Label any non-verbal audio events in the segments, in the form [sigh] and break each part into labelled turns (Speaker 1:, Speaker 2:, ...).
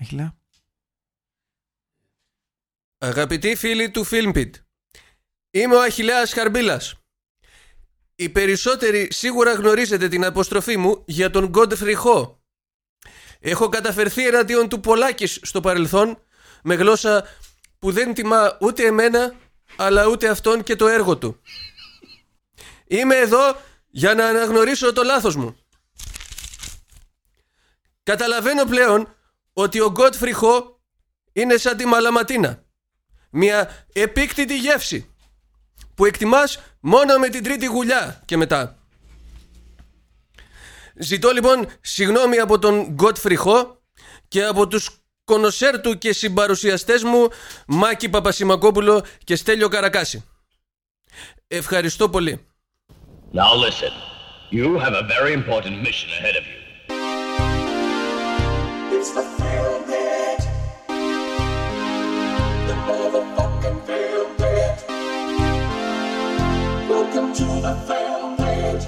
Speaker 1: Άχιλα.
Speaker 2: Αγαπητοί φίλοι του Filmpit, είμαι ο Αχιλέας Χαρμπίλας. Οι περισσότεροι σίγουρα γνωρίζετε την αποστροφή μου για τον Godfrey Ho. Έχω καταφερθεί εναντίον του Πολάκης στο παρελθόν με γλώσσα που δεν τιμά ούτε εμένα αλλά ούτε αυτόν και το έργο του. Είμαι εδώ για να αναγνωρίσω το λάθος μου. Καταλαβαίνω πλέον ότι ο Godfrey Ho είναι σαν τη μαλαματίνα. Μια επίκτητη γεύση που εκτιμάς μόνο με την τρίτη γουλιά και μετά. Ζητώ λοιπόν συγγνώμη από τον Godfrey Ho και από τους κονοσέρ του και συμπαρουσιαστές μου Μάκη Παπασημακόπουλο και Στέλιο Καρακάση. Ευχαριστώ πολύ.
Speaker 3: Now listen, you have a very important mission ahead of you.
Speaker 4: It's the film pit. The motherfucking film pit. Welcome to the film pit.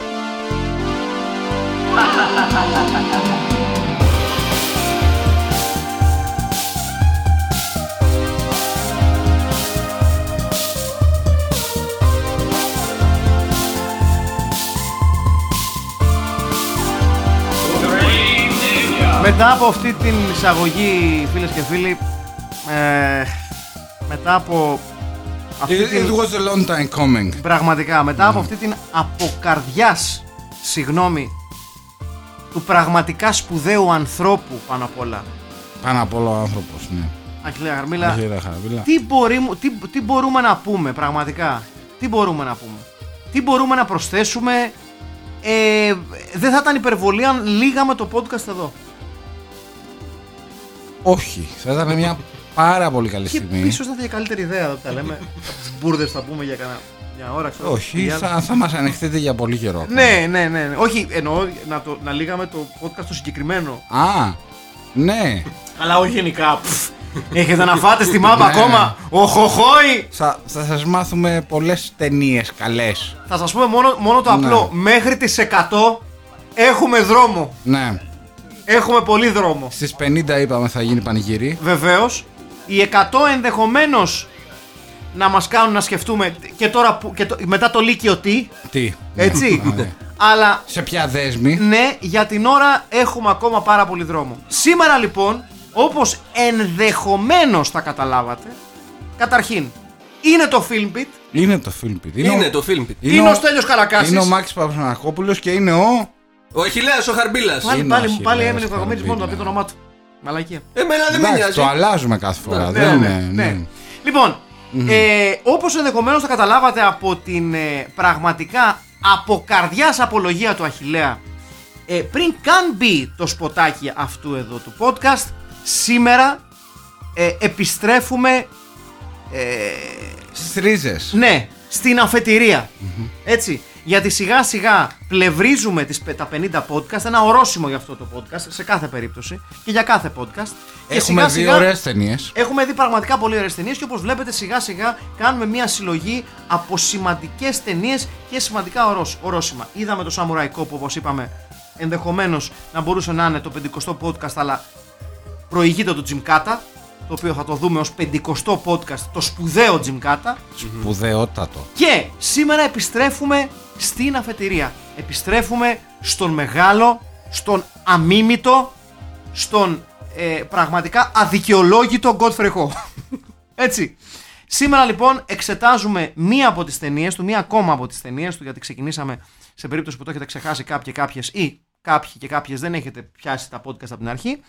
Speaker 1: Μετά από αυτή την εισαγωγή, φίλες και φίλοι, ε, μετά από αυτή
Speaker 5: It, Ε, it
Speaker 1: την.
Speaker 5: was a long time coming.
Speaker 1: Πραγματικά, μετά από αυτή την αποκαρδιάς συγγνώμη του πραγματικά σπουδαίου ανθρώπου πάνω απ' όλα.
Speaker 5: Πάνω απ' όλο ο άνθρωπος, ναι.
Speaker 1: Αχιλέα Χαρμίλα,
Speaker 5: Αχιλέα Χαρμπίλα.
Speaker 1: τι, μπορεί, μου- τι, τι μπορούμε να πούμε πραγματικά. Τι μπορούμε να πούμε. Τι μπορούμε να προσθέσουμε. Ε, δεν θα ήταν υπερβολή αν λίγαμε το podcast εδώ.
Speaker 5: Όχι, θα ήταν μια πάρα πολύ καλή
Speaker 1: Και
Speaker 5: στιγμή.
Speaker 1: ίσως θα ήταν καλύτερη ιδέα εδώ που τα λέμε. [laughs] Μπουρδες θα πούμε για κανένα. Μια ώρα, ξέρω.
Speaker 5: Όχι,
Speaker 1: Για-
Speaker 5: θα, θα μας ανεχτείτε για πολύ καιρό. ακόμα.
Speaker 1: Ναι, ναι, ναι. ναι. Όχι, εννοώ να, το, να λίγαμε το podcast το συγκεκριμένο.
Speaker 5: Α, ναι.
Speaker 1: Αλλά όχι γενικά. Πφ. Έχετε να φάτε στη
Speaker 5: [laughs]
Speaker 1: μάπα
Speaker 5: Ναι.
Speaker 1: ακόμα. Οχοχόι!
Speaker 5: Θα, θα σας μάθουμε πολλές ταινίες καλές.
Speaker 1: Θα σας πούμε μόνο, μόνο το
Speaker 5: Ναι.
Speaker 1: απλό. Μέχρι τις 100 έχουμε δρόμο.
Speaker 5: Ναι.
Speaker 1: Έχουμε πολύ δρόμο.
Speaker 5: Στις 50 είπαμε θα γίνει πανηγύρι.
Speaker 1: Βεβαίως, οι 100 ενδεχομένως να μας κάνουν να σκεφτούμε και τώρα που, και το- μετά το Λύκειο τι,
Speaker 5: Τι. [laughs]
Speaker 1: έτσι.
Speaker 5: Ναι, ναι.
Speaker 1: Αλλά
Speaker 5: Σε ποια δέσμη.
Speaker 1: Ναι, για την ώρα έχουμε ακόμα πάρα πολύ δρόμο. Σήμερα λοιπόν, όπως ενδεχομένως τα καταλάβατε, καταρχήν, είναι το Filmbit,
Speaker 5: Είναι το Φίλιππιτ. Είναι,
Speaker 2: Είναι το Filmpit.
Speaker 1: είναι, ο Στέλιος Καρακάσης.
Speaker 5: Είναι ο Μάκης Παπασανακόπουλος και είναι ο...
Speaker 2: Ο Αχιλέας ο Χαρμπίλας.
Speaker 1: Πάλι,
Speaker 5: είναι ο
Speaker 1: πάλι,
Speaker 5: Αχιλλέας
Speaker 1: πάλι έμεινε ο Κακομύρης
Speaker 5: Καραμπίλα.
Speaker 1: μόνο να πει το όνομά του. Μαλακία.
Speaker 2: Εμένα Ε, δεν με
Speaker 5: Εντάξει,
Speaker 2: νοιάζει.
Speaker 5: το αλλάζουμε κάθε φορά. δεν είναι- ναι.
Speaker 1: Λοιπόν, ε, όπως ενδεχομένως τα καταλάβατε από την ε, πραγματικά από καρδιάς απολογία του Αχιλέα, ε, πριν καν μπει το σποτάκι αυτού εδώ του podcast, σήμερα ε, επιστρέφουμε, ε,
Speaker 5: Στις ρίζες.
Speaker 1: ναι, στην αφετηρια Έτσι. Γιατί σιγά σιγά πλευρίζουμε τις, πε- τα 50 podcast, ένα ορόσημο για αυτό το podcast, σε κάθε περίπτωση και για κάθε podcast. και
Speaker 5: Έχουμε δύο ωραίες ταινίες.
Speaker 1: Έχουμε δει πραγματικά πολύ ωραίες ταινίες και όπως βλέπετε, σιγά σιγά κάνουμε μια συλλογή από σημαντικές ταινίες και σημαντικά ορόσ- ορόσημα. Είδαμε το Samurai Cop, όπως είπαμε, ενδεχομένως να μπορούσε να είναι το 50ο podcast, αλλά προηγείται το Jim Kata, το οποίο θα το δούμε ως 50ο podcast, το σπουδαίο Jim Kata.
Speaker 5: Σπουδαιότατο.
Speaker 1: Και σήμερα επιστρέφουμε στην αφετηρία. Επιστρέφουμε στον μεγάλο, στον αμίμητο, στον ε, πραγματικά αδικαιολόγητο Godfrey Ho. [laughs] Έτσι. Σήμερα λοιπόν εξετάζουμε μία από τις ταινίες του, μία ακόμα από τις ταινίες του, γιατί ξεκινήσαμε σε περίπτωση που το έχετε ξεχάσει κάποιοι και κάποιες ή κάποιοι και κάποιες δεν έχετε πιάσει τα podcast από την αρχή.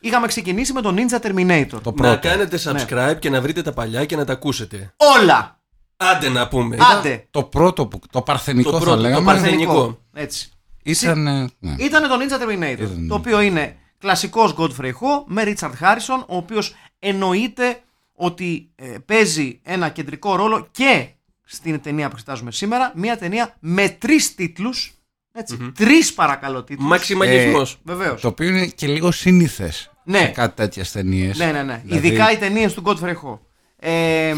Speaker 1: Είχαμε ξεκινήσει με τον Ninja Terminator.
Speaker 5: Το
Speaker 2: Να
Speaker 5: πρώτο. Ναι.
Speaker 2: κάνετε subscribe και να βρείτε τα παλιά και να τα ακούσετε.
Speaker 1: Όλα!
Speaker 2: Άντε να πούμε.
Speaker 1: Άντε!
Speaker 5: Το πρώτο που. Το παρθενικό
Speaker 2: Το
Speaker 5: θα
Speaker 2: πρώτο, το
Speaker 5: λέγαμε.
Speaker 2: παρθενικό.
Speaker 1: Έτσι.
Speaker 5: Ήταν. ε, ναι.
Speaker 1: Ήταν το Ninja Terminator.
Speaker 5: Ήταν.
Speaker 1: Το οποίο είναι κλασικός Godfrey Ho με Richard Harrison, ο οποίος εννοείται ότι ε, παίζει ένα κεντρικό ρόλο και στην ταινία που εξετάζουμε σήμερα. Μια ταινία με τρεις τίτλους. Τρεις παρακαλώ τίτλους.
Speaker 2: Μαξιμαγισμός.
Speaker 1: Βεβαίως.
Speaker 5: Το οποίο είναι και λίγο συνήθε
Speaker 1: Ναι.
Speaker 5: σε κάτι Δηλαδή, τέτοιες ταινίες.
Speaker 1: Ναι, ναι, ναι. Ειδικά οι ταινίες του Godfrey Ho. Ε,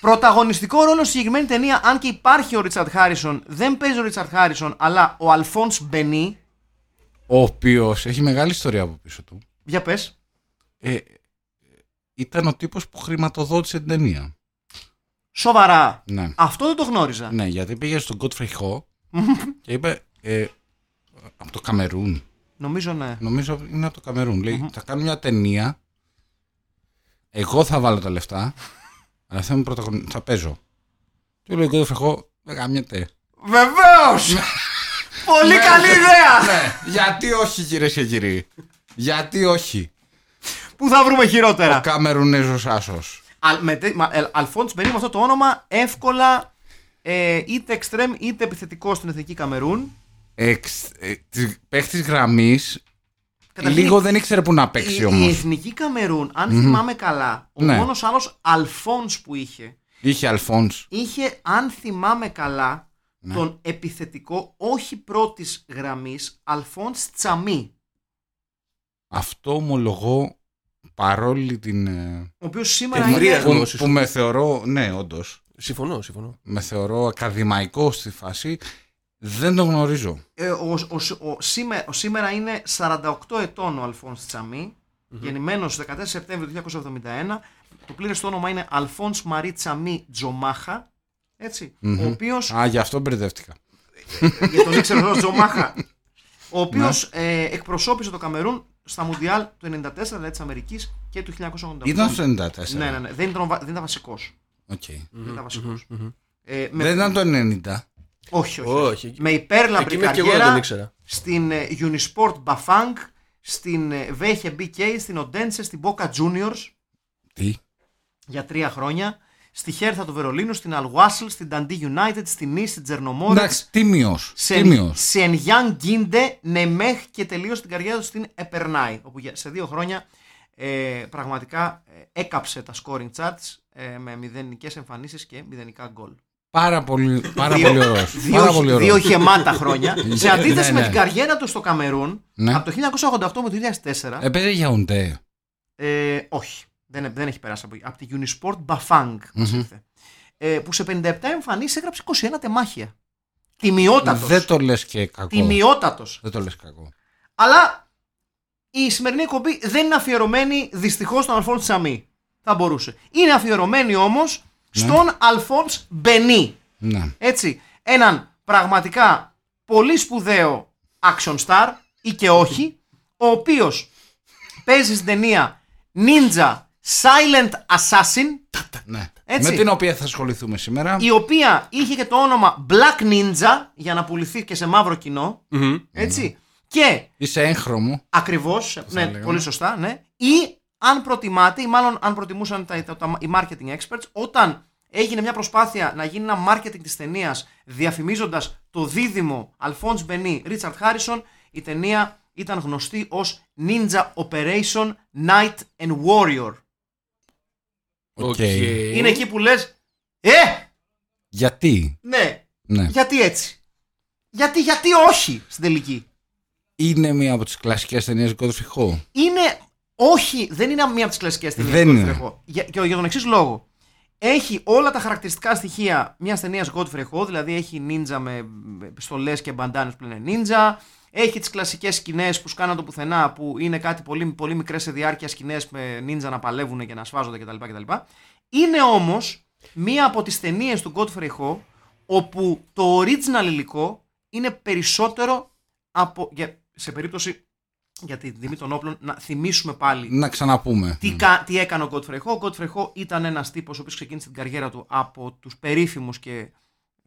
Speaker 1: πρωταγωνιστικό ρόλο στη συγκεκριμένη ταινία, αν και υπάρχει ο Richard Harrison, δεν παίζει ο Richard Harrison, αλλά ο Αλφόνς Μπενί.
Speaker 5: Ο οποίος έχει μεγάλη ιστορία από πίσω του.
Speaker 1: Για πες.
Speaker 5: ε, ήταν ο τύπος που χρηματοδότησε την ταινία.
Speaker 1: Σοβαρά.
Speaker 5: Ναι.
Speaker 1: Αυτό δεν το γνώριζα.
Speaker 5: Ναι, γιατί πήγε στον Godfrey Ho και είπε ε, από το Καμερούν.
Speaker 1: Νομίζω ναι.
Speaker 5: Νομίζω είναι από το Καμερούν. Λέει, θα κάνω μια ταινία. Εγώ θα βάλω τα λεφτά. αλλά θα, είμαι πρωταγωνι... θα παίζω. Του λέει ο Godfrey Ho, δεν γαμιέται.
Speaker 1: Βεβαίως! Πολύ καλή ιδέα!
Speaker 5: ναι, γιατί όχι κυρίες και κύριοι. Γιατί όχι.
Speaker 1: Πού θα βρούμε
Speaker 5: ο
Speaker 1: χειρότερα.
Speaker 5: Καμερουνέζος άσος.
Speaker 1: Α- με τε- μα- ε, Αλφόντς Μπερί με αυτό το όνομα εύκολα ε, είτε εξτρέμ είτε επιθετικό στην εθνική Καμερούν.
Speaker 5: Εξ, ε, της- παίχτης γραμμής
Speaker 1: Καταρχήν,
Speaker 5: Λίγο δεν ήξερε που να παίξει
Speaker 1: η, η
Speaker 5: όμως
Speaker 1: εθνική Καμερούν, αν θυμάμαι καλά, ο
Speaker 5: Ναι.
Speaker 1: μόνος άλλος Αλφόντς που είχε,
Speaker 5: Είχε Αλφόνς
Speaker 1: είχε, αν θυμάμαι καλά,
Speaker 5: Ναι.
Speaker 1: τον επιθετικό όχι πρώτης γραμμής Αλφόντς Τσαμί,
Speaker 5: Αυτό ομολογώ παρόλη την. ε,
Speaker 1: ο οποίος σήμερα
Speaker 2: Ευρεία
Speaker 1: είναι...
Speaker 2: γνώμη.
Speaker 5: Που,
Speaker 2: γνώσεις
Speaker 5: που
Speaker 2: σου.
Speaker 5: με θεωρώ, ναι, όντως.
Speaker 2: Ε, Συμφωνώ, συμφωνώ.
Speaker 5: Με θεωρώ ακαδημαϊκό στη φάση. Δεν το γνωρίζω.
Speaker 1: ε, ο, ο, ο, σήμε- ο σήμερα είναι 48 ετών ο Αλφόνς Τσαμί, γεννημένος 14 Σεπτέμβριου του 1971. Το πλήρες του όνομα είναι Αλφόνς Μαρί Τσαμί Τζομάχα, έτσι, ο οποίος,
Speaker 5: Α, γι' αυτό μπερδεύτηκα.
Speaker 1: για τον ήξερε ο Τζομάχα,
Speaker 2: Ναι.
Speaker 1: ο οποίος ε, εκπροσώπησε το Καμερούν στα Μουντιάλ του 94, δηλαδή της Αμερικής και του 1988.
Speaker 5: Ήταν στο 94.
Speaker 1: Ναι, ναι, ναι. Δεν ήταν, ο βα- δεν ήταν βασικός.
Speaker 5: Οκ.
Speaker 1: Δεν ήταν βασικός. Ε, με-
Speaker 5: Δεν ήταν το 90.
Speaker 1: Όχι, όχι.
Speaker 2: Όχι.
Speaker 1: Με υπέρλαμπρη
Speaker 2: Εκεί με- και εγώ δεν
Speaker 1: καριέρα
Speaker 2: τον ήξερα.
Speaker 1: στην ε, Unisport Bafang, στην ε, Veche BK, στην Odense, στην Boca Juniors
Speaker 5: Τι.
Speaker 1: για τρία χρόνια, στη Χέρθα του Βερολίνου, στην Al Wassel, στην Dundee United, στην Nice, στην Τζερνομόριτς,
Speaker 5: Εντάξει, τίμιος.
Speaker 1: σε
Speaker 5: Τίμιος.
Speaker 1: Σεν Γιάν Γκίντε, Νεμέχ και τελείωσε την καριέρα του στην Επερνάη, όπου για- σε δύο χρόνια ε, πραγματικά ε, έκαψε τα scoring charts ε, με μηδενικές εμφανίσεις και μηδενικά γκολ.
Speaker 5: Πάρα πολύ, πάρα
Speaker 1: Δύο-
Speaker 5: πολύ ωραίος. Πάρα πολύ
Speaker 1: Δύο, δύο
Speaker 5: ωραίο.
Speaker 1: γεμάτα
Speaker 5: [laughs]
Speaker 1: χρόνια. σε αντίθεση
Speaker 5: Ναι,
Speaker 1: με
Speaker 5: ναι.
Speaker 1: την καριέρα του στο Καμερούν,
Speaker 5: Ναι.
Speaker 1: από το 1988 με το 2004,
Speaker 5: Έπαιζε για ουντέ.
Speaker 1: ε, όχι, δεν, δεν έχει περάσει από, από τη Unisport Bafang μας ήρθε, ε, που σε 57 εμφανίσεις έγραψε 21 τεμάχια. Τιμιότατος.
Speaker 5: Δεν το λες και κακό.
Speaker 1: Τιμιότατος.
Speaker 5: Δεν το λες κακό.
Speaker 1: Αλλά η σημερινή εκπομπή δεν είναι αφιερωμένη δυστυχώς στον Αλφόνς Σαμί. Θα μπορούσε. Είναι αφιερωμένη όμως στον Αλφόνς Μπενί.
Speaker 5: Ναι.
Speaker 1: Έτσι, έναν πραγματικά πολύ σπουδαίο action star ή και όχι, ο οποίος παίζει στην ταινία Ninja Silent Assassin,
Speaker 5: ναι.
Speaker 1: Έτσι.
Speaker 5: Με την οποία θα ασχοληθούμε σήμερα.
Speaker 1: η οποία είχε και το όνομα Black Ninja για να πουληθεί και σε μαύρο κοινό, έτσι, και
Speaker 5: Είσαι έγχρωμο.
Speaker 1: ακριβώς, ναι,
Speaker 5: λέγαμε.
Speaker 1: πολύ σωστά, ναι, ή αν προτιμάτε, ή μάλλον αν προτιμούσαν τα, τα- τα- οι marketing experts, όταν έγινε μια προσπάθεια να γίνει ένα marketing της ταινίας διαφημίζοντας το δίδυμο Αλφόντς Μπενί, Ρίτσαρτ Χάρισον, η ταινία ήταν γνωστή ως Ninja Operation Knight and Warrior.
Speaker 5: Οκ.
Speaker 1: Είναι εκεί που λες, ε,
Speaker 5: Γιατί.
Speaker 1: ναι,
Speaker 5: Ναι.
Speaker 1: γιατί έτσι. Γιατί, γιατί όχι στην τελική.
Speaker 5: Είναι μία από τις κλασικές ταινίες Godfrey Ho.
Speaker 1: είναι. Όχι, δεν είναι μία από τις κλασικές ταινίες.
Speaker 5: Δεν είναι.
Speaker 1: Για, και για τον εξή λόγο. Έχει όλα τα χαρακτηριστικά στοιχεία μιας ταινίας Godfrey Ho, δηλαδή έχει νίντζα με πιστολές και μπαντάνες που είναι νίντζα. Έχει τις κλασικές σκηνές που σκάναν το πουθενά, που είναι κάτι πολύ, πολύ μικρές σε διάρκεια σκηνές με νίντζα να παλεύουν και να σφάζονται κτλ. κτλ. Είναι όμως μία από τις ταινίες του Godfrey Ho, όπου το original υλικό είναι περισσότερο από. για- σε περίπτωση για την τιμή των όπλων, να θυμίσουμε πάλι
Speaker 5: Να ξαναπούμε. Ναι.
Speaker 1: τι, κα- τι έκανε ο Godfrey Ho. Ο Godfrey Ho ήταν ένας τύπος ο οποίος ξεκίνησε την καριέρα του από τους περίφημους και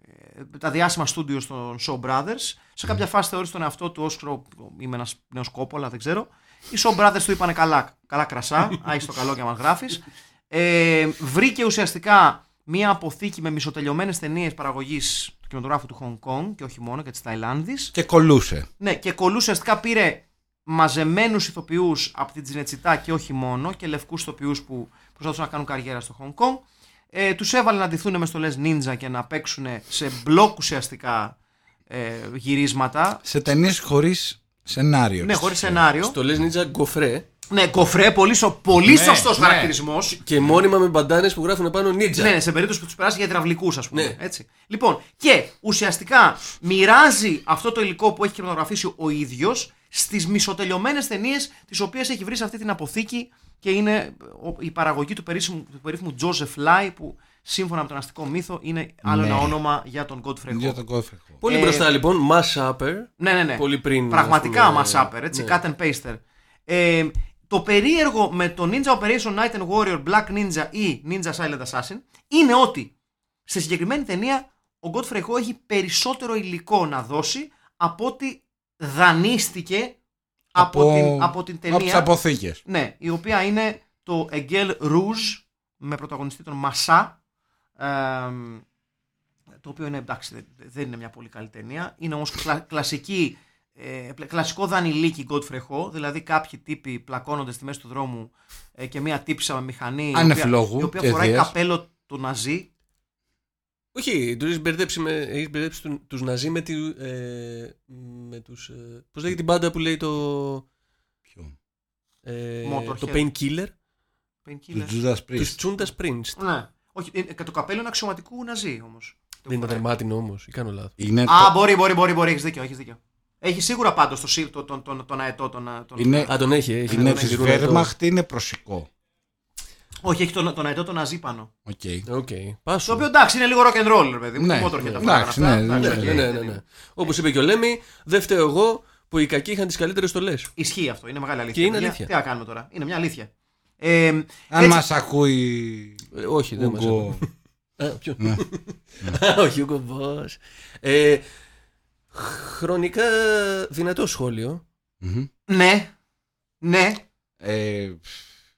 Speaker 1: ε, τα διάσημα στούντιο των Show Brothers. Σε κάποια φάση θεώρησε τον εαυτό του ως είμαι ένας νέος κόπολα, δεν ξέρω. Οι Show Brothers του είπανε καλά, καλά κρασά, άισε το καλό και μας γράφεις. Ε, βρήκε ουσιαστικά μία αποθήκη με μισοτελειωμένες ταινίες παραγωγής του κινηματογράφου του Χονγκ Κονγκ και όχι μόνο και της Ταϊλάνδης.
Speaker 5: Και κολούσε.
Speaker 1: Ναι, και κολούσε ουσιαστικά πήρε μαζεμένους ηθοποιούς από την Τζινετσιτά και όχι μόνο και λευκούς ηθοποιούς που προσπαθούσαν να κάνουν καριέρα στο Hong Kong. Ε, τους έβαλε να ντυθούν μες στολές νίντζα και να παίξουν σε μπλοκ ουσιαστικά ε, γυρίσματα.
Speaker 5: Σε ταινίες χωρίς σενάριο.
Speaker 1: Ναι, χωρίς σενάριο.
Speaker 2: Στο λε Νίτζα Γκοφρέ
Speaker 1: Ναι, κοφρέ, πολύ, σω... πολύ
Speaker 5: Ναι,
Speaker 1: σωστός
Speaker 5: ναι.
Speaker 1: χαρακτηρισμός.
Speaker 2: και μόνιμα με μπαντάνες που γράφουν πάνω Νίτζα.
Speaker 1: Ναι, ναι, σε περίπτωση που τους περάσει για υδραυλικούς, ας πούμε.
Speaker 2: Ναι.
Speaker 1: Έτσι. Λοιπόν, και ουσιαστικά μοιράζει αυτό το υλικό που έχει κινηματογραφήσει ο ίδιος στις μισοτελειωμένες ταινίες τις οποίες έχει βρει σε αυτή την αποθήκη και είναι ο- η παραγωγή του περίφημου, του περίφημου Joseph Lai που σύμφωνα με τον αστικό μύθο είναι άλλο
Speaker 5: Ναι.
Speaker 1: ένα όνομα για τον Godfrey Ho.
Speaker 5: Για τον Godfrey Ho.
Speaker 2: Πολύ
Speaker 1: Ε,
Speaker 2: μπροστά λοιπόν, Mass Upper.
Speaker 1: Ναι, ναι, ναι.
Speaker 2: Πολύ πριν,
Speaker 1: Πραγματικά
Speaker 2: ας πούμε,
Speaker 1: mass upper, έτσι.
Speaker 2: ναι.
Speaker 1: Cut and paster. Ε, το περίεργο με το Ninja Operation Night and Warrior Black Ninja ή Ninja Silent Assassin είναι ότι στη συγκεκριμένη ταινία ο Godfrey Ho έχει περισσότερο υλικό να δώσει από ότι δανείστηκε από, την, από την
Speaker 5: Από τις
Speaker 1: ταινία.
Speaker 5: αποθήκες.
Speaker 1: Ναι, η οποία είναι το Εγγέλ Ρουζ με πρωταγωνιστή τον Μασά. εμ, το οποίο είναι εντάξει, δεν- δεν είναι μια πολύ καλή ταινία. Είναι όμως κλασική. ε, πλα- κλασικό δανειλίκι Godfrey Ho, δηλαδή κάποιοι τύποι πλακώνονται στη μέση του δρόμου ε, και μια τύψα με μηχανή η οποία-
Speaker 5: Ανεφιλόγου
Speaker 1: η οποία,
Speaker 5: και
Speaker 1: φοράει
Speaker 5: δίας.
Speaker 1: καπέλο του Ναζί.
Speaker 2: Όχι, του έχεις μπερδέψει, με, έχεις μπερδέψει του τους Ναζί με, τη, ε, με τους... Ε, πώς λέγεται την μπάντα που λέει το...
Speaker 5: Ποιο?
Speaker 2: Ε,
Speaker 1: Motorhead.
Speaker 2: το Painkiller.
Speaker 5: Τους
Speaker 1: Painkiller.
Speaker 5: Judas
Speaker 2: Τους
Speaker 5: Priest.
Speaker 2: Τσούντας Prince.
Speaker 1: Ναι. Όχι, ε, και το καπέλο είναι αξιωματικού Ναζί όμως.
Speaker 2: Δεν είναι δερμάτινο όμως, ή κάνω λάθος.
Speaker 5: Είναι,
Speaker 1: Α,
Speaker 5: Ε, το-
Speaker 1: μπορεί, μπορεί, μπορεί, μπορεί. Έχεις δίκιο, έχεις δίκιο. Έχει σίγουρα πάντως το, σύλλ- το, τον, τον, τον αετό, τον, τον-
Speaker 5: είναι,
Speaker 2: Α, τον έχει, έχει.
Speaker 5: είναι
Speaker 2: τον
Speaker 5: της
Speaker 2: έχει γρονατό.
Speaker 5: Wehrmacht, είναι προσικό.
Speaker 1: Όχι, έχει τον, τον αετό τον Ναζί πάνω.
Speaker 5: Οκ.
Speaker 2: Οκ,
Speaker 1: Το
Speaker 2: πάσου.
Speaker 1: οποίο εντάξει είναι λίγο rock and roll, ρε παιδί μου.
Speaker 5: Ναι,
Speaker 1: Ναι, Motorhead τα
Speaker 5: εντάξει,
Speaker 1: πράγματα αυτά.
Speaker 5: ναι,
Speaker 1: Εντάξει,
Speaker 5: ναι,
Speaker 1: οκ,
Speaker 2: Ναι, ναι, ναι. ναι. Όπως είπε και ο Λέμι, δεν φταίω εγώ που οι κακοί είχαν τις καλύτερες στολές.
Speaker 1: Ισχύει αυτό, είναι μεγάλη αλήθεια.
Speaker 2: Και είναι
Speaker 1: παιδιά.
Speaker 2: αλήθεια.
Speaker 1: Τι να κάνουμε τώρα, είναι μια αλήθεια. Ε,
Speaker 5: Αν
Speaker 1: έτσι-
Speaker 5: μας ακούει
Speaker 2: Ε, Όχι, δεν μα.
Speaker 5: Ούγκο,
Speaker 2: Ε, Ποιον.
Speaker 5: [laughs] Ναι.
Speaker 2: [laughs] Α, Ο Hugo Boss. Ε, χρονικά δυνατό σχόλιο.
Speaker 5: μμμ,
Speaker 1: Ναι, ναι,
Speaker 5: ε,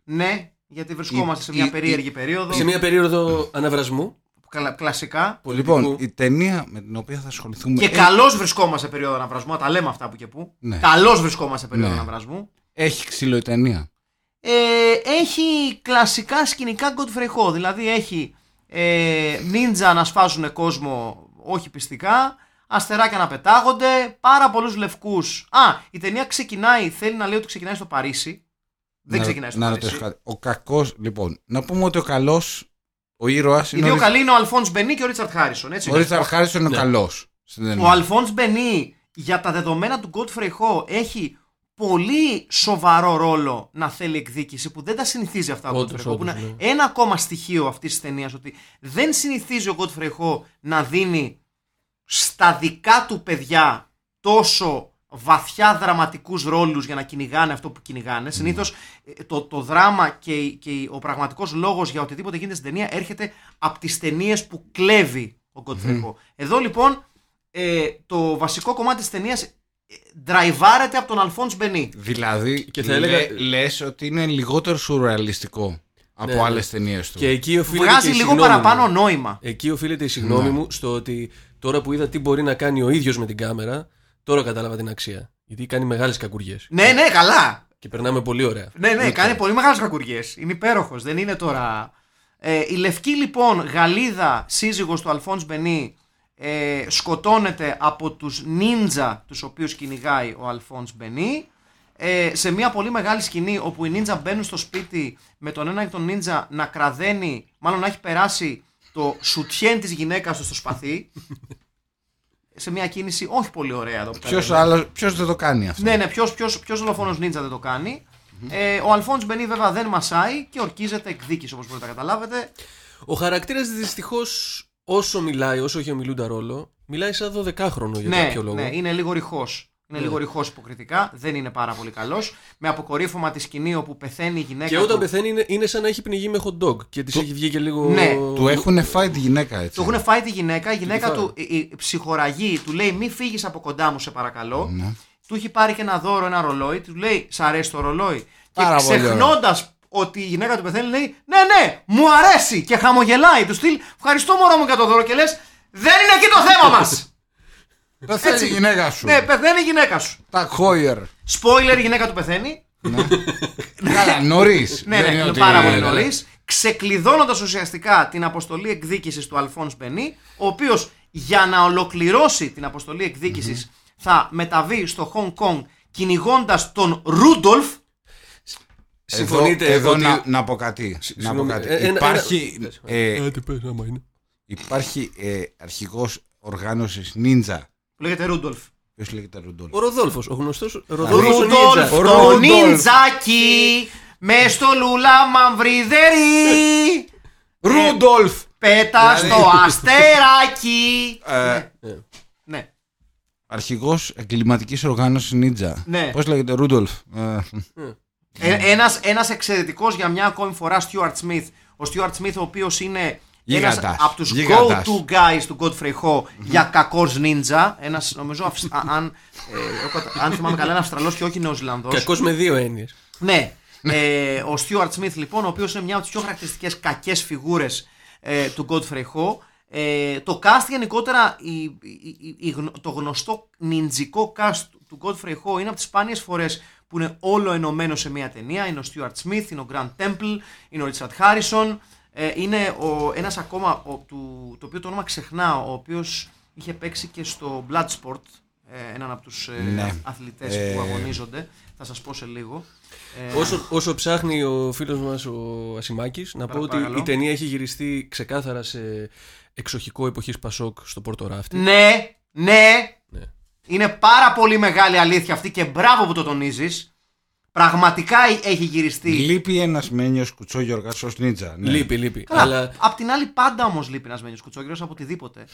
Speaker 1: ναι, γιατί βρισκόμαστε
Speaker 5: Η-
Speaker 1: σε μια
Speaker 5: η-
Speaker 1: περίεργη περίοδο.
Speaker 2: Σε μια περίοδο αναβρασμού.
Speaker 1: Κλα- Κλασικά.
Speaker 2: πολιτικού.
Speaker 5: Λοιπόν, η ταινία με την οποία θα ασχοληθούμε
Speaker 1: Και
Speaker 5: ε-
Speaker 1: καλώς βρισκόμαστε σε περίοδο αναβρασμού, τα λέμε αυτά που και που.
Speaker 5: Ναι.
Speaker 1: Καλώς βρισκόμαστε σε περίοδο
Speaker 5: Ναι.
Speaker 1: αναβρασμού.
Speaker 5: έχει ξύλο η ταινία.
Speaker 1: Ε, έχει κλασικά σκηνικά Godfrey Ho, δηλαδή έχει ε, νίντζα να σφάζουν κόσμο όχι πιστικά, αστεράκια να πετάγονται, πάρα πολλούς λευκούς. Α, η ταινία ξεκινάει, θέλει να λέει ότι ξεκινάει στο Παρίσι. Δεν
Speaker 5: να,
Speaker 1: ξεκινάει στο
Speaker 5: να ρωτήσω
Speaker 1: Παρίσι.
Speaker 5: κάτι. Ο κακός, λοιπόν, να πούμε ότι ο καλός, ο ήρωα
Speaker 1: Οι
Speaker 5: είναι.
Speaker 1: δύο
Speaker 5: ο Ρι-
Speaker 1: καλοί είναι ο Αλφόνς Μπενί και ο Ρίτσαρτ Χάρισον. Έτσι
Speaker 5: Ο
Speaker 1: είναι.
Speaker 5: Ρίτσαρ Χάριστον είναι ο καλό.
Speaker 1: Ο Αλφόνς Μπενί για τα δεδομένα του Godfrey Ho έχει πολύ σοβαρό ρόλο να θέλει εκδίκηση που δεν τα συνηθίζει αυτά ο
Speaker 2: Όντως,
Speaker 1: Godfrey Ho. Που
Speaker 2: όντως,
Speaker 1: είναι
Speaker 2: ναι.
Speaker 1: ένα ακόμα στοιχείο αυτής της ταινίας ότι δεν συνηθίζει ο Godfrey Ho να δίνει στα δικά του παιδιά τόσο βαθιά δραματικούς ρόλους για να κυνηγάνε αυτό που κυνηγάνε. Συνήθως ε, το, το δράμα και, η- και η- ο πραγματικός λόγος για οτιδήποτε γίνεται στην ταινία έρχεται από τις ταινίες που κλέβει ο Godfrey Ho. Εδώ λοιπόν ε, το βασικό κομμάτι της ταινίας ντραϊβάρεται από τον Αλφόνς Μπενί.
Speaker 5: Δηλαδή,
Speaker 2: Και θα έλεγα-
Speaker 5: λες ότι είναι λιγότερο σουρεαλιστικό από
Speaker 2: Ναι, ναι.
Speaker 5: άλλες ταινίες του.
Speaker 2: Και εκεί οφείλεται.
Speaker 1: Βγάζει
Speaker 2: και ναι. η
Speaker 1: λίγο
Speaker 2: συγνώμη
Speaker 1: παραπάνω
Speaker 2: μου.
Speaker 1: νόημα.
Speaker 2: Εκεί οφείλεται η συγγνώμη μου στο ότι τώρα που είδα τι μπορεί να κάνει ο ίδιος με την κάμερα, τώρα κατάλαβα την αξία. Γιατί κάνει μεγάλες κακουριές.
Speaker 1: Ναι, ναι, καλά.
Speaker 2: Και περνάμε πολύ ωραία.
Speaker 1: Ναι, ναι, κάνει πολύ μεγάλες κακουριές. Είναι υπέροχος, δεν είναι τώρα. Ε, η λευκή λοιπόν Γαλλίδα, σύζυγος του Αλφόνς Μπενί, ε, σκοτώνεται από τους νίντζα τους οποίους κυνηγάει ο Αλφόνς Μπενί ε, σε μια πολύ μεγάλη σκηνή όπου οι νίντζα μπαίνουν στο σπίτι με τον ένα και τον νίντζα να κραδένει, μάλλον να έχει περάσει το σουτιέν της γυναίκας τους στο σπαθί σε μια κίνηση όχι πολύ ωραία εδώ που τα λέμε.
Speaker 5: Ποιο άλλος, ποιος δεν το κάνει αυτό.
Speaker 1: Ναι, ναι, ποιος ποιος, ποιος δολοφόνος νίντζα δεν το κανει Ε, ο Αλφόνς Μπενί βέβαια δεν μασάει και ορκίζεται εκδίκηση όπως μπορείτε να καταλάβετε.
Speaker 2: Ο χαρακτήρας δυστυχώς όσο μιλάει, όσο έχει ομιλούντα ρόλο, μιλάει σαν 12χρονο για
Speaker 1: ναι,
Speaker 2: κάποιο λόγο. Ναι.
Speaker 1: ναι, είναι λίγο ρηχός. Είναι λίγο ρηχός υποκριτικά, δεν είναι πάρα πολύ καλός. Με αποκορύφωμα τη σκηνή όπου πεθαίνει η γυναίκα.
Speaker 2: Και όταν
Speaker 1: του.
Speaker 2: πεθαίνει είναι, είναι σαν να έχει πνιγεί με hot dog και της έχει βγει και λίγο.
Speaker 1: Ναι.
Speaker 5: Του έχουν φάει τη γυναίκα έτσι.
Speaker 1: Του έχουν φάει τη γυναίκα, η γυναίκα
Speaker 2: φάει.
Speaker 1: του η, η ψυχοραγή του λέει: Μη φύγεις από κοντά μου, σε παρακαλώ.
Speaker 5: Ναι.
Speaker 1: Του έχει πάρει και ένα δώρο, ένα ρολόι, του λέει: Σ' αρέσει το ρολόι.
Speaker 5: Πάρα
Speaker 1: και
Speaker 5: πολύ ωραίο.
Speaker 1: ξεχνώντας ότι η γυναίκα του πεθαίνει, λέει: Ναι, ναι, μου αρέσει! Και χαμογελάει. Του στυλ: Ευχαριστώ μωρό μου για το δώρο. Και λες: Δεν είναι εκεί το
Speaker 5: [laughs]
Speaker 1: θέμα μας!
Speaker 5: Δεν θέλει η
Speaker 1: Έτσι.
Speaker 5: γυναίκα σου.
Speaker 1: ναι, πεθαίνει η γυναίκα σου.
Speaker 5: Τα Χόιερ.
Speaker 1: Spoiler, η γυναίκα του πεθαίνει.
Speaker 5: Καλά, νωρίς.
Speaker 1: Ναι, ναι, είναι πάρα πολύ νωρί. Ξεκλειδώνοντας ουσιαστικά την αποστολή εκδίκησης του Αλφόν Μπενί, ο οποίος για να ολοκληρώσει την αποστολή εκδίκησης, θα μεταβεί στο Χονγκ Κονγκ κυνηγώντας τον Ρούντολφ.
Speaker 2: Συμφωνείτε
Speaker 5: εδώ,
Speaker 2: ότι-
Speaker 5: να, να πω κάτι. Να πω
Speaker 2: συγγνώμη,
Speaker 5: κάτι.
Speaker 2: ε, ένα-
Speaker 5: Υπάρχει,
Speaker 2: ένα-
Speaker 5: ε,
Speaker 2: Ε, τι πες, άμα είναι.
Speaker 5: υπάρχει ε, αρχηγός οργάνωσης Ninja
Speaker 1: Λέγεται Ρούντολφ.
Speaker 5: Ποιος λέγεται Ρουντόλφ.
Speaker 2: Ο Ροδόλφος, ο γνωστός Ροδόλφος ο
Speaker 1: Ρουντόλφ
Speaker 2: Νίτζα.
Speaker 1: το νιντζάκι με στο λουλά μαυριδερή Ε,
Speaker 5: Ρουντόλφ!
Speaker 1: πέτα
Speaker 5: Δηλαδή-
Speaker 1: στο αστεράκι.
Speaker 5: Ε,
Speaker 1: Ναι.
Speaker 5: Αρχηγός εγκληματικής οργάνωσης Νίτζα.
Speaker 1: Ναι.
Speaker 5: Πώς λέγεται Ρούντολφ.
Speaker 1: Ε, ένας, ένας εξαιρετικός για μια ακόμη φορά Stuart Smith. Ο Stuart Smith ο οποίος είναι ένας
Speaker 5: Γίγαντας.
Speaker 1: από τους
Speaker 5: Γίγαντας.
Speaker 1: go-to guys του Godfrey Ho για κακός ninja. Ένας νομίζω αυσ- α- αν, ε, ο κατα- αν θυμάμαι καλά είναι Αυστραλός και όχι Νεοζηλανδός.
Speaker 2: Κακός με δύο έννοιες.
Speaker 1: Ναι. Ε, ο Στιούαρτ Σμιθ, λοιπόν, ο οποίος είναι μια από τις πιο χαρακτηριστικές κακές φιγούρες ε, του Godfrey Ho. Ε, το cast γενικότερα, η, η, η- η γνω- το γνωστό νιντζικό cast του Godfrey Ho είναι από τις σπάνιες φορές που είναι όλο ενωμένο σε μια ταινία. Είναι ο Στιούαρτ Σμιθ, είναι ο Grant Temple, είναι ο Ρίτσαρτ Χάρισον. Ε, είναι ο, ένας ακόμα, ο, του, το οποίο το όνομα ξεχνάω, ο οποίος είχε παίξει και στο Bloodsport, ε, έναν από τους ε,
Speaker 5: Ναι.
Speaker 1: αθλητές
Speaker 5: Ε,
Speaker 1: που αγωνίζονται. Θα σας πω σε λίγο. Ε,
Speaker 2: Όσο, όσο ψάχνει ο φίλος μας ο Ασημάκης, να πω ότι
Speaker 1: Παρακαλώ.
Speaker 2: η ταινία έχει γυριστεί ξεκάθαρα σε εξοχικό εποχής Πασόκ στο Πορτοράφτη.
Speaker 1: Ναι, ναι.
Speaker 2: Ναι.
Speaker 1: Είναι πάρα πολύ μεγάλη αλήθεια αυτή και μπράβο που το τονίζεις. Πραγματικά έχει γυριστεί.
Speaker 5: Λείπει ένας μένιος κουτσόγιοργας ως Νίτζα. ναι.
Speaker 2: Λείπει, λείπει.
Speaker 1: Καλά,
Speaker 2: Αλλά
Speaker 1: Απ' την άλλη, πάντα όμως λείπει ένας μένιος κουτσόγυρο από οτιδήποτε.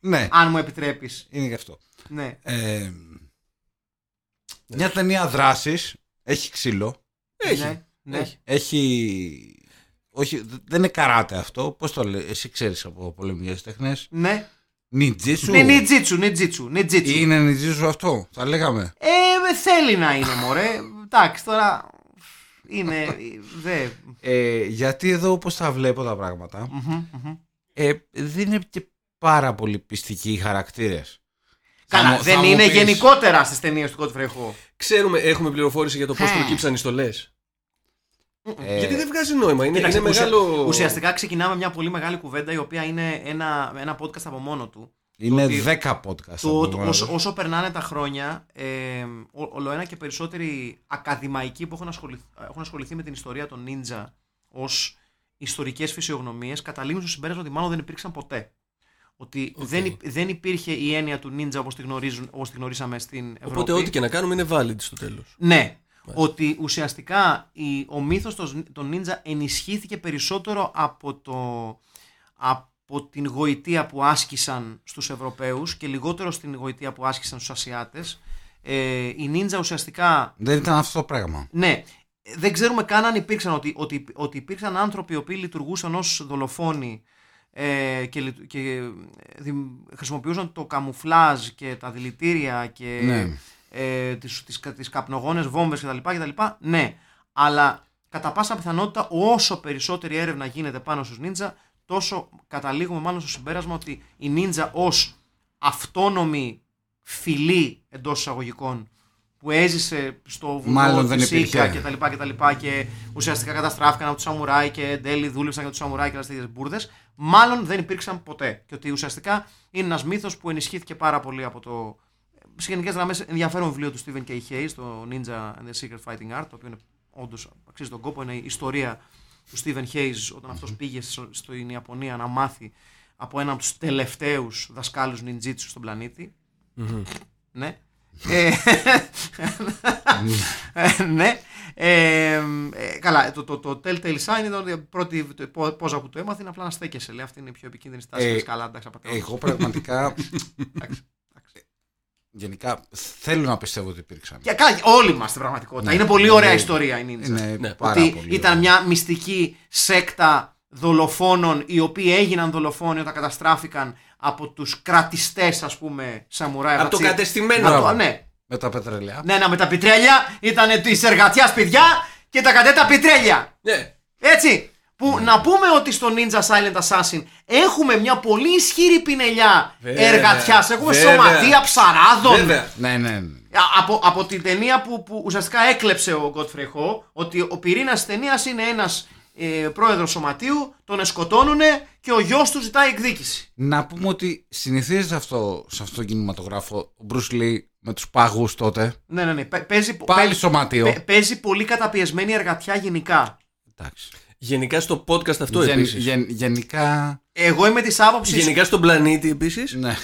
Speaker 5: Ναι,
Speaker 1: Αν μου επιτρέπεις.
Speaker 5: είναι γι' αυτό.
Speaker 1: Ναι.
Speaker 5: Ε, μια ταινία δράσης έχει ξύλο.
Speaker 2: έχει.
Speaker 1: Ναι, ναι.
Speaker 2: Έχει.
Speaker 5: Έχει. Όχι, δεν είναι καράτε αυτό. Πώς το λέει, εσύ ξέρεις από πολεμικέ τέχνε.
Speaker 1: Ναι.
Speaker 5: Νιτζίσου.
Speaker 1: Ναι, νιτζίτσου, νιτζίτσου, νιτζίτσου.
Speaker 5: Είναι νιτζίσου αυτό, θα λέγαμε.
Speaker 1: Ε, με θέλει να είναι, μωρέ. Εντάξει, τώρα. Είναι. Δε.
Speaker 5: Ε, γιατί εδώ όπως τα βλέπω τα πράγματα,
Speaker 1: Μμμ, μμμ.
Speaker 5: ε, δεν είναι και πάρα πολύ πιστικοί οι χαρακτήρες.
Speaker 1: Καλά,
Speaker 5: μου-
Speaker 1: δεν
Speaker 5: μου
Speaker 1: είναι
Speaker 5: πεις-
Speaker 1: γενικότερα στις ταινίες του Κότ Φρεχού.
Speaker 2: Ξέρουμε, έχουμε πληροφόρηση για το πώς
Speaker 1: Ε.
Speaker 2: προκύψαν οι στολές.
Speaker 5: Ε,
Speaker 2: Γιατί δεν βγάζει νόημα. Είναι,
Speaker 1: Κοίταξε,
Speaker 2: είναι
Speaker 1: ουσια-
Speaker 2: μεγάλο...
Speaker 1: Ουσιαστικά ξεκινάμε μια πολύ μεγάλη κουβέντα η οποία είναι ένα, ένα podcast από μόνο του.
Speaker 5: Είναι
Speaker 1: ότι-
Speaker 5: 10 podcast.
Speaker 1: Το,
Speaker 5: από
Speaker 1: το-
Speaker 5: το-
Speaker 1: όσο, όσο περνάνε τα χρόνια, ε, ο- ολοένα και περισσότεροι ακαδημαϊκοί που έχουν ασχοληθεί, έχουν ασχοληθεί με την ιστορία των ninja ως ιστορικές φυσιογνωμίες καταλήγουν στο συμπέρασμα ότι μάλλον δεν υπήρξαν ποτέ. Ότι
Speaker 2: Οκ.
Speaker 1: δεν, υ- δεν υπήρχε η έννοια του ninja όπως τη, γνωρίζουν- όπως τη γνωρίσαμε στην Ευρώπη.
Speaker 2: Οπότε ό,τι και να κάνουμε είναι valid στο τέλος.
Speaker 1: Ναι. Ότι ουσιαστικά η, ο μύθος των, των νίντζα ενισχύθηκε περισσότερο από, το, από την γοητεία που άσκησαν στους Ευρωπαίους και λιγότερο στην γοητεία που άσκησαν στους Ασιάτες. Ε, οι νίντζα ουσιαστικά,
Speaker 5: Δεν ήταν αυτό το πράγμα.
Speaker 1: ναι, δεν ξέρουμε καν αν υπήρξαν, ότι, ότι, ότι υπήρξαν άνθρωποι οι οποίοι λειτουργούσαν ως δολοφόνοι ε, και, λειτου- και ε, δη- χρησιμοποιούσαν το καμουφλάζ και τα δηλητήρια και
Speaker 5: Ναι.
Speaker 1: ε, τις, τις, κα- τις καπνογόνες βόμβες κτλ, κτλ. Ναι, αλλά κατά πάσα πιθανότητα όσο περισσότερη έρευνα γίνεται πάνω στους νίντζα τόσο καταλήγουμε μάλλον στο συμπέρασμα ότι οι νίντζα ως αυτόνομη φυλή εντός εισαγωγικών που έζησε στο βουνό
Speaker 5: Μάλλον δεν
Speaker 1: της Ίκα
Speaker 5: υπήρχε.
Speaker 1: και τα λοιπά και τα λοιπά και ουσιαστικά καταστράφηκαν από τους σαμουράι και εν τέλει δούλεψαν για τους σαμουράι και άλλες τέτοιες μπουρδες μάλλον δεν υπήρξαν ποτέ και ότι ουσιαστικά είναι ένας μύθος που ενισχύθηκε πάρα πολύ από το σε γενικές γραμμές ενδιαφέρον βιβλίο του Stephen K. Hayes το Ninja and the Secret Fighting Art το οποίο είναι όντως αξίζει τον κόπο είναι η ιστορία του Stephen Hayes όταν αυτός πήγε στο- στην Ιαπωνία να μάθει από έναν από τους τελευταίους δασκάλους ninjitsu στον πλανήτη ναι. Ε, ε, [laughs] ναι. Ε, ε, καλά, το, το, το Telltale Sign ήταν η πρώτη το- πό- πόζα που το έμαθα είναι απλά να στέκεσαι. Λέει, αυτή είναι η πιο επικίνδυνη στάση.
Speaker 5: Ε,
Speaker 1: Λες, καλά, εντάξει, απαταιώνα.
Speaker 5: Εγώ πραγματικά... γενικά θέλω να πιστεύω ότι υπήρξαν.
Speaker 1: Και καλά, όλοι μα στην πραγματικότητα.
Speaker 5: Ναι.
Speaker 1: είναι πολύ ωραία
Speaker 5: Ναι.
Speaker 1: ιστορία η Ninja.
Speaker 5: Είναι
Speaker 2: Ναι.
Speaker 5: πάρα
Speaker 1: ότι
Speaker 5: πολύ
Speaker 1: ήταν
Speaker 5: ωραία.
Speaker 1: μια μυστική σέκτα δολοφόνων οι οποίοι έγιναν δολοφόνοι όταν καταστράφηκαν από τους κρατιστές ας πούμε σαμουράι
Speaker 2: Από το
Speaker 1: ρατσί-
Speaker 2: κατεστημένο.
Speaker 1: Από το-
Speaker 5: Μπράβο.
Speaker 1: ναι,
Speaker 5: Με τα πετρελαία.
Speaker 1: Ναι, να με τα πιτρέλια ήταν της εργατιάς παιδιά και τα κατέ τα πιτρέλια.
Speaker 2: Ναι.
Speaker 1: Έτσι. Που να πούμε ότι στο Ninja Silent Assassin έχουμε μια πολύ ισχυρή πινελιά
Speaker 2: Βέβαια.
Speaker 1: εργατιάς. Έχουμε
Speaker 2: Βέβαια.
Speaker 1: σωματεία ψαράδων.
Speaker 2: Βέβαια.
Speaker 5: Ναι, ναι, ναι.
Speaker 1: Α- Από, από την ταινία που, που ουσιαστικά έκλεψε ο Godfrey Ho, ότι ο πυρήνας τη ταινίας είναι ένας ε, πρόεδρος σωματείου, τον σκοτώνουνε και ο γιος του ζητάει εκδίκηση.
Speaker 5: Να πούμε ότι συνηθίζεται αυτό σε αυτό το κινηματογράφο ο Bruce Lee με τους πάγους τότε.
Speaker 1: Ναι, ναι, ναι. Πα- Παίζει,
Speaker 5: Πάλι
Speaker 1: παί-
Speaker 5: σωματείο.
Speaker 1: παί- παίζει πολύ καταπιεσμένη εργατιά γενικά.
Speaker 5: Εντάξει.
Speaker 2: Γενικά στο podcast αυτό
Speaker 5: Γεν-
Speaker 2: επίσης.
Speaker 5: γεν- γενικά.
Speaker 1: Εγώ είμαι της άποψης.
Speaker 2: Γενικά στον πλανήτη επίσης.
Speaker 5: Ναι.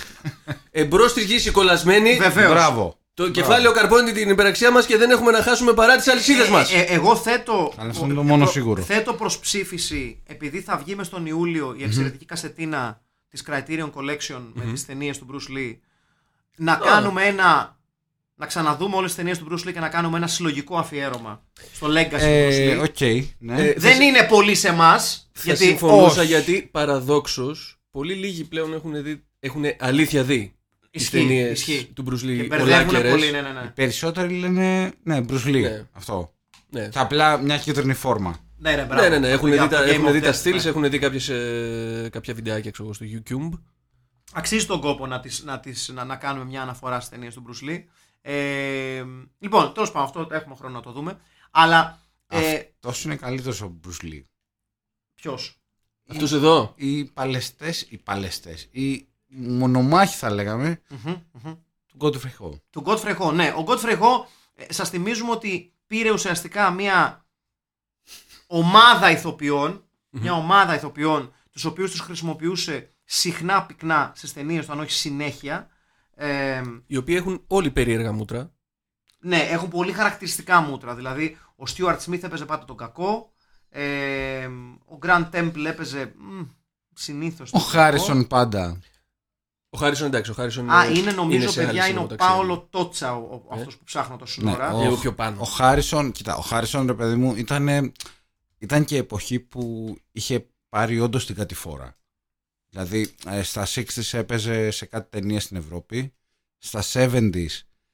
Speaker 2: Εμπρό τη γη η κολλασμένη.
Speaker 1: Βεβαίως.
Speaker 5: Μπράβο.
Speaker 2: Το κεφάλαιο καρπώνει την υπεραξία μας και δεν έχουμε να χάσουμε παρά τις αλυσίδες μας.
Speaker 1: Ε, ε, εγώ θέτω.
Speaker 5: Αλλά αυτό είναι το μόνο
Speaker 1: θέτω-
Speaker 5: σίγουρο.
Speaker 1: Θέτω προ ψήφιση, επειδή θα βγει μες στον Ιούλιο η εξαιρετική κασετίνα της Criterion Collection με τις ταινίες του Bruce Lee. Να κάνουμε ένα. Να ξαναδούμε όλες τις ταινίες του Bruce Lee και να κάνουμε ένα συλλογικό αφιέρωμα στο Legacy
Speaker 5: Ε,
Speaker 1: του Bruce Lee.
Speaker 5: Οκ. ναι.
Speaker 2: Ε,
Speaker 1: Δεν είναι πολύ σε εμάς.
Speaker 2: Θα
Speaker 1: Γιατί
Speaker 2: συμφωνούσα
Speaker 1: όχι.
Speaker 2: γιατί παραδόξως πολλοί λίγοι πλέον έχουν, δει, έχουν αλήθεια δει τις
Speaker 1: Ισχύει,
Speaker 2: ταινίες
Speaker 1: ισχύει.
Speaker 2: του Bruce
Speaker 1: Και
Speaker 2: Lee.
Speaker 1: μπερδεύουν
Speaker 2: ολάκερες.
Speaker 1: πολύ, ναι, ναι, ναι.
Speaker 5: Περισσότεροι λένε. Ναι, Bruce Lee.
Speaker 2: Ναι.
Speaker 5: Αυτό.
Speaker 2: Ναι.
Speaker 5: Και απλά μια κίτρινη φόρμα.
Speaker 1: Ναι, ρε, μπράβο.
Speaker 2: Ναι, ναι, ναι. Έχουν
Speaker 1: Από
Speaker 2: δει,
Speaker 1: το
Speaker 2: τα,
Speaker 1: Game
Speaker 2: έχουν
Speaker 1: of
Speaker 2: δει τα
Speaker 1: Death,
Speaker 2: stills,
Speaker 1: ναι.
Speaker 2: έχουν δει κάποιες, ε, κάποια βιντεάκια ξέρω, εγώ, στο YouTube.
Speaker 1: Αξίζει τον κόπο να, τις, να, τις, να, να κάνουμε μια αναφορά στις ταινίες του Bruce Lee. Ε, λοιπόν, τέλος πάντων, αυτό έχουμε χρόνο να το δούμε. Αλλά. Ε,
Speaker 5: Τόσο είναι καλύτερος ο Bruce Lee.
Speaker 1: Ποιος.
Speaker 2: Αυτός εδώ.
Speaker 5: Οι παλαιστές, οι παλαιστές, οι μονομάχοι θα λέγαμε, του Godfrey Ho.
Speaker 1: Του Godfrey Ho. Ναι, ο Godfrey Ho, σας θυμίζουμε ότι πήρε ουσιαστικά μια ομάδα ηθοποιών, μια ομάδα ηθοποιών, τους οποίους τους χρησιμοποιούσε συχνά πυκνά στις ταινίες του, αν όχι συνέχεια. Ε,
Speaker 2: Οι οποίοι έχουν όλοι περίεργα μούτρα.
Speaker 1: Ναι, έχουν πολύ χαρακτηριστικά μούτρα. Δηλαδή, ο Στιούαρτ Σμιθ έπαιζε πάντα τον κακό. Ε, ο Grand Temple έπαιζε συνήθω.
Speaker 5: Ο Χάρισον πάντα.
Speaker 2: Ο Χάρισον εντάξει, ο Χάρισον
Speaker 1: Α, είναι νομίζω,
Speaker 2: σε
Speaker 1: παιδιά,
Speaker 2: αλυσίδα
Speaker 1: είναι ο
Speaker 2: μεταξύ.
Speaker 1: Πάολο Τότσα, ο, ο, αυτός που ψάχνω το σύνορα.
Speaker 5: Ε. Ναι,
Speaker 2: Λίγο πιο πάνω.
Speaker 5: Ο Χάρισον, κοιτά, ο Χάρισον, ρε παιδί μου, ήταν, ήταν και εποχή που είχε πάρει όντως την κατηφόρα. Δηλαδή, ε, στα 60s έπαιζε σε κάτι ταινία στην Ευρώπη. Στα 70s.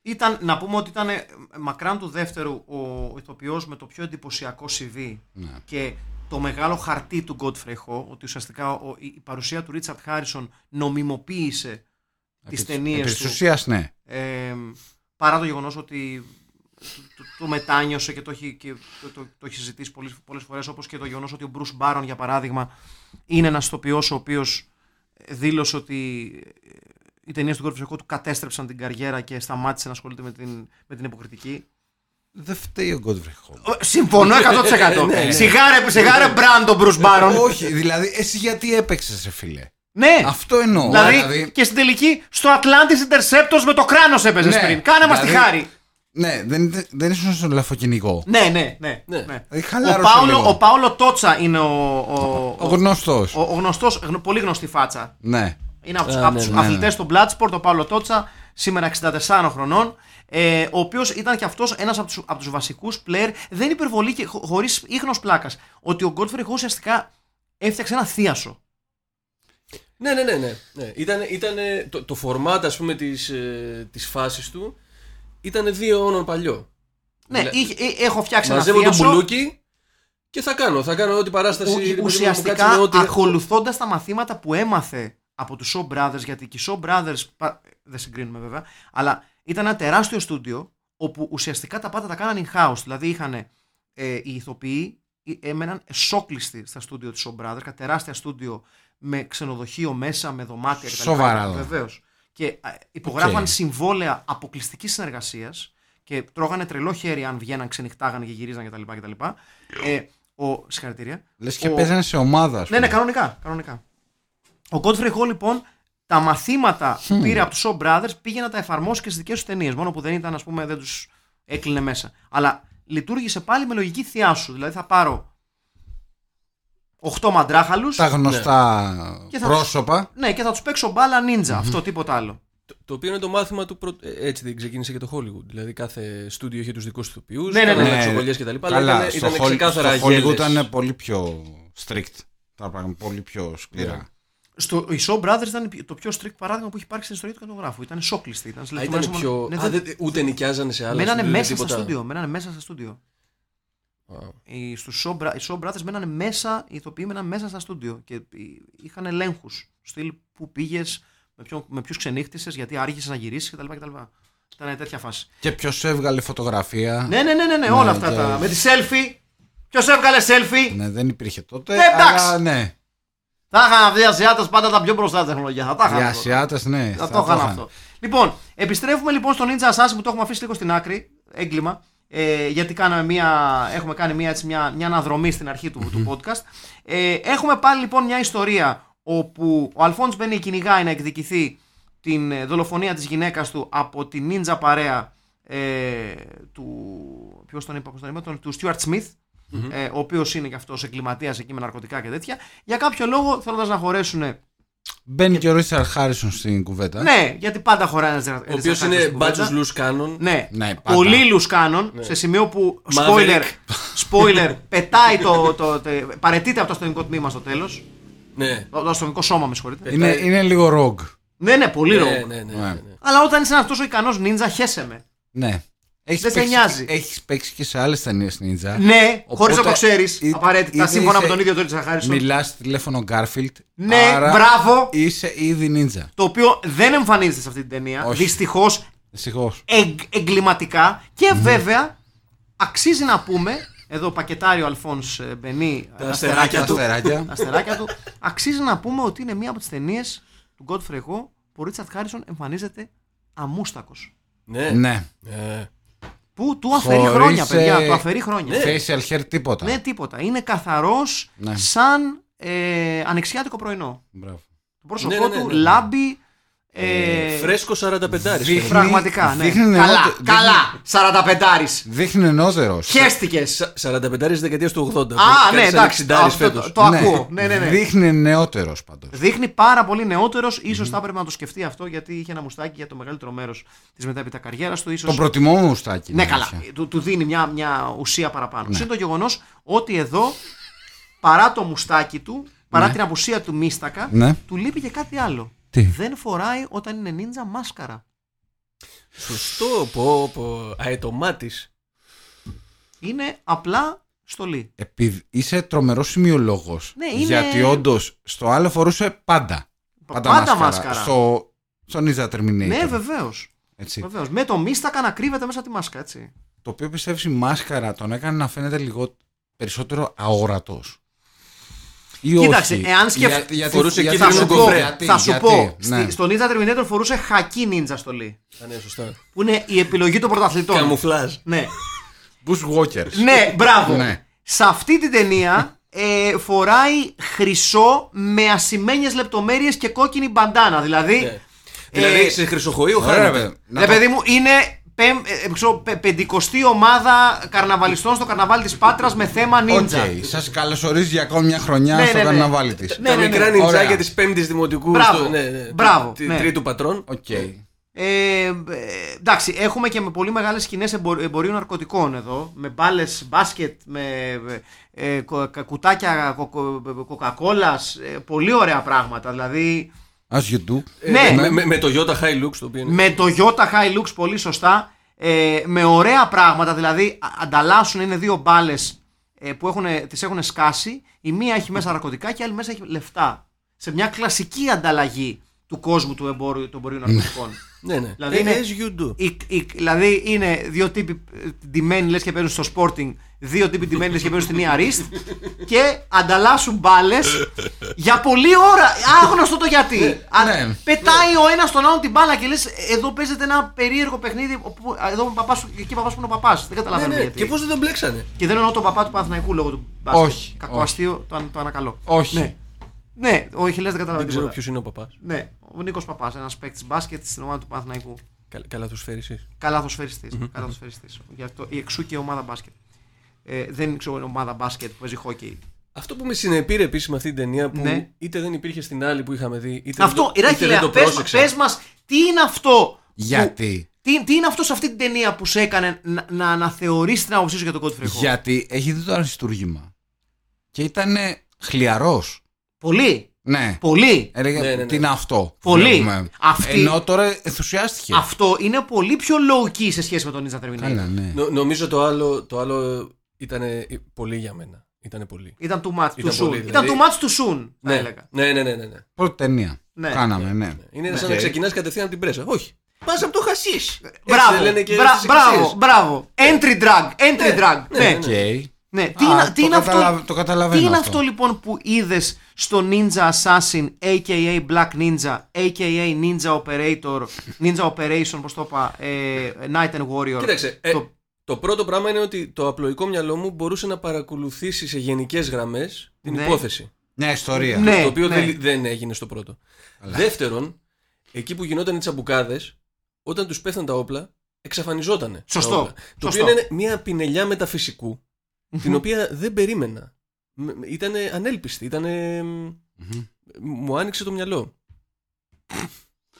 Speaker 1: Ήταν, να πούμε ότι ήταν ε, μακράν του δεύτερου ο ηθοποιός με το πιο εντυπωσιακό CV
Speaker 5: Ναι.
Speaker 1: και το μεγάλο χαρτί του Godfrey Ho, ότι ουσιαστικά ο- η, η παρουσία του Ρίτσαρτ Χάρισον νομιμοποίησε τις ταινίες
Speaker 5: Επί της
Speaker 1: του.
Speaker 5: ουσίας, ναι.
Speaker 1: Ε, παρά το γεγονός ότι το, το, το μετάνιωσε και το έχει, και το, το, το έχει ζητήσει πολλές, πολλές φορές όπως και το γεγονός ότι ο Bruce Barron για παράδειγμα είναι ένας τοπιός ο οποίος ε, δήλωσε ότι ε, οι ταινίες του Γκορφισιακού του κατέστρεψαν την καριέρα και σταμάτησε να ασχολείται με την, με την υποκριτική.
Speaker 5: Δεν φταίει ο Godfrey Ho.
Speaker 1: Συμφωνώ
Speaker 5: [laughs] Ναι,
Speaker 1: 100%. σιγάρε, σιγάρε μπραντ Bruce Barron.
Speaker 5: Όχι, δηλαδή, εσύ γιατί έπαιξες, ρε φίλε.
Speaker 1: ναι,
Speaker 5: Αυτό εννοώ.
Speaker 1: δηλαδή, και στην τελική στο Atlantis Interceptors με το κράνος έπαιζες
Speaker 5: Ναι,
Speaker 1: πριν. Κάνε μας τη
Speaker 5: δηλαδή-
Speaker 1: χάρη.
Speaker 5: Ναι, δεν, δεν- δεν ήσουν στον λαφοκυνηγό.
Speaker 1: Ναι, ναι, ναι.
Speaker 2: Ναι.
Speaker 5: Δηλαδή,
Speaker 1: Ο
Speaker 5: χαλάρωσε λίγο.
Speaker 1: Πάολο, ο Πάολο Τότσα είναι ο, ο,
Speaker 5: Ο γνωστός.
Speaker 1: ο- ο γνωστός, γνω- πολύ γνωστή φάτσα.
Speaker 5: Ναι.
Speaker 1: Είναι από τους,
Speaker 2: Α,
Speaker 1: από
Speaker 2: ναι,
Speaker 1: τους
Speaker 2: ναι, ναι.
Speaker 1: αθλητές του Bloodsport, ο Πάολο Τότσα, σήμερα 64 χρονών, ε, ο οποίος ήταν και αυτός ένας από τους, από τους βασικούς player, δεν υπερβολή και χω, χωρίς ίχνος πλάκας, ότι ο Godfrey Ho ουσιαστικά έφτιαξε ένα θίασο.
Speaker 2: Ναι, ναι, ναι. ναι, ναι. Ήτανε, ήτανε, το, το format, ας πούμε, της, ε, της φάσης του ήταν δύο αιώνων παλιό.
Speaker 1: Ναι,
Speaker 2: Δηλα-
Speaker 1: είχε- ε, έχω φτιάξει ένα
Speaker 2: Μαζεύω τον
Speaker 1: θίασο,
Speaker 2: μπουλούκι και θα κάνω. Θα κάνω ό,τι παράσταση. ρε παιδί
Speaker 1: Ου-
Speaker 2: μου,
Speaker 1: ουσιαστικά
Speaker 2: κάτσε με ό,τι έχω.
Speaker 1: ακολουθώντας τα μαθήματα που έμαθε από τους Shaw Brothers, γιατί και οι Shaw Brothers, πα- δεν συγκρίνουμε βέβαια, αλλά ήταν ένα τεράστιο στούντιο όπου ουσιαστικά τα πάντα τα κάνανε in-house. Δηλαδή είχαν ε, οι ηθοποιοί ε, έμεναν σόκλειστοι στα στούντιο της Shaw Brothers, κάτι τεράστια στούντιο με ξενοδοχείο μέσα, με δωμάτια κτλ.
Speaker 5: Σοβαρά, δηλαδή.
Speaker 1: Βεβαίως. Και α, υπογράφαν
Speaker 5: Οκ.
Speaker 1: συμβόλαια αποκλειστικής συνεργασίας και τρώγανε τρελό χέρι αν βγαίναν, ξενυχτάγανε και γυρίζαν κτλ. κτλ. Ε, ο, συγχαρητήρια.
Speaker 5: Λες και
Speaker 1: Ο-
Speaker 5: παίζανε σε ομάδα, ας
Speaker 1: ναι, ναι,
Speaker 5: πούμε.
Speaker 1: κανονικά. κανονικά. Ο Godfrey Ho λοιπόν τα μαθήματα που πήρε από τους Shaw Brothers πήγε να τα εφαρμόσει και στις δικές τους ταινίες. Μόνο που δεν ήταν, ας πούμε, δεν τους έκλεινε μέσα. Αλλά λειτουργήσε πάλι με λογική θειάσου. Δηλαδή θα πάρω 8 μαντράχαλους
Speaker 5: Τα γνωστά
Speaker 1: Και θα-
Speaker 5: πρόσωπα.
Speaker 1: ναι, και θα τους παίξω μπάλα ninja. Αυτό, τίποτα άλλο.
Speaker 2: Το, το οποίο είναι το μάθημα του. Πρω... ε, Έτσι δεν ξεκίνησε και το Hollywood. Δηλαδή κάθε στούντιο είχε τους δικούς τους ποιού,
Speaker 1: Ναι, ναι, ναι.
Speaker 2: ναι,
Speaker 5: Ναι,
Speaker 2: και τα λοιπά.
Speaker 5: Καλά,
Speaker 2: αλλά
Speaker 5: στο
Speaker 2: ήταν, ήταν
Speaker 5: Χολ-
Speaker 2: ξεκάθαρα
Speaker 5: στο Hollywood
Speaker 2: γέλες.
Speaker 5: ήταν πολύ πιο strict. Τα πράγματα πολύ πιο
Speaker 1: Ναι.
Speaker 5: σκληρά.
Speaker 1: Στο, οι Shaw Brothers ήταν το πιο strict παράδειγμα που έχει υπάρξει στην ιστορία του κινηματογράφου. Ήταν σόκλειστοι. Ήταν
Speaker 2: Α, ήταν
Speaker 1: συλλεκτισμένοι
Speaker 2: πιο.
Speaker 1: μόνο- ναι,
Speaker 2: Α,
Speaker 1: δεν-
Speaker 2: δεν- ούτε νοικιάζανε σε άλλα.
Speaker 1: Μένανε
Speaker 2: στούντιο,
Speaker 1: μέσα, στα
Speaker 2: τίποτα.
Speaker 1: στούντιο, μένανε μέσα στα στούντιο.
Speaker 2: Wow.
Speaker 1: οι, στους show, bra- οι show brothers μένανε μέσα, οι ηθοποιοί μένανε μέσα στα στούντιο και οι- είχαν ελέγχους. Στυλ που πήγες, με, ποιον- με ποιους ξενύχτησες, γιατί άργησες να γυρίσεις κτλ. κτλ. Ήταν τέτοια φάση.
Speaker 5: Και ποιος έβγαλε φωτογραφία.
Speaker 1: Ναι, ναι, ναι, ναι, ναι, όλα αυτά
Speaker 5: και-
Speaker 1: τα. Με τη selfie. Ποιος έβγαλε selfie.
Speaker 5: Ναι, δεν υπήρχε τότε.
Speaker 1: Ναι, εντάξει.
Speaker 5: αλλά ναι.
Speaker 1: Τα είχαν αυτοί οι Ασιάτες πάντα τα πιο μπροστά τεχνολογίας. Θα τα
Speaker 5: Οι
Speaker 1: είχαν. αυτό.
Speaker 5: Ασιάτες, ναι.
Speaker 1: Θα
Speaker 5: θα
Speaker 1: το είχαν
Speaker 5: είχαν.
Speaker 1: αυτό. Λοιπόν, επιστρέφουμε λοιπόν στο Ninja Assassin που το έχουμε αφήσει λίγο στην άκρη. Έγκλημα. Ε, γιατί κάναμε μια, έχουμε κάνει μια, έτσι, μια, μια αναδρομή στην αρχή του, του podcast. Ε, έχουμε πάλι λοιπόν μια ιστορία όπου ο Αλφόντς Μπενί κυνηγάει να εκδικηθεί την ε, δολοφονία της γυναίκας του από την νίντζα παρέα ε, του, ποιος τον είπα, πώς τον είπα, τον, του Stuart Smith, ε, ο οποίος είναι και αυτός εγκληματίας εκεί με ναρκωτικά και τέτοια, για κάποιο λόγο θέλοντας να χωρέσουν
Speaker 5: Μπαίνει και ο Ρίτσαρ Χάρισον στην κουβέντα.
Speaker 1: ναι, γιατί πάντα χωράει ένας δρα-
Speaker 2: Ο οποίος
Speaker 1: δραστηριότητας
Speaker 2: είναι
Speaker 1: στην κουβέντα.
Speaker 2: μπάτσος Λου Κάνων.
Speaker 1: Ναι,
Speaker 5: Ναι, πάντα.
Speaker 1: πολύ λουσκάνων σε σημείο που spoiler,
Speaker 5: [laughs]
Speaker 2: Maverick.
Speaker 1: spoiler πετάει το, το, το- παρετείται από το αστυνομικό τμήμα στο τέλος
Speaker 2: Ναι.
Speaker 1: το, το αστυνομικό σώμα με συγχωρείτε
Speaker 5: Είναι,
Speaker 2: πετάει.
Speaker 5: είναι λίγο ρογ.
Speaker 1: ναι ναι πολύ
Speaker 2: Ναι,
Speaker 1: ρόγο
Speaker 2: ναι, ναι,
Speaker 5: Ναι.
Speaker 2: ναι, ναι.
Speaker 1: αλλά όταν είσαι αυτός ο ικανός νίντζα χέσε με
Speaker 5: Ναι. Έχεις
Speaker 1: Δεν σε
Speaker 5: παίξει-
Speaker 1: νοιάζει.
Speaker 5: έχεις παίξει και σε άλλες ταινίες Ninja.
Speaker 1: ναι
Speaker 5: Οπότε,
Speaker 1: χωρίς να το ξέρεις
Speaker 5: ή-
Speaker 1: απαραίτητα
Speaker 5: ήδη
Speaker 1: σύμφωνα με
Speaker 5: είσαι-
Speaker 1: τον ίδιο τον Ρίτσαρ Χάρισον
Speaker 5: Μιλά στο τηλέφωνο Garfield.
Speaker 1: ναι
Speaker 5: άρα
Speaker 1: μπράβο
Speaker 5: Είσαι ήδη Ninja.
Speaker 1: το οποίο δεν εμφανίζεται σε αυτή την ταινία
Speaker 5: Όχι.
Speaker 1: δυστυχώς
Speaker 5: Δυστυχώς.
Speaker 1: εγ- εγκληματικά και βέβαια αξίζει να πούμε εδώ πακετάριο Αλφόνς ε, Μπενί τα
Speaker 2: αστεράκια
Speaker 5: Τα
Speaker 1: αστεράκια του τα
Speaker 5: αστεράκια.
Speaker 1: αστεράκια του. Αξίζει να πούμε ότι είναι μία από τις ταινίες του Godfrey Ho που ο Ρίτσαρτ Χάρισον εμφανίζεται αμούστακος.
Speaker 2: Ναι.
Speaker 5: ναι.
Speaker 2: Ε,
Speaker 1: Που του αφαιρεί
Speaker 5: Χωρίς,
Speaker 1: χρόνια, παιδιά.
Speaker 5: ε,
Speaker 1: Του αφαιρεί χρόνια. Ναι,
Speaker 5: Facial hair τίποτα.
Speaker 1: τίποτα. Είναι καθαρός
Speaker 5: Ναι.
Speaker 1: σαν ε, ανοιξιάτικο πρωινό.
Speaker 5: Μπράβο.
Speaker 1: Το πρόσωπό
Speaker 2: Ναι, ναι, ναι,
Speaker 1: του
Speaker 2: ναι.
Speaker 1: λάμπει. Ε,
Speaker 2: Φρέσκο 45.
Speaker 5: Δείχνει-
Speaker 1: Πραγματικά, ναι.
Speaker 5: δείχνει
Speaker 1: καλά,
Speaker 5: νεότερο-
Speaker 1: καλά. 45.
Speaker 5: Δείχνει ενόζερο.
Speaker 1: Χαίστηκε.
Speaker 2: 45 της δεκαετίας του 80.
Speaker 1: Α, ναι, εντάξει. αυτό το-
Speaker 2: φέτος.
Speaker 1: Το ακούω. Ναι, ναι, ναι.
Speaker 5: Δείχνει νεότερος πάντως.
Speaker 1: Δείχνει πάρα πολύ νεότερος. ίσως θα έπρεπε να το σκεφτεί αυτό γιατί είχε ένα μουστάκι για το μεγαλύτερο μέρος της μετέπειτα καριέρας του. Ίσως...
Speaker 5: Το προτιμώ μου στάκι.
Speaker 1: Ναι, καλά. Του, του δίνει μια, μια ουσία παραπάνω.
Speaker 5: Ναι.
Speaker 1: Είναι το γεγονός ότι εδώ, παρά το μουστάκι του, παρά την απουσία του μίστακα,
Speaker 5: Ναι.
Speaker 1: του λείπει και κάτι άλλο.
Speaker 5: Τι?
Speaker 1: Δεν φοράει όταν είναι νίντζα μάσκαρα.
Speaker 2: Σωστό, πω, πω. ε, Αετομάτης.
Speaker 1: Είναι απλά στολή.
Speaker 5: Επειδή είσαι τρομερός σημειολόγος.
Speaker 1: Ναι, είναι-
Speaker 5: Γιατί όντως στο άλλο φορούσε πάντα. Πάντα,
Speaker 1: μάσκαρα.
Speaker 5: Στο, στο Ninja Terminator.
Speaker 1: Ναι, βεβαίως.
Speaker 5: Έτσι.
Speaker 1: Βεβαίως. Με το μίστακα να κρύβεται μέσα τη μάσκα, έτσι.
Speaker 5: Το οποίο πιστεύεις η μάσκαρα τον έκανε να φαίνεται λίγο περισσότερο αόρατος. Ή
Speaker 1: Κοίταξε,
Speaker 5: όχι.
Speaker 1: εάν σκεφ-
Speaker 2: φορούσε
Speaker 5: γιατί-
Speaker 1: θα
Speaker 2: κίτρινο
Speaker 1: σου
Speaker 5: γιατί-
Speaker 1: πω,
Speaker 5: γιατί-
Speaker 1: θα σου
Speaker 5: γιατί,
Speaker 1: πω
Speaker 5: ναι.
Speaker 1: στη- στο Ninja Terminator φορούσε χακί νίντζα στολή.
Speaker 2: Α, ναι, σωστά.
Speaker 1: Που είναι η επιλογή των πρωταθλητών.
Speaker 2: Καμουφλάζ.
Speaker 1: Ναι.
Speaker 5: Bushwalkers.
Speaker 1: Ναι, μπράβο.
Speaker 5: Ναι.
Speaker 1: Σε αυτή την ταινία ε, φοράει χρυσό με ασημένιες λεπτομέρειες και κόκκινη μπαντάνα. Δηλαδή, ε,
Speaker 2: Ναι. Δηλαδή σε χρυσοχοείο
Speaker 5: Ωραία,
Speaker 2: χάνεται.
Speaker 5: βέβαια. Να
Speaker 1: ρε
Speaker 5: το-
Speaker 1: Ναι, παιδί μου, είναι πέμ, ε, ξέρω, πε- πεντηκοστή ομάδα καρναβαλιστών στο καρναβάλι της Πάτρας με θέμα
Speaker 5: Οκ,
Speaker 1: νίντζα.
Speaker 5: σας καλωσορίζει για ακόμη μια χρονιά
Speaker 1: Ναι,
Speaker 5: στο
Speaker 1: ναι, ναι.
Speaker 5: καρναβάλι της.
Speaker 1: Ναι,
Speaker 2: τα
Speaker 1: ναι,
Speaker 2: μικρά
Speaker 1: ναι.
Speaker 5: Ωραία.
Speaker 2: νιτζάκια τη πέμπτης δημοτικού.
Speaker 1: Μπράβο.
Speaker 2: στο- ναι, ναι,
Speaker 1: Μπράβο,
Speaker 2: τη-
Speaker 1: ναι.
Speaker 2: Τρίτου πατρών.
Speaker 5: Οκ.
Speaker 1: Ε, ε, εντάξει, έχουμε και με πολύ μεγάλες σκηνές εμπορ- εμπορίων ναρκωτικών εδώ. Με μπάλες μπάσκετ, με ε, κο- κα- κουτάκια κο- κο- κοκακόλας. ε, πολύ ωραία πράγματα. Δηλαδή,
Speaker 5: As you do.
Speaker 1: ναι.
Speaker 2: Ε, Με, με- με το Ιώτα High Lux το οποίο είναι.
Speaker 1: με το Yota Hilux πολύ σωστά. Ε, με ωραία πράγματα, δηλαδή α- ανταλλάσσουν, είναι δύο μπάλες που έχουν, τις έχουν σκάσει. Η μία έχει μέσα ναρκωτικά και η άλλη μέσα έχει λεφτά. Σε μια κλασική ανταλλαγή του κόσμου του εμπόριου, του εμπορίου ναρκωτικών.
Speaker 2: Ναι, ναι.
Speaker 1: Δηλαδή είναι-
Speaker 2: As you do.
Speaker 1: Η- η- δηλαδή είναι δύο τύποι ε, ντυμένοι λες και παίζουν στο Sporting, δύο τύποι ντυμένοι λες και παίζουν στην Ιαρίστ και ανταλλάσσουν μπάλες για πολλή ώρα. Άγνωστο το
Speaker 2: Ε,
Speaker 1: γιατί. Α,
Speaker 5: ναι.
Speaker 1: Πετάει ο ένας τον άλλον την μπάλα και λες: Εδώ παίζεται ένα περίεργο παιχνίδι. Όπου, α, εδώ ο παπάς, εκεί ο παπάς που είναι ο παπάς. Δεν
Speaker 2: Ναι,
Speaker 1: καταλαβαίνουμε
Speaker 2: ναι.
Speaker 1: γιατί.
Speaker 2: Και πώς δεν τον μπλέξανε.
Speaker 1: Και δεν εννοώ τον παπά του Παναθηναϊκού λόγω του μπάσκετ.
Speaker 5: Όχι,
Speaker 1: Κακό
Speaker 5: όχι.
Speaker 1: αστείο, το, αν- το ανακαλώ.
Speaker 5: Όχι.
Speaker 1: Ναι, ναι ο Ιχιλέας δεν
Speaker 2: Δεν
Speaker 1: καταλαβαίνει
Speaker 2: ξέρω
Speaker 1: τίποτα.
Speaker 2: ποιος είναι ο παπάς.
Speaker 1: Ναι, ο Νίκος Παπάς, ένας παίκτης μπάσκετ στην ομάδα του Παναθηναϊκού.
Speaker 2: Καλά του φέρει εσύ.
Speaker 1: Καλαθοσφαιριστής, καλαθοσφαιριστής. Γι' αυτό η εξού και η ομάδα μπάσκετ. Ε, δεν είναι ξέρω, ομάδα μπάσκετ που παίζει χόκκι.
Speaker 2: Αυτό που με συνεπήρε επίσης με αυτή την ταινία που
Speaker 1: Ναι.
Speaker 2: είτε δεν υπήρχε στην άλλη που είχαμε δει, είτε
Speaker 1: Αυτό,
Speaker 2: δεν, το- είτε δεν
Speaker 1: Ράχιλε,
Speaker 2: το
Speaker 1: πες, μα-
Speaker 2: πρόσεξα.
Speaker 1: πες μας τι είναι αυτό. Που,
Speaker 5: Γιατί.
Speaker 1: τι, τι είναι αυτό σε αυτή την ταινία που σε έκανε να, να αναθεωρήσεις την άποψή σου για τον Godfrey Ho.
Speaker 5: Γιατί έχει δει το αριστούργημα. Και ήταν χλιαρός.
Speaker 1: Πολύ,
Speaker 5: Ναι.
Speaker 1: πολύ.
Speaker 5: Έλεγε
Speaker 2: Ναι, ναι, ναι.
Speaker 5: τι είναι αυτό.
Speaker 1: Πολύ.
Speaker 5: Βλέπουμε.
Speaker 1: Αυτή-
Speaker 5: Ενώ τώρα ενθουσιάστηκε.
Speaker 1: Αυτό είναι πολύ πιο low key σε σχέση με τον Ninja Terminator.
Speaker 5: Καλά, ναι.
Speaker 2: Νο- νομίζω το άλλο, το άλλο ήταν πολύ για μένα. Ήτανε πολύ.
Speaker 1: Ήταν too much, too
Speaker 2: Ήταν
Speaker 1: soon.
Speaker 2: πολύ,
Speaker 1: Ήταν
Speaker 2: δηλαδή.
Speaker 1: too much, too soon, θα
Speaker 2: ναι.
Speaker 1: έλεγα.
Speaker 2: ναι, ναι, ναι, ναι, ναι.
Speaker 5: Πρώτη ταινία.
Speaker 1: Ναι.
Speaker 5: Κάναμε, ναι.
Speaker 2: Είναι σαν
Speaker 5: Οκ.
Speaker 2: να ξεκινάς κατευθείαν από την πρέσα. Όχι. Πας από το χασίς.
Speaker 1: Μπράβο, μπρα- μπράβο, μπράβο. Entry drag, entry drag.
Speaker 2: ναι,
Speaker 1: ναι.
Speaker 2: ναι.
Speaker 5: Οκ.
Speaker 1: Ναι, τι,
Speaker 5: Α,
Speaker 1: είναι,
Speaker 5: το
Speaker 1: τι είναι αυτό,
Speaker 5: καταλαβα- το καταλαβαίνω
Speaker 1: τι είναι αυτό.
Speaker 5: αυτό.
Speaker 1: λοιπόν που είδες στο Ninja Assassin, a.k.a. Black Ninja, a.k.a. Ninja Operator, Ninja Operation, πώς το είπα, ε, Night and Warrior.
Speaker 2: Κοίταξε. ε,
Speaker 1: Το-
Speaker 2: το... πρώτο πράγμα είναι ότι το απλοϊκό μυαλό μου μπορούσε να παρακολουθήσει σε γενικές γραμμές την
Speaker 1: Ναι.
Speaker 2: υπόθεση.
Speaker 5: Μια ιστορία.
Speaker 1: Ναι.
Speaker 2: το οποίο
Speaker 1: ναι.
Speaker 2: δεν, δεν έγινε στο πρώτο. Δεύτερον, εκεί που γινόταν οι τσαμπουκάδες, όταν τους πέθαν τα όπλα, εξαφανιζόταν.
Speaker 1: Σωστό,
Speaker 2: Τα όπλα. Το
Speaker 1: σωστό.
Speaker 2: οποίο είναι μια πινελιά μεταφυσικού, την οποία δεν περίμενα. Ήταν ανέλπιστη, ήταν. Μου άνοιξε το μυαλό.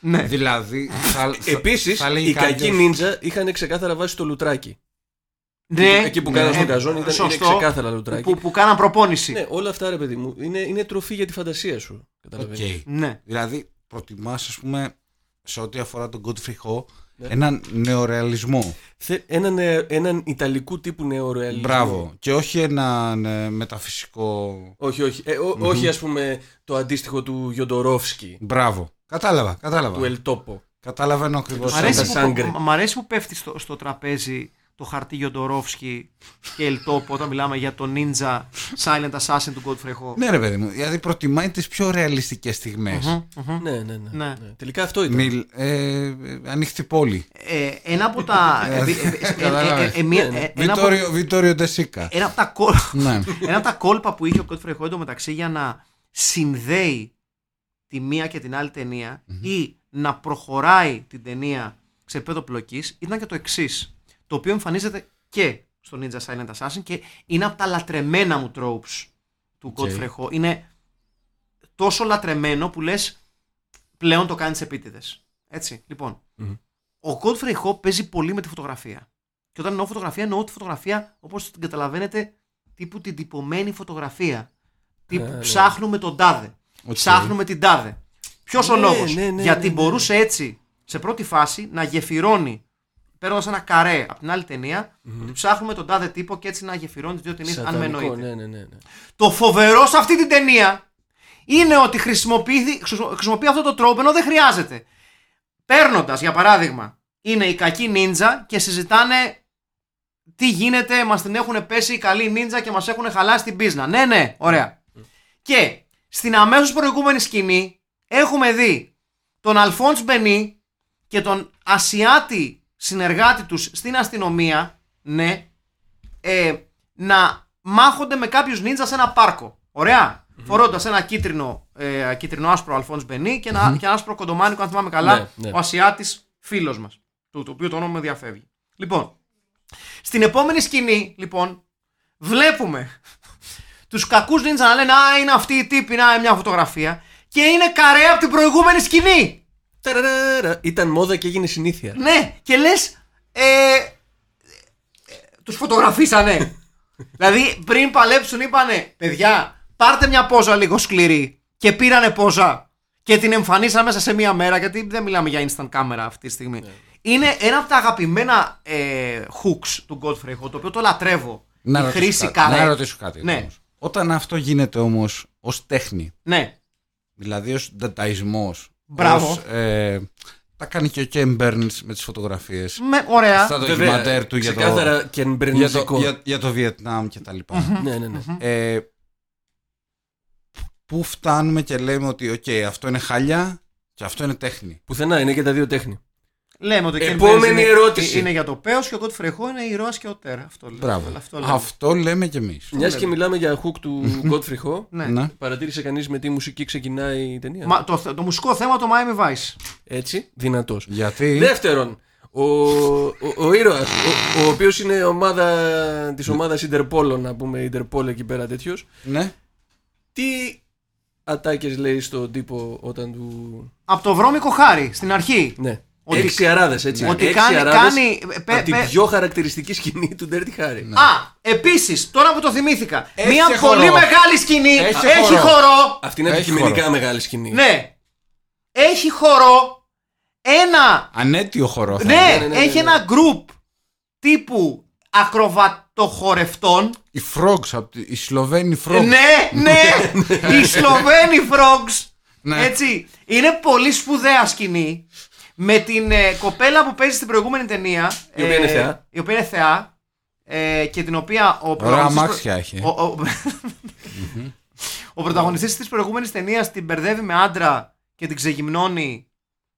Speaker 1: Ναι.
Speaker 5: Δηλαδή. Θα, θα-
Speaker 2: Επίσης,
Speaker 5: θα λέει
Speaker 2: οι
Speaker 5: κάποιος-
Speaker 2: κακοί νίντζα είχαν ξεκάθαρα βάσει το λουτράκι.
Speaker 1: ναι.
Speaker 2: Εκεί που κάνανε
Speaker 1: ναι.
Speaker 2: στον καζόν ήταν είναι
Speaker 1: Σωστό.
Speaker 2: ξεκάθαρα λουτράκι.
Speaker 1: Που, που κάναν προπόνηση. Ναι.
Speaker 2: Ναι, όλα αυτά ρε παιδί μου είναι, είναι τροφή για τη φαντασία σου.
Speaker 5: Οκ.
Speaker 2: Καταλαβαίνεις.
Speaker 1: Ναι.
Speaker 5: Δηλαδή, προτιμάς, ας πούμε, σε ό,τι αφορά τον Godfrey Ho,
Speaker 2: Ναι.
Speaker 5: έναν νεορεαλισμό.
Speaker 2: Θε- Έναν, ε, έναν ιταλικού τύπου νεορεαλισμό.
Speaker 5: Μπράβο. Και όχι έναν ε, μεταφυσικό.
Speaker 2: Όχι, όχι. Ε, ο- Όχι, ας πούμε, το αντίστοιχο του Γιοντορόφσκι,
Speaker 5: Μπράβο. Κατάλαβα,
Speaker 2: του
Speaker 5: κατάλαβα.
Speaker 2: Ελτόπο.
Speaker 5: Καταλαβαίνω ακριβώς.
Speaker 1: Μ,
Speaker 2: Σαν τα
Speaker 1: αρέσει που,
Speaker 2: σάγκρε.
Speaker 1: μ' αρέσει που πέφτεις στο, στο τραπέζι το χαρτί Γιοντορόφσκι και Ελτόπο όταν μιλάμε για το ninja silent assassin του Godfrey Ho.
Speaker 5: Ναι, ρε παιδί μου. Δηλαδή, προτιμάει τις πιο ρεαλιστικές στιγμές.
Speaker 1: Μμμ, μμμ.
Speaker 2: Ναι, ναι, ναι,
Speaker 1: Ναι.
Speaker 2: ναι. Τελικά αυτό ήταν.
Speaker 5: Ανοιχτή ε, πόλη.
Speaker 1: Ε, ένα από τα. [laughs] ε, ε, ε, ε, ε, ε, μία-
Speaker 2: Ναι, ναι.
Speaker 1: ε, ένα Ε, από-
Speaker 5: Βιτόριο, Βιτόριο Ντεσίκα.
Speaker 1: Ένα από τα κόλπα.
Speaker 5: Ναι.
Speaker 1: [laughs] Ένα από τα κόλπα που είχε ο Κότφρε Χόιντο μεταξύ για να συνδέει τη μία και την άλλη ταινία ή να προχωράει την ταινία σε επίπεδο πλοκής ήταν και το εξής. Το οποίο εμφανίζεται και στο Ninja Silent Assassin και είναι από τα λατρεμένα μου tropes του
Speaker 5: Οκ.
Speaker 1: Godfrey Ho. Είναι τόσο λατρεμένο που λες πλέον το κάνεις επίτηδες. Έτσι, λοιπόν.
Speaker 2: Μμμ.
Speaker 1: Ο Godfrey Ho παίζει πολύ με τη φωτογραφία. Και όταν εννοώ φωτογραφία, εννοώ τη φωτογραφία όπως την καταλαβαίνετε τύπου την τυπωμένη φωτογραφία. Τύπου
Speaker 2: ναι.
Speaker 1: ψάχνουμε τον τάδε.
Speaker 5: Οκ.
Speaker 1: Ψάχνουμε την τάδε. Ποιος ο
Speaker 2: Ναι,
Speaker 1: λόγος.
Speaker 2: ναι, ναι,
Speaker 1: Γιατί
Speaker 2: ναι, ναι.
Speaker 1: μπορούσε έτσι σε πρώτη φάση να γεφυρώνει παίρνοντα ένα καρέ από την άλλη ταινία, ότι ψάχνουμε τον τάδε τύπο και έτσι να γεφυρώνει τις δύο ταινίες, αν με
Speaker 2: Σατανικό,
Speaker 1: εννοείτε.
Speaker 2: ναι, ναι, ναι, ναι.
Speaker 1: Το φοβερό σε αυτή την ταινία είναι ότι χρησιμοποιεί, χρησιμοποιεί αυτό το τρόπο ενώ δεν χρειάζεται. Παίρνοντας, για παράδειγμα, είναι οι κακοί νίντζα και συζητάνε τι γίνεται, μας την έχουν πέσει οι καλοί νίντζα και μας έχουν χαλάσει την πίσνα. Ναι, ναι, ωραία. Και στην αμέσως προηγούμενη σκηνή έχουμε δει τον Αλφόντς Μπενί και τον Ασιάτη συνεργάτη τους στην αστυνομία, ναι, ε, να μάχονται με κάποιους νίντζα σε ένα πάρκο. Ωραία. Φορώντας ένα κίτρινο, ε, κίτρινο άσπρο Αλφόνς Μπενί και ενα και ένα άσπρο κοντομάνικο, αν θυμάμαι καλά,
Speaker 2: Ναι, ναι.
Speaker 1: ο Ασιάτης φίλος μας, του, το οποίο το όνομα με διαφεύγει. Λοιπόν, στην επόμενη σκηνή, λοιπόν, βλέπουμε τους κακούς νίντζα να λένε «Α, είναι αυτή η τύπη, να, μια φωτογραφία» και είναι καρέ από την προηγούμενη σκηνή.
Speaker 2: Ταραραρα. Ήταν μόδα και έγινε συνήθεια.
Speaker 1: Ναι, και λες. Ε, τους
Speaker 5: [laughs]
Speaker 1: φωτογραφίσανε. δηλαδή πριν παλέψουν είπανε παιδιά, πάρτε μια πόζα λίγο σκληρή. Και πήρανε πόζα. Και την εμφανίσαμε μέσα σε μία μέρα. Γιατί δεν μιλάμε για instant camera αυτή τη
Speaker 5: Ναι.
Speaker 1: στιγμή. Είναι ένα από τα αγαπημένα ε, hooks του Godfrey Ho, το οποίο το λατρεύω. Η
Speaker 5: ρωτήσω
Speaker 1: χρήση
Speaker 5: κάτι,
Speaker 1: καρέ.
Speaker 5: να ρωτήσω κάτι.
Speaker 1: Ναι.
Speaker 5: όμως. Όταν αυτό γίνεται όμως ως τέχνη,
Speaker 1: Ναι,
Speaker 5: δηλαδή ως νταταϊσμό.
Speaker 1: Μπράβο.
Speaker 5: ε, τα κάνει και ο Κέιμ Μπέρνς με τις φωτογραφίες
Speaker 1: με, ωραία.
Speaker 5: Στα ντοκιμαντέρ του για το,
Speaker 2: Ξεκάθαρα και
Speaker 5: για, το,
Speaker 2: εμπρενιζικό.
Speaker 5: για, για το Βιετνάμ και τα λοιπα
Speaker 2: Ναι, ναι, ναι.
Speaker 5: Ε, Πού φτάνουμε και λέμε ότι οκ, αυτό είναι χαλιά και αυτό είναι τέχνη.
Speaker 2: Πουθενά είναι και τα δύο τέχνη.
Speaker 1: Λέμε ότι ο Ken
Speaker 2: Επόμενη
Speaker 1: Benz είναι,
Speaker 2: ερώτηση.
Speaker 1: είναι για το πέος και ο Godfrey Ho είναι η ροά και ο τέρα. Αυτό λέμε.
Speaker 5: Μπράβο.
Speaker 1: Αυτό
Speaker 5: Αυτό
Speaker 1: λέμε.
Speaker 5: λέμε, και εμείς.
Speaker 2: Μια και μιλάμε για hook του Godfrey Ho,
Speaker 1: Ναι.
Speaker 5: Ναι.
Speaker 2: παρατήρησε κανείς με τι μουσική ξεκινάει η ταινία.
Speaker 1: Μα, το, το μουσικό θέμα το Miami Vice.
Speaker 2: Έτσι, δυνατός.
Speaker 5: Γιατί
Speaker 1: Ναι.
Speaker 2: Δεύτερον, ο, ο, ο ήρωας, ο, ο οποίος είναι ομάδα, της ομάδας Interpol, να πούμε Interpol εκεί πέρα τέτοιος,
Speaker 5: ναι,
Speaker 2: τι ατάκες λέει στον τύπο όταν του.
Speaker 1: από το βρώμικο χάρη στην αρχή.
Speaker 2: Ναι.
Speaker 1: Ότι-
Speaker 2: Έξι αράδες, έτσι.
Speaker 1: Ναι. Ότι
Speaker 2: Έξι
Speaker 1: κάνει-
Speaker 2: αράδες
Speaker 1: κάνει- πε-
Speaker 2: από την
Speaker 1: πε- Ναι.
Speaker 2: πιο χαρακτηριστική σκηνή του Dirty Harry.
Speaker 1: Α, επίσης, τώρα που το θυμήθηκα,
Speaker 5: Έχει
Speaker 1: μια
Speaker 5: και
Speaker 1: πολύ
Speaker 5: χορό.
Speaker 1: μεγάλη σκηνή
Speaker 5: Έχει
Speaker 1: έχει
Speaker 5: χορό.
Speaker 1: χορό.
Speaker 2: Αυτή είναι
Speaker 5: Έχει
Speaker 2: αντικειμενικά
Speaker 5: χώρο.
Speaker 2: μεγάλη σκηνή.
Speaker 1: Ναι. Έχει χορό. Ένα.
Speaker 5: ανέτιο χορό. θα
Speaker 1: Ναι,
Speaker 5: έλεγα.
Speaker 2: ναι, ναι,
Speaker 1: έχει
Speaker 2: ναι.
Speaker 1: ένα γκρουπ τύπου ακροβατοχορευτών.
Speaker 5: Οι frogs, απ' τη- οι Σλοβαίνοι frogs.
Speaker 1: Ναι, ναι, οι Σλοβαίνοι Frogs.
Speaker 5: Ναι.
Speaker 1: Έτσι. Είναι πολύ σπουδαία σκηνή. Με την ε, κοπέλα που παίζει στην προηγούμενη ταινία. ε,
Speaker 2: Η οποία είναι θεά.
Speaker 1: Η οποία είναι θεά. ε, και την οποία ο
Speaker 5: αμάξια έχει.
Speaker 1: Ο, ο, ο πρωταγωνιστής της προηγούμενης ταινίας την μπερδεύει με άντρα και την ξεγυμνώνει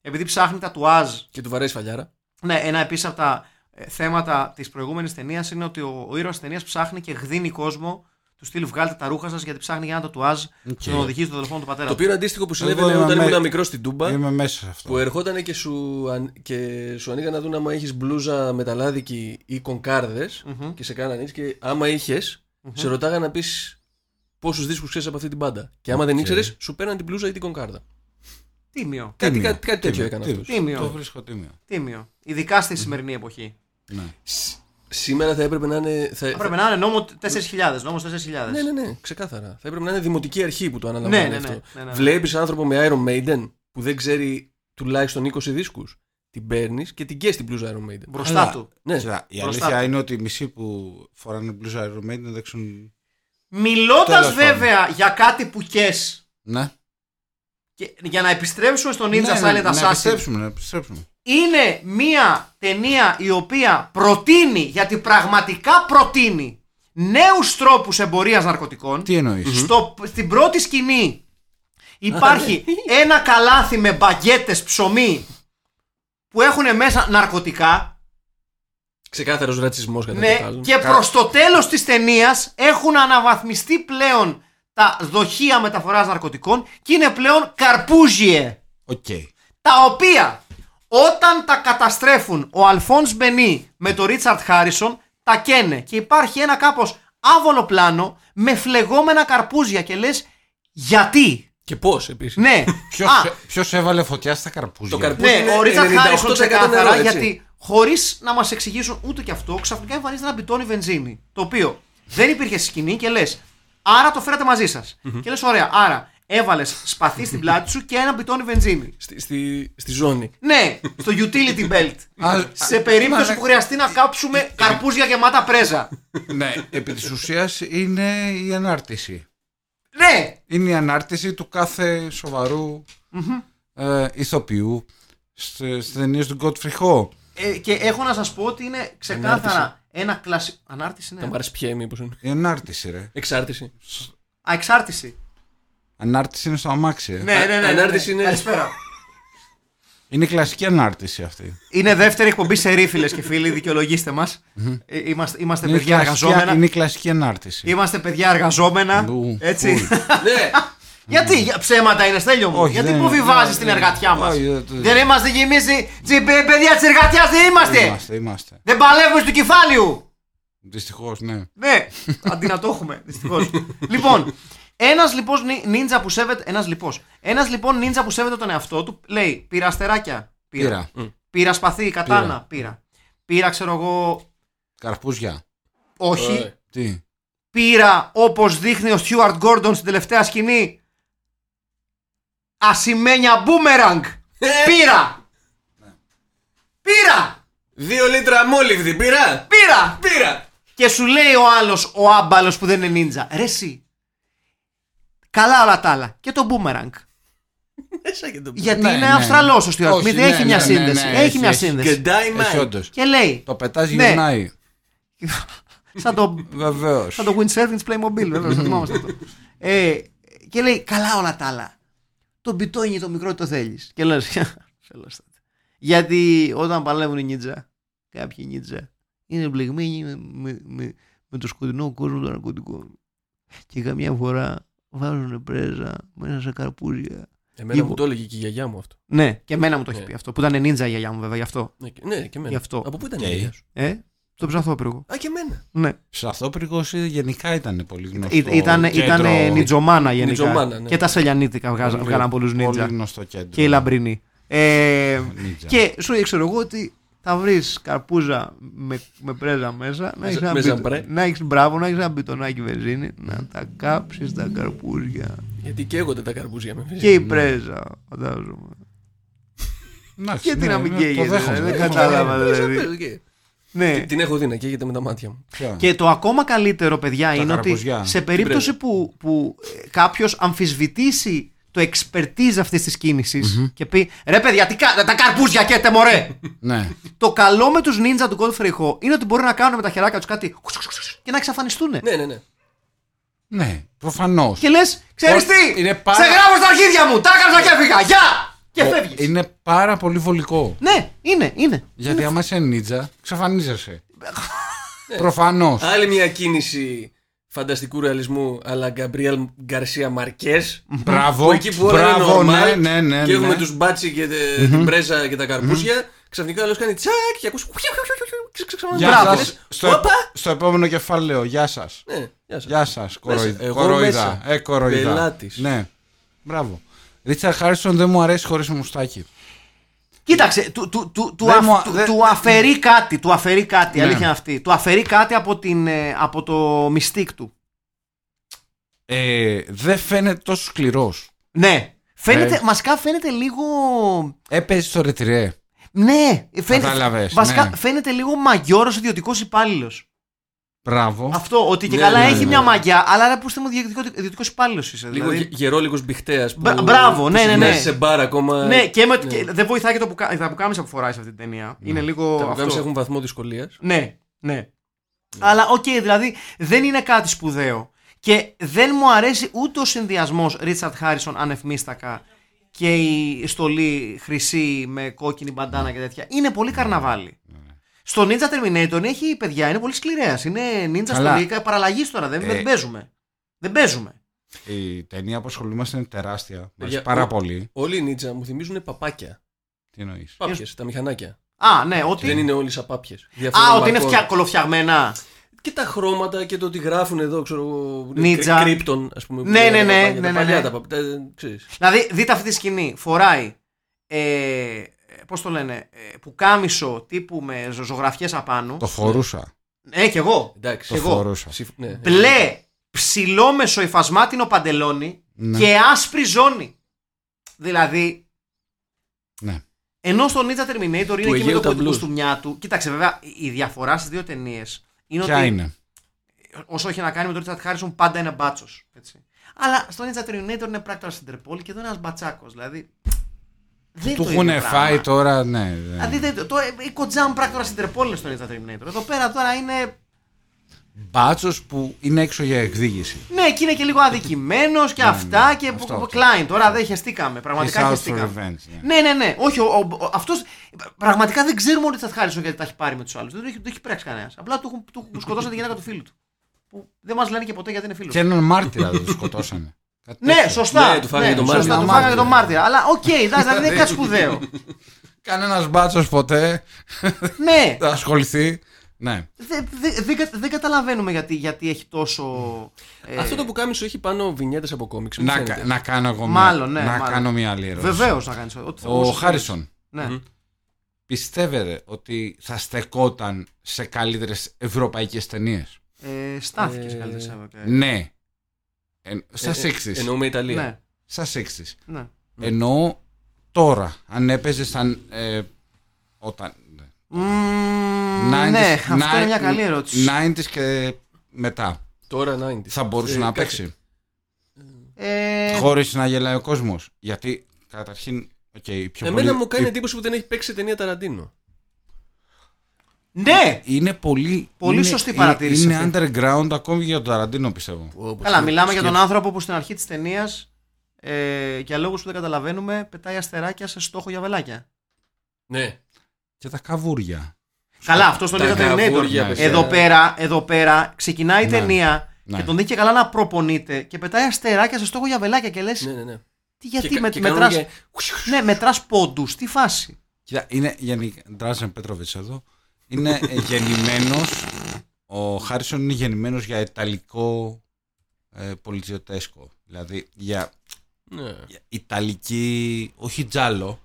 Speaker 1: επειδή ψάχνει τατουάζ.
Speaker 2: Και του βαρέσει φαλιάρα.
Speaker 1: Ναι, ένα επίσης από τα ε, θέματα της προηγούμενης ταινίας είναι ότι ο, ο ήρωας ταινίας ψάχνει και γδίνει κόσμο, του του στυλ βγάλτε τα ρούχα σας γιατί ψάχνει για ένα τατουάζ που τον οδηγεί στο δολοφόνο του πατέρα.
Speaker 2: Το
Speaker 1: του.
Speaker 2: πήρα αντίστοιχο που συνέβαινε
Speaker 5: Εγώ
Speaker 2: όταν
Speaker 5: είμαι-
Speaker 2: ήμουν μικρός στην Τούμπα.
Speaker 5: Είμαι μέσα σε αυτό.
Speaker 2: Που ερχόταν και σου, αν- και σου ανοίγαν να δουν άμα έχεις μπλούζα μεταλλάδικη ή κονκάρδες
Speaker 1: Μμμ.
Speaker 2: και σε κάνανε έτσι. Και άμα είχες, σε ρωτάγαν να πεις πόσους δίσκους ξέρεις από αυτή την πάντα. Και άμα δεν
Speaker 5: Οκ.
Speaker 2: ήξερες, σου παίρναν την μπλούζα ή την κονκάρδα.
Speaker 1: Τίμιο.
Speaker 2: Κάτι,
Speaker 5: Τίμιο,
Speaker 2: κάτι, κάτι τέτοιο
Speaker 5: τίμιο,
Speaker 2: έκανε
Speaker 5: τίμιο.
Speaker 2: αυτός.
Speaker 1: Τίμιο.
Speaker 5: Το βρίσκω τίμιο.
Speaker 1: Τίμιο. Ειδικά στη σημερινή εποχή.
Speaker 5: Ναι.
Speaker 2: Σήμερα θα έπρεπε να είναι. Ε, Θα,
Speaker 1: Θα πρέπει να είναι νόμο 4.000. Νόμος 4.000.
Speaker 2: Ναι, ναι, ναι, ξεκάθαρα. Θα έπρεπε να είναι δημοτική αρχή που το αναλαμβάνει
Speaker 1: Ναι, ναι, ναι,
Speaker 2: αυτό.
Speaker 1: ναι, ναι, ναι.
Speaker 2: Βλέπεις άνθρωπο με Iron Maiden που δεν ξέρει τουλάχιστον 20 δίσκους. Την παίρνεις και την καίς την μπλούζα Iron Maiden.
Speaker 1: Μπροστά
Speaker 5: Αλλά-
Speaker 1: του.
Speaker 2: Ναι,
Speaker 5: Κοίτα, η
Speaker 1: μπροστά
Speaker 5: αλήθεια
Speaker 1: του.
Speaker 5: είναι ότι οι μισοί που φοράνε μπλουζα Iron Maiden δεν ξέρουν.
Speaker 1: Μιλώντας
Speaker 5: Τέλος πάντων.
Speaker 1: βέβαια για κάτι που κες
Speaker 5: Ναι.
Speaker 1: Και για να επιστρέψουμε στο Ninja
Speaker 5: Ναι,
Speaker 1: Silent
Speaker 5: να
Speaker 1: Assassin,
Speaker 5: επιστρέψουμε, να επιστρέψουμε.
Speaker 1: είναι μία ταινία η οποία προτείνει, γιατί πραγματικά προτείνει, νέους τρόπους εμπορίας ναρκωτικών.
Speaker 5: Τι εννοείς.
Speaker 1: Στο, στην πρώτη σκηνή υπάρχει ένα καλάθι με μπαγκέτες ψωμί που έχουν μέσα ναρκωτικά.
Speaker 2: ξεκάθαρος ρατσισμός κατά
Speaker 1: Ναι,
Speaker 2: τα άλλα.
Speaker 1: και προς το τέλος της ταινίας έχουν αναβαθμιστεί πλέον τα δοχεία μεταφοράς ναρκωτικών και είναι πλέον καρπούζιε.
Speaker 5: Οκ.
Speaker 1: τα οποία όταν τα καταστρέφουν ο Αλφόνς Μπενί με τον Ρίτσαρτ Χάρισον τα καίνε και υπάρχει ένα κάπως άβολο πλάνο με φλεγόμενα καρπούζια και λες γιατί
Speaker 2: Και πώς επίσης. [laughs]
Speaker 1: ναι Α,
Speaker 5: Ποιος έβαλε φωτιά στα καρπούζια.
Speaker 2: Το καρπούζι
Speaker 1: ναι,
Speaker 2: είναι
Speaker 1: ο Ρίτσαρτ
Speaker 2: 98%
Speaker 1: Χάρισον ξεκάθαρα
Speaker 2: νερό, έτσι.
Speaker 1: γιατί χωρίς να μας εξηγήσουν ούτε και αυτό ξαφνικά εμφανίζεται ένα μπιτόνι βενζίνη το οποίο δεν υπήρχε στη σκηνή και λες άρα το φέρατε μαζί σας και λες ωραία άρα έβαλες σπαθί στην πλάτη σου και ένα μπιτόνι βενζίνη
Speaker 2: Στη, στη, στη ζώνη.
Speaker 1: Ναι, στο utility belt.
Speaker 5: Α,
Speaker 1: σε
Speaker 5: α,
Speaker 1: περίπτωση
Speaker 5: μα,
Speaker 1: που χρειαστεί να κάψουμε καρπούζια γεμάτα πρέζα.
Speaker 5: Ναι, επί της ουσίας είναι η ανάρτηση.
Speaker 1: Ναι,
Speaker 5: Είναι η ανάρτηση του κάθε σοβαρού ε, ηθοποιού στι ταινίες του Godfrey Ho.
Speaker 1: ε, και έχω να σας πω ότι είναι ξεκάθαρα ένα κλασικό. Ανάρτηση, ναι.
Speaker 2: Θα μ' αρέσει πια μήπω είναι.
Speaker 5: Η ανάρτηση, ρε.
Speaker 2: Εξάρτηση.
Speaker 1: [laughs] Α, εξάρτηση.
Speaker 5: Ανάρτηση είναι στο αμάξι. ε.
Speaker 1: Ναι, ναι, ναι. ναι,
Speaker 2: ανάρτηση
Speaker 1: ναι.
Speaker 2: είναι-
Speaker 1: Καλησπέρα.
Speaker 5: Είναι η κλασική ανάρτηση αυτή.
Speaker 1: Είναι δεύτερη εκπομπή σε ρήφιλε και φίλοι, δικαιολογήστε μας. Είμαστε, είμαστε
Speaker 5: Είναι η,
Speaker 1: παιδιά
Speaker 5: κλασική,
Speaker 1: εργαζόμενα.
Speaker 5: είναι η κλασική ανάρτηση.
Speaker 1: Είμαστε παιδιά εργαζόμενα.
Speaker 5: Ου,
Speaker 1: Έτσι.
Speaker 5: cool.
Speaker 2: ναι!
Speaker 1: Γιατί για- ψέματα είναι, στέλιο μου.
Speaker 5: Όχι,
Speaker 1: Γιατί
Speaker 5: δεν-
Speaker 1: υποβιβάζει
Speaker 5: δεν-
Speaker 1: την
Speaker 5: δεν-
Speaker 1: εργατιά μας.
Speaker 5: όχι, δεν-
Speaker 1: Δεν είμαστε κι εμεί παιδιά της εργατιάς, δεν είμαστε.
Speaker 5: Είμαστε, είμαστε.
Speaker 1: Δεν παλεύουμε στο κεφάλιο.
Speaker 5: Δυστυχώς, ναι.
Speaker 1: Ναι, αντί να το έχουμε, δυστυχώς. λοιπόν, ένας λοιπόν νι- νίντζα που σέβεται. Ένας λοιπόν. Ένας, λοιπόν νίντζα που σέβεται τον εαυτό του λέει: Πήρα αστεράκια. Πήρα. Πήρα,
Speaker 5: Πήρα.
Speaker 1: σπαθί, κατάνα. Πήρα. πήρα. ξέρω εγώ.
Speaker 5: Καρπούζια.
Speaker 1: Όχι.
Speaker 2: Ωραία.
Speaker 5: Τι.
Speaker 1: Πήρα όπως δείχνει ο Στιούαρτ Γκόρντον στην τελευταία σκηνή. Ασημένια [laughs] μπούμεραγκ.
Speaker 2: Ε,
Speaker 1: πήρα. πήρα.
Speaker 2: Δύο λίτρα μόλιβδη, πήρα!
Speaker 1: Πήρα.
Speaker 2: Πήρα!
Speaker 1: Και σου λέει ο άλλος, ο άμπαλος που δεν είναι νίντζα. Ρε εσύ. Καλά όλα τα άλλα. Και το boomerang.
Speaker 2: Μέσα και το
Speaker 1: Γιατί
Speaker 5: Ναι,
Speaker 1: είναι
Speaker 5: ναι.
Speaker 1: Αυστραλός ο Στιουαρτ
Speaker 5: Όχι,
Speaker 1: Σμιθ.
Speaker 5: ναι,
Speaker 1: Έχει
Speaker 5: ναι,
Speaker 1: μια
Speaker 5: ναι,
Speaker 1: σύνδεση.
Speaker 5: ναι, ναι,
Speaker 1: Έχει
Speaker 5: έχει,
Speaker 1: μια
Speaker 5: έχει.
Speaker 1: σύνδεση.
Speaker 2: Κεντάει
Speaker 5: Έχει
Speaker 2: μάι.
Speaker 5: όντως.
Speaker 1: Και λέει.
Speaker 5: Το πετάς
Speaker 1: Ναι.
Speaker 5: γυρνάει.
Speaker 1: Σαν το,
Speaker 5: Βεβαίως.
Speaker 1: σαν το windsurfing της Playmobil. Βέβαια, το
Speaker 2: [laughs]
Speaker 1: θυμόμαστε αυτό. Ε, και λέει. Καλά όλα τα άλλα. Το μπιτόνι το μικρό το θέλεις. Και λες. Γιατί όταν παλεύουν οι νίτζα, κάποιοι νίτζα είναι μπλεγμένοι με, με, με, με το σκοτεινό κόσμο των ναρκωτικών. Και καμιά φορά βάζουν πρέζα μέσα σε καρπούζια.
Speaker 2: Εμένα
Speaker 1: Ή-
Speaker 2: μου το έλεγε και η γιαγιά μου αυτό.
Speaker 1: Ναι, και εμένα μου το έχει
Speaker 2: Ναι.
Speaker 1: πει αυτό. Που ήταν νίντζα η γιαγιά μου, βέβαια, γι' αυτό.
Speaker 2: Ναι, και- Ναι, και εμένα.
Speaker 1: Γι' αυτό.
Speaker 2: Από πού ήταν η
Speaker 5: Οκ.
Speaker 2: γιαγιά σου.
Speaker 1: Ε, το ψαθόπυργο.
Speaker 2: Α, και εμένα.
Speaker 1: Ναι.
Speaker 5: Σαθόπυργο γενικά ήταν πολύ γνωστό.
Speaker 1: Ή- Ήταν, ήταν νιτζομάνα γενικά.
Speaker 2: Νιτζομάνα, ναι.
Speaker 1: Και τα σελιανίτικα βγάζα- βγάλαν πολλούς νίτζα.
Speaker 5: Πολύ γνωστό κέντρο.
Speaker 1: Και οι λαμπρινοί. Ε,
Speaker 5: Νίτζα.
Speaker 1: και σου λέει, ξέρω εγώ ότι θα βρεις καρπούζα με, με πρέζα μέσα. Να έχεις ένα
Speaker 2: με
Speaker 1: μπιτο-
Speaker 2: ζαμπρέ.
Speaker 1: να έχεις- μπράβο, να έχεις ένα μπιτονάκι βενζίνη. Να τα κάψεις τα καρπούζια.
Speaker 2: Γιατί καίγονται τα καρπούζια με
Speaker 1: Και η πρέζα, φαντάζομαι.
Speaker 5: Εντάξει, ναι,
Speaker 1: Γιατί να μην
Speaker 5: ναι,
Speaker 1: καίγεται.
Speaker 5: Το δέχομαι.
Speaker 1: Δεν
Speaker 5: το δέχομαι.
Speaker 1: κατάλαβα
Speaker 2: Πρέζα,
Speaker 1: δηλαδή.
Speaker 2: πρέζα, Ε, και-
Speaker 1: Ναι.
Speaker 2: Την έχω δει να καίγεται με τα μάτια μου.
Speaker 5: Ποια?
Speaker 1: Και το ακόμα καλύτερο, παιδιά, είναι ότι
Speaker 5: καρπουζιά.
Speaker 1: σε περίπτωση που, που κάποιος αμφισβητήσει το expertise αυτής της κινηση και πει ρε παιδιά, τι κα- τα καρπούζια καίτε μωρέ!
Speaker 5: Ναι.
Speaker 1: το καλό με τους νίντζα του Godfrey Ho είναι ότι μπορούν να κάνουν με τα χεράκια τους κάτι και να εξαφανιστούν.
Speaker 2: Ναι, ναι, ναι.
Speaker 5: Ναι, προφανώς.
Speaker 1: Και λες, ξέρεις
Speaker 5: Ω,
Speaker 1: τι!
Speaker 5: είναι πάρα- ε-
Speaker 1: Σε γράφω στα αρχίδια μου! Τα έκανα και έφυγα! Γεια! Και φεύγεις.
Speaker 5: Είναι πάρα πολύ βολικό.
Speaker 1: Ναι, είναι, είναι.
Speaker 5: Γιατί άμα είσαι νίτζα, ξαφανίζεσαι. Προφανώς.
Speaker 2: Άλλη μια κίνηση φανταστικού ρεαλισμού, αλλά Γκαμπριέλ Γκαρσία Μαρκές.
Speaker 5: Μπράβο.
Speaker 2: Που εκεί που όλα είναι
Speaker 5: μπράβο,
Speaker 2: normal
Speaker 5: ναι, ναι, ναι,
Speaker 2: και έχουμε
Speaker 5: ναι.
Speaker 2: τους μπάτσι και τε- την πρέζα και τα καρπουσια ξαφνικά ο άλλος κάνει τσακ και ακούς πιου, πιου, πιου, πιου, και ξανά-
Speaker 5: Γεια
Speaker 2: Μπράβο,
Speaker 5: σας.
Speaker 2: λες,
Speaker 5: Στο,
Speaker 2: «Όπα».
Speaker 5: στο επόμενο κεφάλαιο. Γεια σας.
Speaker 2: Ναι, γεια σας.
Speaker 5: Γεια σας.
Speaker 2: εγώ
Speaker 5: Κοροϊδά.
Speaker 2: μέσα.
Speaker 5: Ε, κοροϊδά.
Speaker 2: Πελάτης.
Speaker 5: Ναι. Μπράβο. Ρίτσαρ Χάρισον δεν μου αρέσει χωρίς μουστάκι.
Speaker 1: Κοίταξε, του, του, του, του,
Speaker 5: Δεν
Speaker 1: αφ-
Speaker 5: μου-
Speaker 1: του-
Speaker 5: δεν-
Speaker 1: του αφαιρεί κάτι. Του αφαιρεί κάτι. η
Speaker 5: Ναι.
Speaker 1: Αλήθεια είναι αυτή. Του αφαιρεί κάτι από, την, ε, από το μυστίκ του.
Speaker 5: Ε, δεν φαίνεται τόσο σκληρός.
Speaker 1: Ναι. Φαίνεται,
Speaker 5: Ναι.
Speaker 1: Βασικά φαίνεται λίγο.
Speaker 5: Έπαιζε στο ρετυρέ.
Speaker 1: Ναι, φαίνεται,
Speaker 5: Κατάλαβες,
Speaker 1: βασικά
Speaker 5: ναι.
Speaker 1: φαίνεται λίγο μαγιόρος ιδιωτικός υπάλληλος.
Speaker 5: Μπράβο.
Speaker 1: Αυτό, ότι και
Speaker 2: Ναι,
Speaker 1: καλά
Speaker 2: ναι,
Speaker 1: έχει
Speaker 2: ναι.
Speaker 1: μια μαγιά, αλλά ρε, πού είστε μου ιδιωτικό υπάλληλος είσαι.
Speaker 2: Λίγο
Speaker 1: δηλαδή.
Speaker 2: γε- γερόλικος μπιχτέας που-
Speaker 1: Μπρα- μπράβο,
Speaker 2: που
Speaker 1: ναι, ναι,
Speaker 2: συνδυάζει
Speaker 1: ναι.
Speaker 2: σε μπαρ ακόμα.
Speaker 1: Ναι, και, με,
Speaker 2: Ναι.
Speaker 1: και δεν βοηθάει και το πουκα... τα πουκάμισα που φοράει σε αυτή την ταινία. Είναι λίγο.
Speaker 2: Τα
Speaker 1: αυτό.
Speaker 2: πουκάμισα έχουν βαθμό δυσκολίας
Speaker 1: Ναι, ναι. Αλλά οκ, δηλαδή δεν είναι κάτι σπουδαίο. Και δεν μου αρέσει ούτε ο συνδυασμός Ρίτσαρτ Χάρισον ανεφμίστακα και η στολή χρυσή με κόκκινη μπαντάνα και τέτοια. Είναι πολύ
Speaker 2: Ναι.
Speaker 1: καρναβάλι. Στο Ninja Terminator έχει παιδιά, είναι πολύ σκληρέας. Είναι Ninja
Speaker 5: Καλά.
Speaker 1: στολή παραλλαγής τώρα. Δεν,
Speaker 5: Ε.
Speaker 1: δεν παίζουμε. Δεν παίζουμε.
Speaker 5: Η ταινία που ασχολούμαστε είναι τεράστια. Μου αρέσει
Speaker 2: Παιδιά,
Speaker 5: πάρα
Speaker 2: ο-
Speaker 5: πολύ.
Speaker 2: Όλοι οι Νίτσα μου θυμίζουν
Speaker 1: Ε,
Speaker 2: παπάκια.
Speaker 5: Τι εννοείς.
Speaker 2: Πάπιες, τα μηχανάκια.
Speaker 1: Α, ναι, ότι.
Speaker 2: Δεν είναι όλοι σαν πάπιες.
Speaker 1: Α,
Speaker 2: Διαφορών
Speaker 1: ότι είναι
Speaker 2: μαρκών.
Speaker 1: φτια... κολοφτιαγμένα.
Speaker 2: Και τα χρώματα και το ότι γράφουν εδώ, ξέρω εγώ.
Speaker 1: Νίτσα.
Speaker 2: Κρύπτον, ας πούμε. που
Speaker 1: Ναι,
Speaker 2: είναι τα
Speaker 1: ναι, ναι,
Speaker 2: παπάκια,
Speaker 1: ναι,
Speaker 2: τα
Speaker 1: ναι,
Speaker 2: παλιά,
Speaker 1: ναι.
Speaker 2: τα παπ- τα- ξέρεις.
Speaker 1: Δηλαδή, δείτε αυτή τη σκηνή. Φοράει. Ε, Πώς το λένε, ε, πουκάμισο τύπου με ζω- ζωγραφιές απάνω.
Speaker 5: Το φορούσα.
Speaker 1: Ε, κι εγώ.
Speaker 2: Εντάξει.
Speaker 5: Το
Speaker 1: Εγώ.
Speaker 5: φορούσα.
Speaker 2: Συμφ- ναι.
Speaker 1: Μπλε, ψηλό μεσοϊφασμάτινο παντελόνι
Speaker 5: Ναι.
Speaker 1: και άσπρη ζώνη. Δηλαδή.
Speaker 5: Ναι.
Speaker 1: Ενώ στο Ninja Terminator είναι εκεί
Speaker 2: Αιγαίου
Speaker 1: με το
Speaker 2: τα
Speaker 1: κωδικό
Speaker 2: blues.
Speaker 1: του μια του. Κοίταξε, βέβαια, η διαφορά στις δύο ταινίες είναι
Speaker 5: Ποια
Speaker 1: ότι
Speaker 5: είναι.
Speaker 1: όσο έχει να κάνει με τον Ρίτσαρτ Χάρισον πάντα είναι μπάτσος. Αλλά στο Ninja Terminator είναι πράκτορα στην Τερπόλη και εδώ είναι ένας μπατσάκος. Δηλαδή. Δεν
Speaker 5: Του
Speaker 1: το
Speaker 5: έχουν
Speaker 1: είναι πράγμα.
Speaker 5: φάει τώρα, ναι. δεν-
Speaker 1: Δηλαδή, δεν το, το, η κοντζάμ πράκτορα στην Τερπόλη είναι στο Ninja Terminator. Εδώ πέρα τώρα είναι.
Speaker 5: Μπάτσος που είναι έξω για εκδίκηση.
Speaker 1: Ναι, και είναι και λίγο αδικημένος και
Speaker 5: Ναι,
Speaker 1: αυτά
Speaker 5: ναι,
Speaker 1: και.
Speaker 5: αυτό, αυτό.
Speaker 1: Κλάιν. Τώρα δεν χεστήκαμε. Πραγματικά
Speaker 5: He's out for
Speaker 1: χεστήκαμε.
Speaker 5: revenge. ναι.
Speaker 1: Ναι, ναι, ναι. Όχι, ο, ο, ο- αυτός πραγματικά δεν ξέρουμε ο Ρίτσαρτ Χάρισον γιατί τα έχει πάρει με τους άλλους. Δεν το έχει, το έχει πράξει κανένας. Απλά του, έχουν- του, έχουν- σκοτώσαν τη γυναίκα του φίλου του. Που δεν μας λένε και ποτέ γιατί είναι φίλος.
Speaker 5: Και έναν
Speaker 1: [laughs]
Speaker 5: μάρτυρα δεν το σκοτώσανε. Κάτι
Speaker 1: Ναι,
Speaker 5: τέτοιο.
Speaker 1: σωστά.
Speaker 2: Ναι, του φάγανε το
Speaker 1: σωστά,
Speaker 5: μάρτυρα.
Speaker 1: του φάγανε το μάρτυρα. Αλλά οκ, εντάξει, δηλαδή δεν είναι κάτι σπουδαίο.
Speaker 5: Κανένας μπάτσος ποτέ
Speaker 1: ναι,
Speaker 5: θα ασχοληθεί. Ναι.
Speaker 1: δεν δε, δεν κα- δεν καταλαβαίνουμε γιατί, γιατί έχει τόσο. ε,
Speaker 2: Αυτό το πουκάμισο έχει πάνω βινιέτες από κόμιξ.
Speaker 5: Να, κα- να κάνω εγώ μια-
Speaker 1: Μάλλον, ναι,
Speaker 5: να
Speaker 1: μάλλον.
Speaker 5: κάνω μια άλλη ερώτηση.
Speaker 1: Βεβαίως να κάνεις.
Speaker 5: Ο Χάρισον
Speaker 1: Ναι.
Speaker 5: πιστεύετε ότι θα στεκόταν σε καλύτερες ευρωπαϊκές ταινίες.
Speaker 1: Ε, στάθηκε σε
Speaker 2: Ε,
Speaker 1: καλύτερη σέβα.
Speaker 5: Ναι. Ε, στα 60s.
Speaker 2: Εννοούμε Ιταλία.
Speaker 1: Ναι,
Speaker 5: Στα 60s.
Speaker 1: ναι.
Speaker 5: Εννοώ τώρα, αν έπαιζες σαν. ε, όταν.
Speaker 1: Μμμ,
Speaker 5: 90s,
Speaker 1: ναι, αυτό
Speaker 5: nine-
Speaker 1: είναι μια καλή ερώτηση.
Speaker 5: 90s και μετά.
Speaker 2: Τώρα 90.
Speaker 5: Θα μπορούσε
Speaker 2: Ε,
Speaker 5: να
Speaker 2: κάτι.
Speaker 5: παίξει.
Speaker 1: Ε,
Speaker 5: Χωρίς να γελάει ο κόσμος. Γιατί καταρχήν. οκ, οι πιο
Speaker 2: Εμένα
Speaker 5: πολλοί-
Speaker 2: μου κάνει
Speaker 5: οι-
Speaker 2: εντύπωση που δεν έχει παίξει ταινία Ταραντίνο.
Speaker 1: ναι!
Speaker 5: Είναι πολύ.
Speaker 1: Πολύ
Speaker 5: είναι-
Speaker 1: σωστή
Speaker 5: ε,
Speaker 1: παρατήρηση
Speaker 5: Είναι
Speaker 1: αυτή.
Speaker 5: underground ακόμη και για τον Ταραντίνο πιστεύω.
Speaker 1: Καλά, μιλάμε για τον άνθρωπο που στην αρχή της ταινίας ε, για λόγους που δεν καταλαβαίνουμε πετάει αστεράκια σε στόχο για βελάκια.
Speaker 2: Ναι.
Speaker 5: Και τα καβούρια.
Speaker 1: Καλά, αυτός τον
Speaker 2: Τα
Speaker 1: είδα
Speaker 2: καβούρια,
Speaker 1: Terminator.
Speaker 2: παιδιά.
Speaker 1: Εδώ πέρα, εδώ πέρα ξεκινάει η
Speaker 5: Ναι.
Speaker 1: ταινία
Speaker 5: Ναι.
Speaker 1: και τον δει και καλά να προπονείται και πετάει αστεράκια σε στόχο για βελάκια και λες.
Speaker 2: Ναι, ναι, ναι.
Speaker 1: Τι γιατί
Speaker 2: Και-
Speaker 1: με,
Speaker 2: και κάνουν
Speaker 1: μετράς,
Speaker 2: και-
Speaker 1: ναι, μετράς πόντους, τι φάση.
Speaker 5: Κοίτα, είναι γενικά. Ντράζεν Πέτροβιτ εδώ.
Speaker 1: [laughs]
Speaker 5: Είναι γεννημένος. Ο Χάρισον είναι γεννημένος για ιταλικό ε, πολιτιοτέσκο. Δηλαδή για
Speaker 2: Ναι.
Speaker 5: ιταλική. Όχι τζάλο.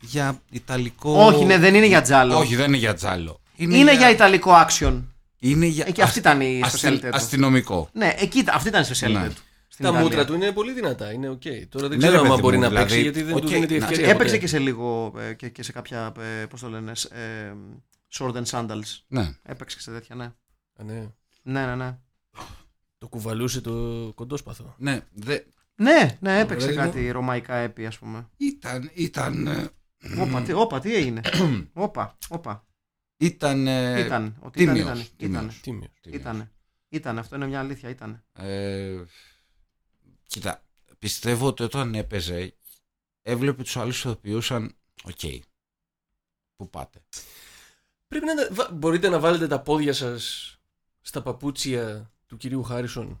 Speaker 5: Για ιταλικό.
Speaker 1: Όχι, ναι, δεν είναι για τζάλο.
Speaker 5: Όχι, δεν είναι για τζάλο.
Speaker 1: είναι, για... ιταλικό action.
Speaker 5: Είναι Ναι, για...
Speaker 1: Ε, και αυτή ήταν η
Speaker 5: αστι-
Speaker 1: specialty του.
Speaker 5: Αστυνομικό.
Speaker 1: Ναι, εκεί, ήταν- αυτή ήταν η speciality
Speaker 5: Ναι.
Speaker 1: του. Στην
Speaker 2: Τα
Speaker 1: Ιταλία.
Speaker 2: μούτρα του είναι πολύ δυνατά. Είναι οκ. Τώρα δεν
Speaker 5: Ναι, ρε
Speaker 2: ξέρω αν
Speaker 5: παιδί
Speaker 2: μπορεί
Speaker 5: μου,
Speaker 2: να
Speaker 5: δηλαδή,
Speaker 2: παίξει γιατί δεν του
Speaker 5: οκ,
Speaker 2: δίνεται η
Speaker 5: να-
Speaker 2: ευκαιρία.
Speaker 1: Έπαιξε
Speaker 2: ποτέ.
Speaker 1: και σε λίγο ε, και, και σε κάποια, ε, πώς το λένε, σ- ε, sword and sandals.
Speaker 5: Ναι.
Speaker 1: Έπαιξε και σε τέτοια, ναι.
Speaker 2: Α, ναι.
Speaker 1: Ναι, ναι, ναι.
Speaker 2: Το κουβαλούσε το κοντόσπαθο.
Speaker 5: ναι δε...
Speaker 1: Ναι, ναι, έπαιξε
Speaker 5: παιδί μου.
Speaker 1: κάτι ρωμαϊκά έπι, ας πούμε.
Speaker 5: Ήταν, ήταν, ε,
Speaker 1: Όπα, ναι. τι, όπα, τι
Speaker 5: [coughs]
Speaker 1: έγινε. όπα, όπα.
Speaker 5: ήταν, ε,
Speaker 1: Ήταν. Ότι ήταν,
Speaker 5: τίμιος,
Speaker 1: ήταν.
Speaker 5: τίμιος.
Speaker 2: Τίμιο.
Speaker 1: Ήταν. Ήταν. Αυτό είναι μια αλήθεια. Ήταν.
Speaker 5: Ε, κοίτα, πιστεύω ότι όταν έπαιζε, έβλεπε τους άλλους ηθοποιούς σαν, οκ, πού πάτε.
Speaker 2: Πρέπει να τα- βα- μπορείτε να βάλετε τα πόδια σας στα παπούτσια του κυρίου Χάρισον.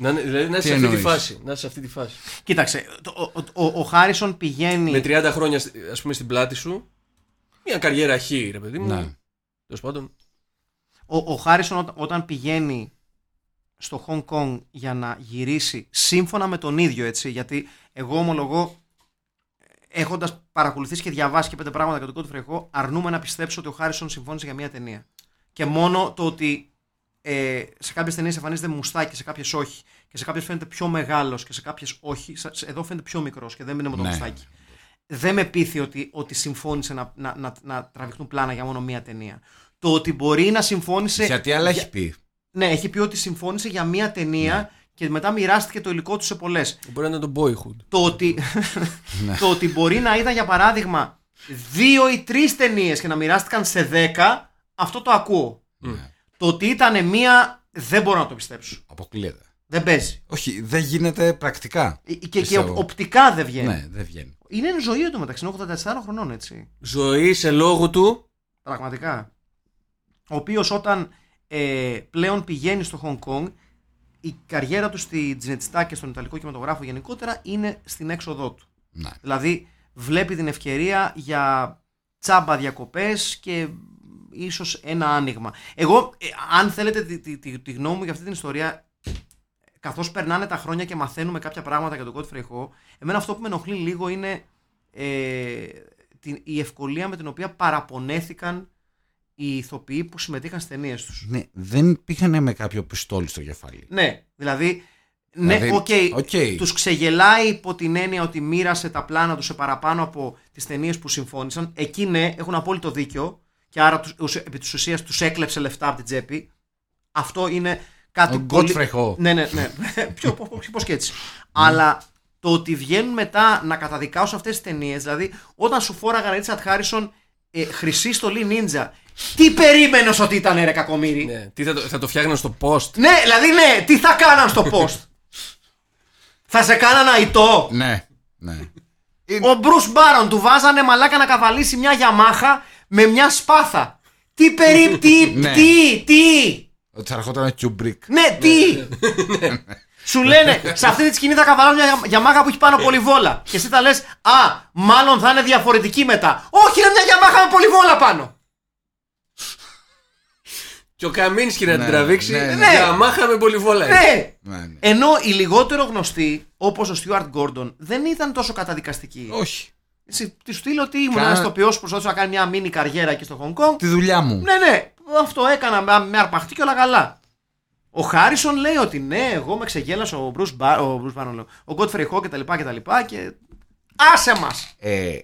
Speaker 2: να, είναι- δηλαδή να είσαι σε αυτή
Speaker 5: εννοείς?
Speaker 2: τη φάση. Να είσαι σε αυτή τη φάση.
Speaker 1: Κοίταξε, το- ο, ο, ο Χάρισον πηγαίνει.
Speaker 2: Με 30 χρόνια, σ- ας πούμε, στην πλάτη σου. Μια καριέρα χ, ρε παιδί μου.
Speaker 5: Ναι.
Speaker 2: Τέλος πάντων.
Speaker 1: Ο, ο Χάρισον όταν, όταν πηγαίνει στο Hong Kong για να γυρίσει σύμφωνα με τον ίδιο έτσι γιατί εγώ ομολογώ έχοντας παρακολουθήσει και διαβάσει και πέντε πράγματα για τον Κόντου Φρεχό αρνούμε να πιστέψω ότι ο Χάρισον συμφώνησε για μια ταινία και μόνο το ότι ε, σε κάποιες ταινίες εμφανίζεται μουστάκι σε κάποιες όχι και σε κάποιες φαίνεται πιο μεγάλος και σε κάποιες όχι Σα- σε- εδώ φαίνεται πιο μικρός και δεν είναι με το
Speaker 5: Ναι.
Speaker 1: μουστάκι δεν με πείθει ότι, ότι συμφώνησε να, να, να, να τραβηχτούν πλάνα για μόνο μία ταινία. Το ότι μπορεί να συμφώνησε.
Speaker 5: Γιατί άλλα
Speaker 1: για-
Speaker 5: έχει Ναι. πει.
Speaker 1: Ναι, έχει πει ότι συμφώνησε για μία ταινία και μετά μοιράστηκε το υλικό του σε πολλές.
Speaker 2: Μπορεί να είναι το boyhood.
Speaker 5: [laughs]
Speaker 1: Το, ότι...
Speaker 5: Ναι.
Speaker 1: το ότι μπορεί να ήταν για παράδειγμα δύο ή τρεις ταινίες και να μοιράστηκαν σε δέκα, αυτό το ακούω.
Speaker 5: Ναι,
Speaker 1: Το ότι ήταν μία. Δεν μπορώ να το πιστέψω.
Speaker 5: Αποκλείεται.
Speaker 1: Δεν παίζει.
Speaker 5: Όχι, δεν γίνεται πρακτικά.
Speaker 1: Ε, Και, και
Speaker 5: Πιστεύω.
Speaker 1: οπ- οπτικά δεν βγαίνει.
Speaker 5: Ναι, δεν βγαίνει.
Speaker 1: Είναι εν ζωή του μεταξύ, είναι 84 χρονών έτσι.
Speaker 2: Ζωή σε λόγου του.
Speaker 1: Πραγματικά. Ο οποίος όταν ε, πλέον πηγαίνει στο Χονγκ Κονγκ, η καριέρα του στη Τζινετιστά και στον Ιταλικό κινηματογράφο γενικότερα είναι στην έξοδό του.
Speaker 5: Ναι.
Speaker 1: Δηλαδή βλέπει την ευκαιρία για τσάμπα διακοπές και ίσως ένα άνοιγμα. Εγώ, ε, αν θέλετε τη, τη, τη, τη γνώμη μου για αυτή την ιστορία, καθώς περνάνε τα χρόνια και μαθαίνουμε κάποια πράγματα για τον Godfrey Ho, εμένα αυτό που με ενοχλεί λίγο είναι ε, την, η ευκολία με την οποία παραπονέθηκαν οι ηθοποιοί που συμμετείχαν στις ταινίες τους.
Speaker 5: Ναι, δεν πήγανε με κάποιο πιστόλι στο κεφάλι.
Speaker 1: Ναι, δηλαδή. Ναι,
Speaker 5: Δηλαδή,
Speaker 1: οκ.
Speaker 5: οκ.
Speaker 1: Τους ξεγελάει υπό την έννοια ότι μοίρασε τα πλάνα του σε παραπάνω από τις ταινίες που συμφώνησαν. Εκεί ναι, έχουν απόλυτο δίκιο. Και άρα τους, ουσια- επί της ουσίας τους έκλεψε λεφτά από την τσέπη. Αυτό είναι κάτι
Speaker 5: Ο Godfrey Ε, Ho.
Speaker 1: Ναι, ναι, [laughs] ναι. Πιο πώ και έτσι. Αλλά το ότι βγαίνουν μετά να καταδικάσουν αυτές τις ταινίες, δηλαδή όταν σου φόραγαν Ρίτσαρτ Χάρισον ε, χρυσή στολή νίντζα, τι περίμενες ότι ήταν ρε κακομίρι.
Speaker 2: Ναι. Τι θα το, θα το φτιάχνω στο post.
Speaker 1: Ναι, δηλαδή ναι, τι θα κάναν στο post. θα σε κάναν αητό.
Speaker 5: Ναι, ναι.
Speaker 1: Ο Μπρουσ Μπάρον του βάζανε μαλάκα να καβαλήσει μια γιαμάχα με μια σπάθα. Τι
Speaker 5: [laughs]
Speaker 1: περί... τι,
Speaker 5: Ναι.
Speaker 1: τι, τι,
Speaker 5: Ότι θα ερχόταν Κιουμπρίκ.
Speaker 1: ναι, τι.
Speaker 5: Ναι.
Speaker 1: Σου λένε, σε αυτή τη σκηνή θα καβαλάω μια γιαμάχα που έχει πάνω πολυβόλα. Και εσύ θα λες, α, μάλλον θα είναι διαφορετική μετά. Όχι, είναι μια γιαμάχα με πολυβόλα πάνω.
Speaker 2: Και ο Καμίνσκι να την
Speaker 5: Ναι,
Speaker 2: τραβήξει.
Speaker 5: ναι,
Speaker 1: ναι.
Speaker 2: Για μάχα με πολυβόλα.
Speaker 1: Ναι.
Speaker 5: Ναι, ναι.
Speaker 1: Ενώ οι λιγότερο γνωστοί, όπως ο Στιούαρτ Γκόρντον, δεν ήταν τόσο καταδικαστικοί.
Speaker 5: Όχι.
Speaker 1: Έτσι, τη στείλω ότι ήμουν
Speaker 5: Κάνα-
Speaker 1: ένα τοπιός που προσπαθούσε να κάνει μια μίνι καριέρα εκεί στο Χονγκ Κονγκ.
Speaker 5: Τη δουλειά μου.
Speaker 1: Ναι, ναι, αυτό έκανα με, με αρπαχτή και όλα καλά. Ο Χάρισον λέει ότι ναι, εγώ με ξεγέλασε ο Μπρουσ Μπάρον, ο, Bruce Barron, λέω, ο Godfrey Ho κτλ. κτλ και... Άσε μας!
Speaker 5: Ε,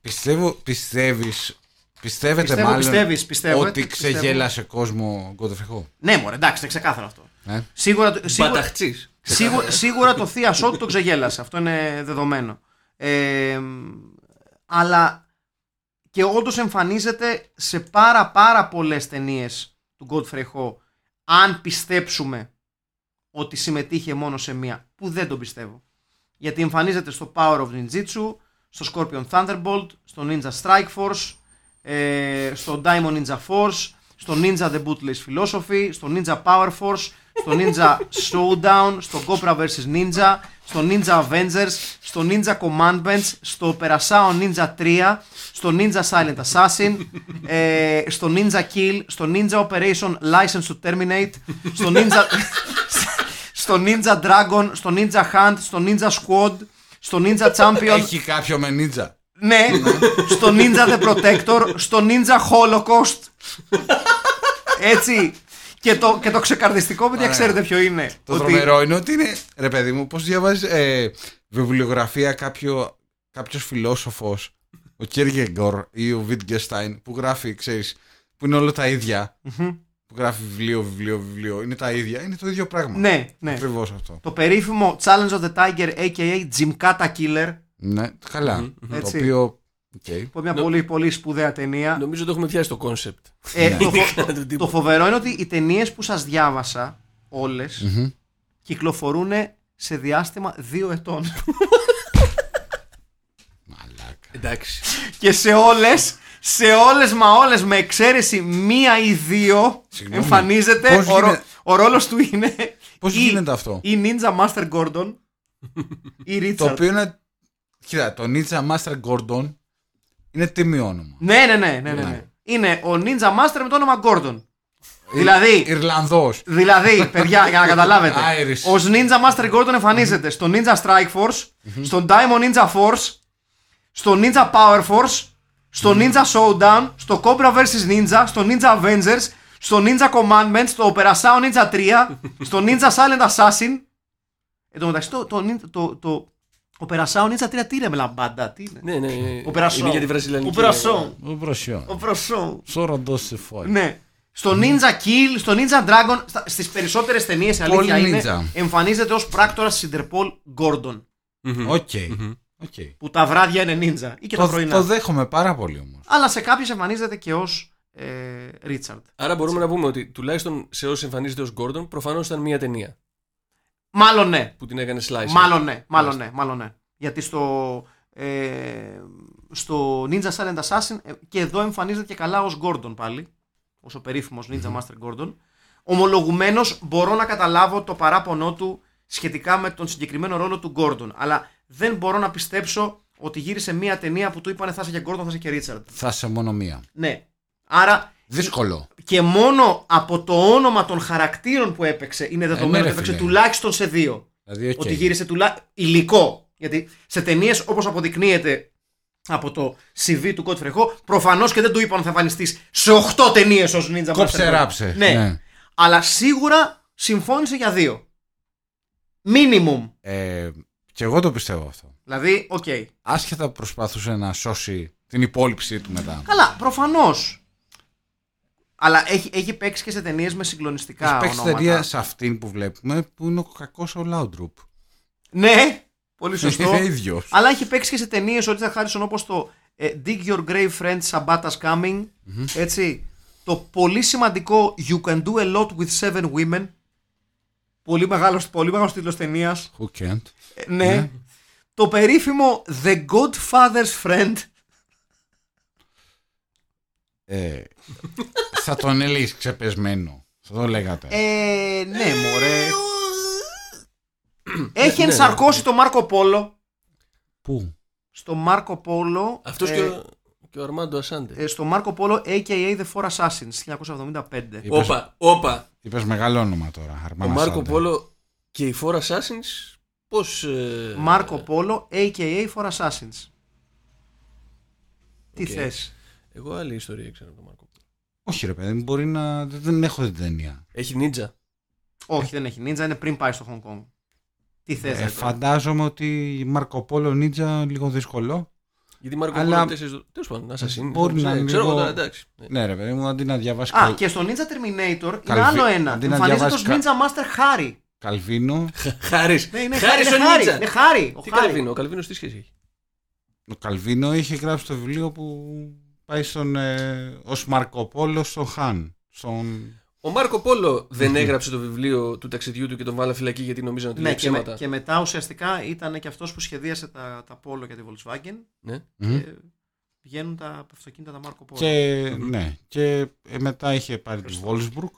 Speaker 5: πιστεύω, πιστεύεις, πιστεύετε
Speaker 1: Πιστεύω,
Speaker 5: μάλλον
Speaker 1: πιστεύεις, πιστεύω,
Speaker 5: ότι
Speaker 1: πιστεύω.
Speaker 5: ξεγέλασε κόσμο γκοντοφρεχό.
Speaker 1: Ναι, μωρέ, εντάξει, είναι ξεκάθαρο αυτό.
Speaker 5: Ε?
Speaker 1: Σίγουρα, το- σίγουρα,
Speaker 2: Μπαταχτσής.
Speaker 1: σίγουρα, σίγουρα το θεία σου το ξεγέλασε. Αυτό είναι δεδομένο. Ε, μ, αλλά και όντως εμφανίζεται σε πάρα πάρα πολλές ταινίες του Godfrey Ho αν πιστέψουμε ότι συμμετείχε μόνο σε μία που δεν τον πιστεύω γιατί εμφανίζεται στο Power of Ninjitsu στο Scorpion Thunderbolt στο Ninja Strike Force ε, στο Diamond Ninja Force στο Ninja The Bootless Philosophy στο Ninja Power Force στο Ninja Showdown στο Cobra vs Ninja στο Ninja Avengers στο Ninja Commandments στο Opera Ninja 3 στο Ninja Silent Assassin ε, στο Ninja Kill στο Ninja Operation License to Terminate στο Ninja στο Ninja Dragon, στο Ninja Hunt, στο Ninja Squad, στο Ninja Champion,
Speaker 5: Έχει κάποιο με νίτζα.
Speaker 1: ναι, στο Ninja The Protector, στο Ninja Holocaust. Έτσι. Και το, και το ξεκαρδιστικό, παιδιά,
Speaker 5: Ωραία.
Speaker 1: ξέρετε ποιο είναι.
Speaker 5: Το τρομερό είναι ότι είναι, ρε παιδί μου, πώς διαβάζεις ε, βιβλιογραφία κάποιο, κάποιος φιλόσοφος, ο Κίργεγκορ ή ο Βίτγκεστάιν, που γράφει, ξέρεις, που είναι όλα τα ίδια, που γράφει βιβλίο, βιβλίο, βιβλίο, είναι τα ίδια, είναι το ίδιο πράγμα.
Speaker 1: Ναι, ναι.
Speaker 5: Ακριβώς αυτό.
Speaker 1: Το περίφημο Challenge of the Tiger, a.k.a. Gymkata Killer,
Speaker 5: Ναι, καλά. Το
Speaker 1: Έτσι.
Speaker 5: οποίο, okay.
Speaker 1: που είναι μια πολύ, πολύ σπουδαία ταινία.
Speaker 2: Νομίζω το έχουμε πιάσει το [laughs] κόνσεπτ.
Speaker 1: Ε,
Speaker 5: Ναι.
Speaker 1: το, φο-
Speaker 2: Είχα τον τύπο.
Speaker 1: το φοβερό είναι ότι οι ταινίες που σας διάβασα, όλες, κυκλοφορούν σε διάστημα δύο ετών.
Speaker 2: Εντάξει.
Speaker 1: και σε όλες σε όλες μα όλες με εξαίρεση μία ή δύο
Speaker 5: Συγγνώμη.
Speaker 1: εμφανίζεται
Speaker 5: Πώς
Speaker 1: ο, Ρο-
Speaker 5: γίνεται-
Speaker 1: Ο ρόλος του είναι.
Speaker 5: Πώς
Speaker 1: η-
Speaker 5: γίνεται αυτό.
Speaker 1: Η Ninja Master Gordon. η Richard.
Speaker 5: Το οποίο είναι. Κοίτα, το Ninja Master Gordon είναι τίμιο όνομα.
Speaker 1: Ναι, ναι, ναι, ναι, ναι, ναι. Είναι ο Ninja Master με το όνομα Gordon.
Speaker 5: Ε,
Speaker 1: δηλαδή,
Speaker 5: Ιρλανδός.
Speaker 1: δηλαδή, παιδιά, για να καταλάβετε.
Speaker 5: Irish.
Speaker 1: Ως Ninja Master Gordon εμφανίζεται στο Ninja Strike Force, στο Diamond Ninja Force, στο Ninja Power Force, στο Ninja Showdown, στο Cobra vs Ninja, στο Ninja Avengers, στο Ninja Commandment, στο Opera Sound Ninja 3, στο Ninja Silent Assassin. Εν τω μεταξύ, το, το, το, το, το Opera Sound Ninja 3 τι είναι με λαμπάντα, τι είναι.
Speaker 2: Ναι, ναι. ναι.
Speaker 1: Opera Sound.
Speaker 2: Είναι για τη ε, Βραζιλιανική.
Speaker 1: Opera Sound.
Speaker 5: Μπροσιό.
Speaker 1: Opera Sound.
Speaker 5: Σόροντο σε φόη.
Speaker 1: Ναι. Στο Ninja Kill, στο Ninja Dragon, στα- στις περισσότερες ταινίες η αλήθεια
Speaker 5: Πολύ
Speaker 1: είναι,
Speaker 5: ninja.
Speaker 1: εμφανίζεται ως πράκτορας της Interpol Gordon.
Speaker 2: Μμμ.
Speaker 5: Οκ. Οκ.
Speaker 1: Που τα βράδια είναι ninja ή και τα
Speaker 5: Το,
Speaker 1: πρωινά.
Speaker 5: το δέχομαι πάρα πολύ όμως.
Speaker 1: Αλλά σε κάποιες εμφανίζεται και ως ε, Richard.
Speaker 2: Άρα μπορούμε να πούμε ότι τουλάχιστον σε όσους εμφανίζεται ως Gordon, προφανώς ήταν μία ταινία
Speaker 1: Μάλλον ναι.
Speaker 2: που την έκανε slice.
Speaker 1: Μάλλον ναι. Μάλλον ναι. Μάλλον ναι. Γιατί στο, ε, στο Ninja Silent Assassin ε, και εδώ εμφανίζεται και καλά ως Gordon πάλι. Ως ο περίφημος Ninja Master Gordon. Ομολογουμένως μπορώ να καταλάβω το παράπονό του σχετικά με τον συγκεκριμένο ρόλο του Gordon. Αλλά δεν μπορώ να πιστέψω ότι γύρισε μία ταινία που του είπανε θα είσαι και Gordon, θα είσαι και Richard.
Speaker 5: Θα σε μόνο μία.
Speaker 1: Ναι. Άρα
Speaker 5: Δύσκολο.
Speaker 1: και μόνο από το όνομα των χαρακτήρων που έπαιξε είναι
Speaker 5: ναι,
Speaker 1: δεδομένο ότι
Speaker 5: ρε
Speaker 1: έπαιξε
Speaker 5: φίλε.
Speaker 1: τουλάχιστον σε δύο.
Speaker 5: Δηλαδή, οκ.
Speaker 1: Ότι γύρισε τουλάχιστον υλικό. Γιατί σε ταινίες, όπως αποδεικνύεται από το CV του Κότ Φρεχό, προφανώς και δεν του είπαν θα εμφανιστείς σε 8 ταινίες ως Ninja
Speaker 5: Κόψε
Speaker 1: Master.
Speaker 5: ράψε.
Speaker 1: Ναι. Αλλά σίγουρα συμφώνησε για δύο. Minimum.
Speaker 5: Ε, και εγώ το πιστεύω αυτό.
Speaker 1: Δηλαδή, οκ.
Speaker 5: Άσχετα προσπαθούσε να σώσει την υπόλοιψή του μετά.
Speaker 1: Καλά, προφανώς. Αλλά έχει, έχει παίξει και σε ταινίες με συγκλονιστικά
Speaker 5: Έχει παίξει
Speaker 1: ονόματα.
Speaker 5: ταινία σε αυτήν που βλέπουμε που είναι ο κακός ο Λάουντρουπ.
Speaker 1: Ναι, πολύ
Speaker 5: [laughs]
Speaker 1: σωστό.
Speaker 5: Είναι ίδιος.
Speaker 1: Αλλά έχει παίξει και σε ταινίες ο Ρίτσαρντ Χάρισον όπως το ε, Dig Your Grave Friend Sabbath's Coming.
Speaker 2: Mm-hmm.
Speaker 1: Έτσι. Το πολύ σημαντικό You Can Do a Lot with Seven Women. Πολύ μεγάλος πολύ μεγάλος τίτλος ταινίας.
Speaker 5: Who can't.
Speaker 1: ναι. Το περίφημο The Godfather's Friend.
Speaker 5: Ε, θα τον έλεγες ξεπεσμένο. Θα το λέγατε.
Speaker 1: Ε, ναι, μωρέ. έχει
Speaker 2: Ναι, ναι.
Speaker 1: ενσαρκώσει το Μάρκο Πόλο.
Speaker 5: Πού.
Speaker 1: Στο Μάρκο Πόλο.
Speaker 2: Αυτός
Speaker 1: ε,
Speaker 2: και, ο- και ο Αρμάντο Ασάντε.
Speaker 1: ε, στο Μάρκο Πόλο AKA The Four Assassins 1975.
Speaker 5: Είπες,
Speaker 2: Ε, Όπα, όπα.
Speaker 5: είπες μεγάλο όνομα τώρα.
Speaker 2: Ο
Speaker 5: Αρμάνα
Speaker 2: Μάρκο
Speaker 5: Σάντερ.
Speaker 2: Πόλο και η Four Assassins πώς. Ε...
Speaker 1: Μάρκο Πόλο, a.k.a. for Assassins. Τι
Speaker 2: Οκ.
Speaker 1: θες.
Speaker 2: Εγώ άλλη ιστορία ξέρω από τον Μάρκο Πόλο.
Speaker 5: Όχι ρε παιδί, μου, μπορεί να. Δεν δεν έχω την ταινία.
Speaker 2: Έχει νίτζα.
Speaker 1: Όχι, δεν έχει νίντζα, είναι πριν πάει στο Hong Kong. Τι θες.
Speaker 5: Ε,
Speaker 1: ρε,
Speaker 5: φαντάζομαι ότι η Μάρκο Πόλο Νίτζα λίγο δύσκολο.
Speaker 2: Γιατί Μάρκο
Speaker 5: Αλλά-
Speaker 2: Πόλο τέσσερι. Τέλος πάντων, να σα είναι.
Speaker 5: Μπορεί να είναι
Speaker 2: Ξέρω εγώ
Speaker 5: λίγο-
Speaker 2: τώρα, εντάξει. Ναι.
Speaker 5: Ναι, ρε παιδί μου, αντί να διαβάσει
Speaker 1: τώρα. Α,
Speaker 5: Καλ-
Speaker 1: και στο Ninja Terminator είναι
Speaker 5: Καλβί-
Speaker 1: άλλο ένα.
Speaker 5: αντί να
Speaker 1: Εμφανίζεται
Speaker 5: διαβάζεις
Speaker 1: ως
Speaker 5: κα-
Speaker 1: Ninja Master Harry.
Speaker 5: Καλβίνο.
Speaker 2: Χάρης.
Speaker 1: Ναι, είναι
Speaker 2: Χάρης ο
Speaker 1: είναι Harry,
Speaker 2: Νίτζα.
Speaker 1: Είναι Harry. Ο
Speaker 2: Τι
Speaker 1: Harry.
Speaker 2: Καλβίνο, ο Καλβίνος τι σχέση έχει.
Speaker 5: Ο Καλβίνο είχε γράψει το βιβλίο που πάει στον, ε, ως Μάρκο Πόλο στον Χαν. Στον...
Speaker 2: Ο Μάρκο Πόλο
Speaker 5: [laughs]
Speaker 2: δεν έγραψε το βιβλίο του ταξιδιού του και τον βάλα φυλακή γιατί νομίζανε ότι
Speaker 1: Ναι,
Speaker 2: λέει
Speaker 1: και, με-
Speaker 2: ψέματα.
Speaker 1: και μετά ουσιαστικά ήταν και αυτός που σχεδίασε τα, τα Polo για τη Volkswagen.
Speaker 2: Ναι.
Speaker 5: Μμμ.
Speaker 1: Και βγαίνουν τα αυτοκίνητα τα Μάρκο Πόλο.
Speaker 5: Και, ναι, και ε, μετά είχε πάρει τη Βόλσμπουργκ.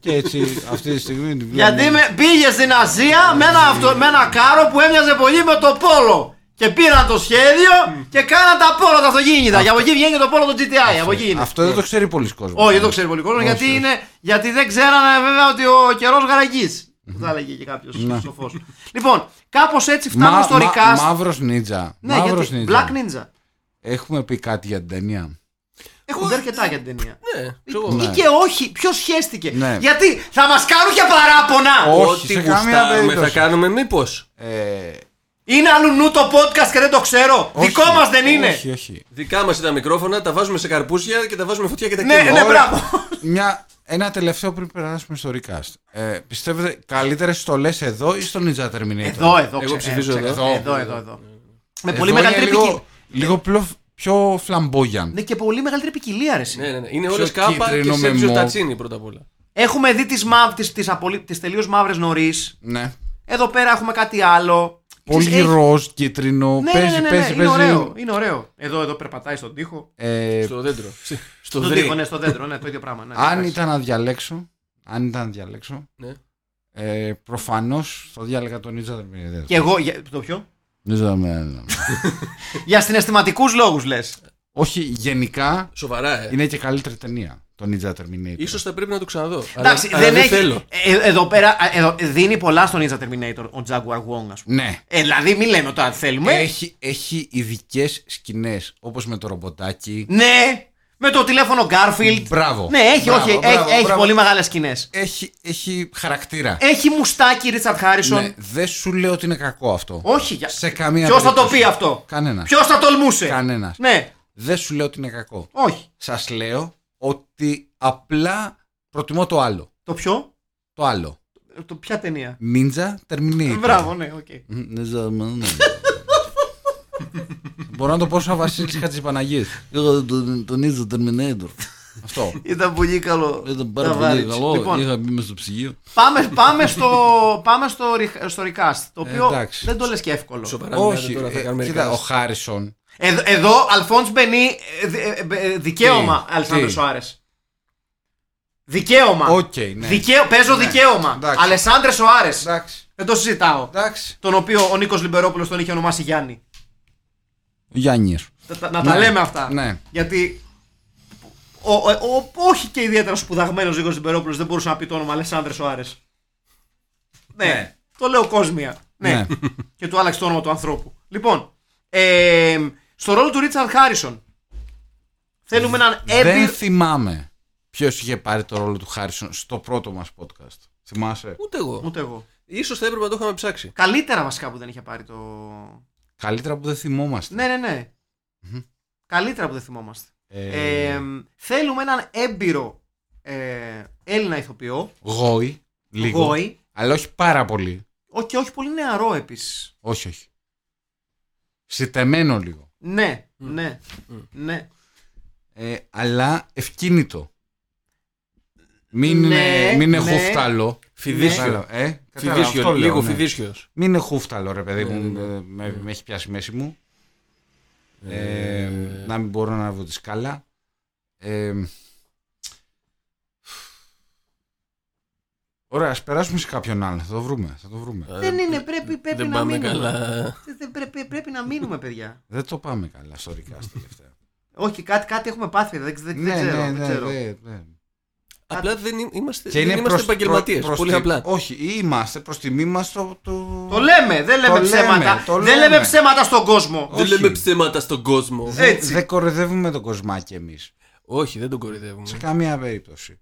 Speaker 5: και έτσι αυτή τη στιγμή την
Speaker 1: Γιατί
Speaker 5: βλέπουμε-
Speaker 1: με, πήγες στην Ασία
Speaker 5: Ναι,
Speaker 1: με ένα, αυτο, με ένα κάρο που έμοιαζε πολύ με το Πόλο. Και πήραν το σχέδιο και κάναν τα Πόλο τα αυτοκίνητα. Και από εκεί βγαίνει και το Πόλο του GTI. Από εκεί είναι.
Speaker 5: Αυτό δεν το ξέρει πολλοί κόσμοι.
Speaker 1: Όχι, δεν το ξέρει πολύ κόσμο
Speaker 5: Όχι,
Speaker 1: γιατί,
Speaker 5: όχι.
Speaker 1: είναι, γιατί δεν ξέρανε βέβαια ότι ο καιρός γαραγγεί. Που θα έλεγε και κάποιος
Speaker 5: Ναι.
Speaker 1: σοφό. Λοιπόν, κάπως έτσι φτάνουμε στο recast.
Speaker 5: Μαύρος Νίτζα.
Speaker 1: ναι,
Speaker 5: μαύρος
Speaker 1: γιατί,
Speaker 5: Ninja.
Speaker 1: Black Ninja.
Speaker 5: Έχουμε πει κάτι για την ταινία.
Speaker 1: Έχουμε πει αρκετά για την ταινία.
Speaker 2: Ναι, ξέρω εγώ.
Speaker 5: Ναι.
Speaker 1: Ή και όχι, ποιος σχέστηκε.
Speaker 5: Ναι.
Speaker 1: Γιατί θα μας κάνουν και παράπονα.
Speaker 5: Όχι, σε
Speaker 2: Ό,τι
Speaker 5: καμία
Speaker 2: γουστάρουμε θα
Speaker 5: περίπτωση.
Speaker 2: κάνουμε, μήπως.
Speaker 5: Ε,
Speaker 1: Είναι αλλού νου το podcast και δεν το ξέρω. Δικό
Speaker 5: όχι,
Speaker 1: μας δεν είναι.
Speaker 5: Όχι, όχι.
Speaker 2: Δικά μας τα μικρόφωνα, τα βάζουμε σε καρπούζια και τα βάζουμε φωτιά και τα
Speaker 1: Ναι,
Speaker 2: κλείνουμε.
Speaker 1: ναι,
Speaker 5: Ωραία.
Speaker 1: μπράβο.
Speaker 5: Μια, ένα τελευταίο πριν περάσουμε στο recast. Ε, πιστεύετε καλύτερες στολές εδώ ή στο Ninja Terminator.
Speaker 1: Εδώ, εδώ.
Speaker 2: Εγώ
Speaker 1: ξε-
Speaker 2: ψηφίζω
Speaker 1: ε, ξε-
Speaker 2: εδώ. Ε,
Speaker 1: Εδώ, εδώ, εδώ. Με
Speaker 5: Εδώ
Speaker 1: πολύ
Speaker 5: είναι
Speaker 1: μεγαλύτερη ποικιλία.
Speaker 5: λίγο, λίγο πιο, πιο flamboyant.
Speaker 1: Ναι, και πολύ μεγαλύτερη ποικιλία, ρε. εσύ.
Speaker 2: Ναι, ναι, ναι. Είναι
Speaker 5: Πιο
Speaker 2: όλες κάπα και
Speaker 5: κίτρινο με
Speaker 2: Σέρτζιο
Speaker 5: μοβ.
Speaker 2: Τατσίνη πρώτα απ' όλα.
Speaker 1: Έχουμε δει τις τις, τις, απολύ... τις τελείως μαύρες νωρίς.
Speaker 5: Ναι.
Speaker 1: Εδώ πέρα έχουμε κάτι άλλο.
Speaker 5: Πολύ
Speaker 1: Ξέρεις, έχει-
Speaker 5: ροζ, κίτρινο.
Speaker 1: Ναι, ναι,
Speaker 5: παίζει,
Speaker 1: ναι, ναι,
Speaker 5: παίζει,
Speaker 1: είναι
Speaker 5: παίζει.
Speaker 1: ωραίο. Είναι ωραίο. Εδώ, εδώ περπατάει στον τοίχο.
Speaker 5: Ε,
Speaker 2: Στο δέντρο. Στο, στο
Speaker 1: Στον
Speaker 2: δρύ.
Speaker 1: τοίχο, ναι, στο δέντρο, ναι, το ίδιο πράγμα. Ναι,
Speaker 5: αν
Speaker 1: εντάξει.
Speaker 5: ήταν να διαλέξω. Αν ήταν να διαλέξω.
Speaker 2: Ναι.
Speaker 5: Ε, Προφανώς θα διάλεγα τον Ninja Terminator.
Speaker 1: Και εγώ. Για, το ποιο?
Speaker 5: Ninja Terminator.
Speaker 1: για συναισθηματικούς λόγους λες.
Speaker 5: Όχι, γενικά
Speaker 2: Σοβαρά, ε.
Speaker 5: είναι και καλύτερη ταινία το Ninja Terminator.
Speaker 2: Ίσως θα πρέπει να το ξαναδώ. Αλλά,
Speaker 1: Εντάξει,
Speaker 2: αλλά
Speaker 1: δεν έχει.
Speaker 2: θέλω.
Speaker 1: Ε, εδώ πέρα ε, εδώ, δίνει πολλά στον Ninja Terminator ο Jaguar Wong, ας πούμε.
Speaker 5: Ναι.
Speaker 1: Ε, δηλαδή, μην λέμε τώρα τι θέλουμε.
Speaker 5: Έχει, έχει ειδικές σκηνές όπως με το ρομποτάκι.
Speaker 1: Ναι, με το τηλέφωνο Garfield.
Speaker 5: Μπράβο.
Speaker 1: Ναι, έχει,
Speaker 5: Μπράβο,
Speaker 1: όχι,
Speaker 5: μπράβο,
Speaker 1: έχει, έχει
Speaker 5: μπράβο.
Speaker 1: πολύ μεγάλες σκηνές.
Speaker 5: Έχει, έχει χαρακτήρα.
Speaker 1: Έχει μουστάκι Ρίτσαρτ Χάρισον.
Speaker 5: Ναι, δεν σου λέω ότι είναι κακό αυτό.
Speaker 1: Όχι, για...
Speaker 5: Σε καμία
Speaker 1: Ποιος θα το
Speaker 5: περίπτωση.
Speaker 1: πει αυτό.
Speaker 5: Κανένας.
Speaker 1: Ποιος θα τολμούσε.
Speaker 5: Κανένας.
Speaker 1: Ναι,
Speaker 5: Δεν σου λέω ότι είναι κακό.
Speaker 1: όχι.
Speaker 5: Σας λέω ότι απλά προτιμώ το άλλο.
Speaker 1: Το ποιο.
Speaker 5: Το άλλο.
Speaker 1: Το ποια ταινία.
Speaker 5: Ninja Terminator.
Speaker 1: Μπράβο, ναι, οκ.
Speaker 5: Ninja Terminator. [laughs] Μπορώ να το πω σαν Βασίλης Χατζηπαναγή. Το Ninja Terminator. Αυτό.
Speaker 1: Ήταν πολύ καλό.
Speaker 5: Ήταν
Speaker 1: Τα
Speaker 5: πάρα πολύ
Speaker 1: βάρηξε.
Speaker 5: καλό.
Speaker 1: Λοιπόν,
Speaker 5: Είχα μπει μέσα στο ψυγείο.
Speaker 1: πάμε, πάμε, στο, πάμε στο, re- στο recast. Το οποίο
Speaker 5: Ε, εντάξει.
Speaker 1: δεν το λες και εύκολο.
Speaker 2: Σοβαρά,
Speaker 5: Όχι,
Speaker 2: μιλάτε τώρα θα
Speaker 5: ε,
Speaker 2: κάνουμε
Speaker 5: κοίτα, ο
Speaker 2: recast.
Speaker 5: Χάρισον.
Speaker 1: Εδώ, εδώ Αλφόντς Μπενί, ε, δι- ε, ε, ε, δικαίωμα
Speaker 5: Τι,
Speaker 1: Αλεσάνδρο
Speaker 5: τι.
Speaker 1: Σοάρε. Δικαίωμα.
Speaker 5: Οκ, ναι.
Speaker 1: Δικαίω- παίζω δικαίωμα.
Speaker 5: εντάξει.
Speaker 1: Αλεσάνδρε Σοάρε.
Speaker 5: Εντάξει.
Speaker 1: Δεν το συζητάω.
Speaker 5: Εντάξει.
Speaker 1: Τον οποίο ο Νίκος Λιμπερόπουλος τον είχε ονομάσει Γιάννη.
Speaker 5: Γιάννης.
Speaker 1: Τα- τα- Να τα
Speaker 5: Ναι.
Speaker 1: λέμε αυτά.
Speaker 5: Ναι.
Speaker 1: Γιατί ο, ο, ο- όχι και ιδιαίτερα σπουδαγμένος Νίκος Λιμπερόπουλος δεν μπορούσε να πει το όνομα Αλεσάνδρε Σοάρε. Ναι.
Speaker 5: Ναι.
Speaker 1: Το λέω κόσμια. Ναι. [laughs]
Speaker 5: Ναι.
Speaker 1: και του άλλαξε το όνομα του ανθρώπου. Λοιπόν, ε, στο ρόλο του Ρίτσαρντ Χάρισον θέλουμε έναν
Speaker 5: Δεν
Speaker 1: έμπειρο.
Speaker 5: θυμάμαι ποιος είχε πάρει το ρόλο του Χάρισον στο πρώτο μας podcast. Θυμάσαι.
Speaker 2: Ούτε εγώ.
Speaker 1: Ούτε εγώ.
Speaker 2: Ίσως θα έπρεπε να το είχαμε ψάξει.
Speaker 1: Καλύτερα βασικά που δεν είχε πάρει το.
Speaker 5: Καλύτερα που δεν θυμόμαστε.
Speaker 1: Ναι, ναι, ναι. Καλύτερα που δεν θυμόμαστε.
Speaker 5: Ε,
Speaker 1: Ε, θέλουμε έναν έμπειρο ε, Έλληνα ηθοποιό.
Speaker 5: Γόη. Λίγο.
Speaker 1: Γόη.
Speaker 5: Αλλά όχι πάρα πολύ.
Speaker 1: Ό, και όχι πολύ νεαρό επίσης.
Speaker 5: Όχι, όχι. Συτεμένο λίγο.
Speaker 1: Ναι, ναι, ναι.
Speaker 5: Ε, αλλά ευκίνητο. Μην,
Speaker 1: Ναι,
Speaker 5: είναι, μην είναι
Speaker 1: ναι.
Speaker 5: χούφταλο.
Speaker 2: Φιδίσιο.
Speaker 5: Ναι. Ε, κατάλαβα,
Speaker 2: Φιδίσιο,
Speaker 5: αυτό λέω,
Speaker 2: λίγο
Speaker 5: ναι.
Speaker 2: φιδίσιος.
Speaker 5: Μην είναι χούφταλο, ρε παιδί
Speaker 2: Ναι,
Speaker 5: μου.
Speaker 2: ναι, ναι.
Speaker 5: ε, Με, με έχει πιάσει η μέση μου. Ε, να μην μπορώ να ανέβω τη σκάλα. Ε, ωραία, ας περάσουμε σε κάποιον άλλον. Θα το βρούμε. Θα το βρούμε.
Speaker 1: Δεν είναι, πρέπει, πρέπει
Speaker 2: Δεν
Speaker 1: να
Speaker 2: πάμε
Speaker 1: μείνουμε.
Speaker 2: καλά.
Speaker 1: Δεν- δεν πρέπει, πρέπει να μείνουμε, παιδιά.
Speaker 5: Δεν το πάμε καλά στο recast τελευταία.
Speaker 1: Όχι, κάτι, κάτι έχουμε πάθει. Δεν, δεν, δεν ξέρω. δεν ξέρω.
Speaker 5: ναι, ναι.
Speaker 2: Απλά δεν εί- είμαστε,
Speaker 5: Και
Speaker 2: δεν
Speaker 5: είναι
Speaker 2: είμαστε
Speaker 5: προς-
Speaker 2: επαγγελματίες.
Speaker 5: προς- προς
Speaker 2: Πολύ
Speaker 5: τη-
Speaker 2: απλά.
Speaker 5: Όχι, είμαστε προς τιμή μας το... το...
Speaker 1: Το λέμε, δεν λέμε
Speaker 5: Το λέμε,
Speaker 1: ψέματα.
Speaker 5: το
Speaker 1: Δεν λέμε
Speaker 5: λέμε.
Speaker 1: ψέματα στον κόσμο.
Speaker 2: Δεν
Speaker 5: όχι.
Speaker 2: λέμε ψέματα στον κόσμο.
Speaker 1: Ε. έτσι.
Speaker 5: Δεν κοροϊδεύουμε τον κοσμάκι εμείς.
Speaker 2: Όχι, δεν τον κορυδεύουμε.
Speaker 5: Σε καμία περίπτωση.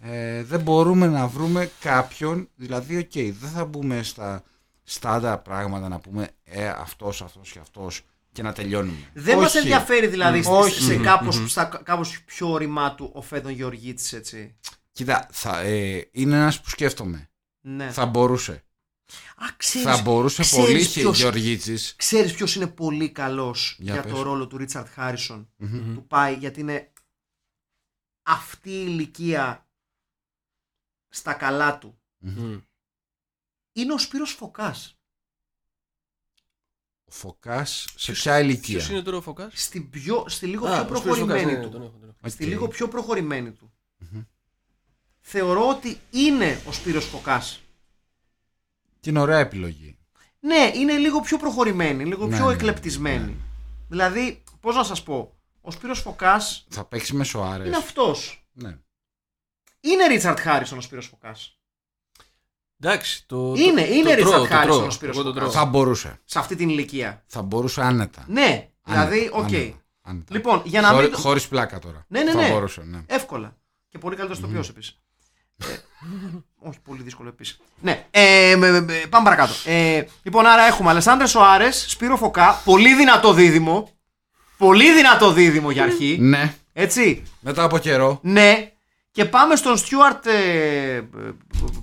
Speaker 5: Ε, δεν μπορούμε να βρούμε κάποιον, δηλαδή, οκ, δεν θα μπούμε στα στάντα πράγματα να πούμε ε, αυτός, αυτός και αυτός και να τελειώνουμε.
Speaker 1: Δεν μας
Speaker 5: Όχι. Mm-hmm.
Speaker 1: ενδιαφέρει δηλαδή
Speaker 5: Μμμ.
Speaker 1: σε, σε κάπως, στα, κάπως πιο οριμά του ο Φέδων Γεωργίτης έτσι.
Speaker 5: Κοίτα, θα, ε, είναι ένας που σκέφτομαι.
Speaker 1: Ναι.
Speaker 5: Θα μπορούσε.
Speaker 1: Α, ξέρεις,
Speaker 5: θα μπορούσε
Speaker 1: ξέρεις
Speaker 5: πολύ και
Speaker 1: ποιος,
Speaker 5: Γεωργίτσης.
Speaker 1: Ξέρεις ποιος είναι πολύ καλός για,
Speaker 5: Για πες. Mm-hmm.
Speaker 1: το ρόλο του Ρίτσαρτ Χάρισον
Speaker 5: Μμμ.
Speaker 1: που πάει γιατί είναι αυτή η ηλικία στα καλά του.
Speaker 2: Μμ.
Speaker 1: Είναι ο Σπύρος Φωκάς.
Speaker 5: Ο Φωκάς σε
Speaker 2: Ποιος-
Speaker 5: ποια ηλικία.
Speaker 2: Ποιος είναι τώρα ο Φωκάς?
Speaker 1: Στην, πιο, στη λίγο
Speaker 2: Α,
Speaker 1: πιο
Speaker 2: ο Σπύρος Φωκάς, ναι,
Speaker 1: προχωρημένη
Speaker 2: ναι,
Speaker 1: του.
Speaker 2: τον έχω, τον έχω.
Speaker 5: Οκ.
Speaker 1: στη λίγο πιο προχωρημένη του. Θεωρώ ότι είναι ο Σπύρος Φωκάς.
Speaker 5: Και είναι ωραία επιλογή.
Speaker 1: Ναι, είναι λίγο πιο προχωρημένη, λίγο
Speaker 5: Ναι,
Speaker 1: πιο
Speaker 5: ναι,
Speaker 1: εκλεπτισμένη. Δηλαδή, πώς να σας πω, ο Σπύρος Φωκάς
Speaker 5: Θα παίξει με Σοάρες.
Speaker 1: είναι αυτός.
Speaker 5: Ναι.
Speaker 1: Είναι Ρίτσαρτ Χάρισον ο Σπύρος Φωκάς.
Speaker 2: Εντάξει, το.
Speaker 1: Είναι-
Speaker 2: το-
Speaker 1: είναι
Speaker 2: το
Speaker 1: Richard
Speaker 2: τρώω, το
Speaker 1: Harrison
Speaker 2: τρώω.
Speaker 1: ο Σπύρος
Speaker 2: Εγώ το
Speaker 1: Φωκάς.
Speaker 2: τρώω.
Speaker 5: Θα μπορούσε.
Speaker 1: Σε αυτή την ηλικία.
Speaker 5: Θα μπορούσε άνετα.
Speaker 1: Ναι, δηλαδή, οκ.
Speaker 5: άνετα, άνετα.
Speaker 1: Λοιπόν, για να
Speaker 5: Χωρί,
Speaker 1: μην... το-
Speaker 5: χωρίς πλάκα τώρα.
Speaker 1: Ναι, ναι,
Speaker 5: θα
Speaker 1: ναι.
Speaker 5: μπορούσε, ναι.
Speaker 1: Εύκολα. Και πολύ καλύτερο στο ποιό επίση. όχι, πολύ δύσκολο επίσης. Ναι, ε, με- με- με- πάμε παρακάτω. Ε, λοιπόν, άρα έχουμε Αλεσάνδρε Σοάρες, Σπύρο Φωκά, πολύ δυνατό δίδυμο. Πολύ δυνατό δίδυμο για αρχή.
Speaker 5: Ναι.
Speaker 1: Έτσι.
Speaker 5: Μετά από καιρό.
Speaker 1: Ναι. Και πάμε στον Στιούαρτ.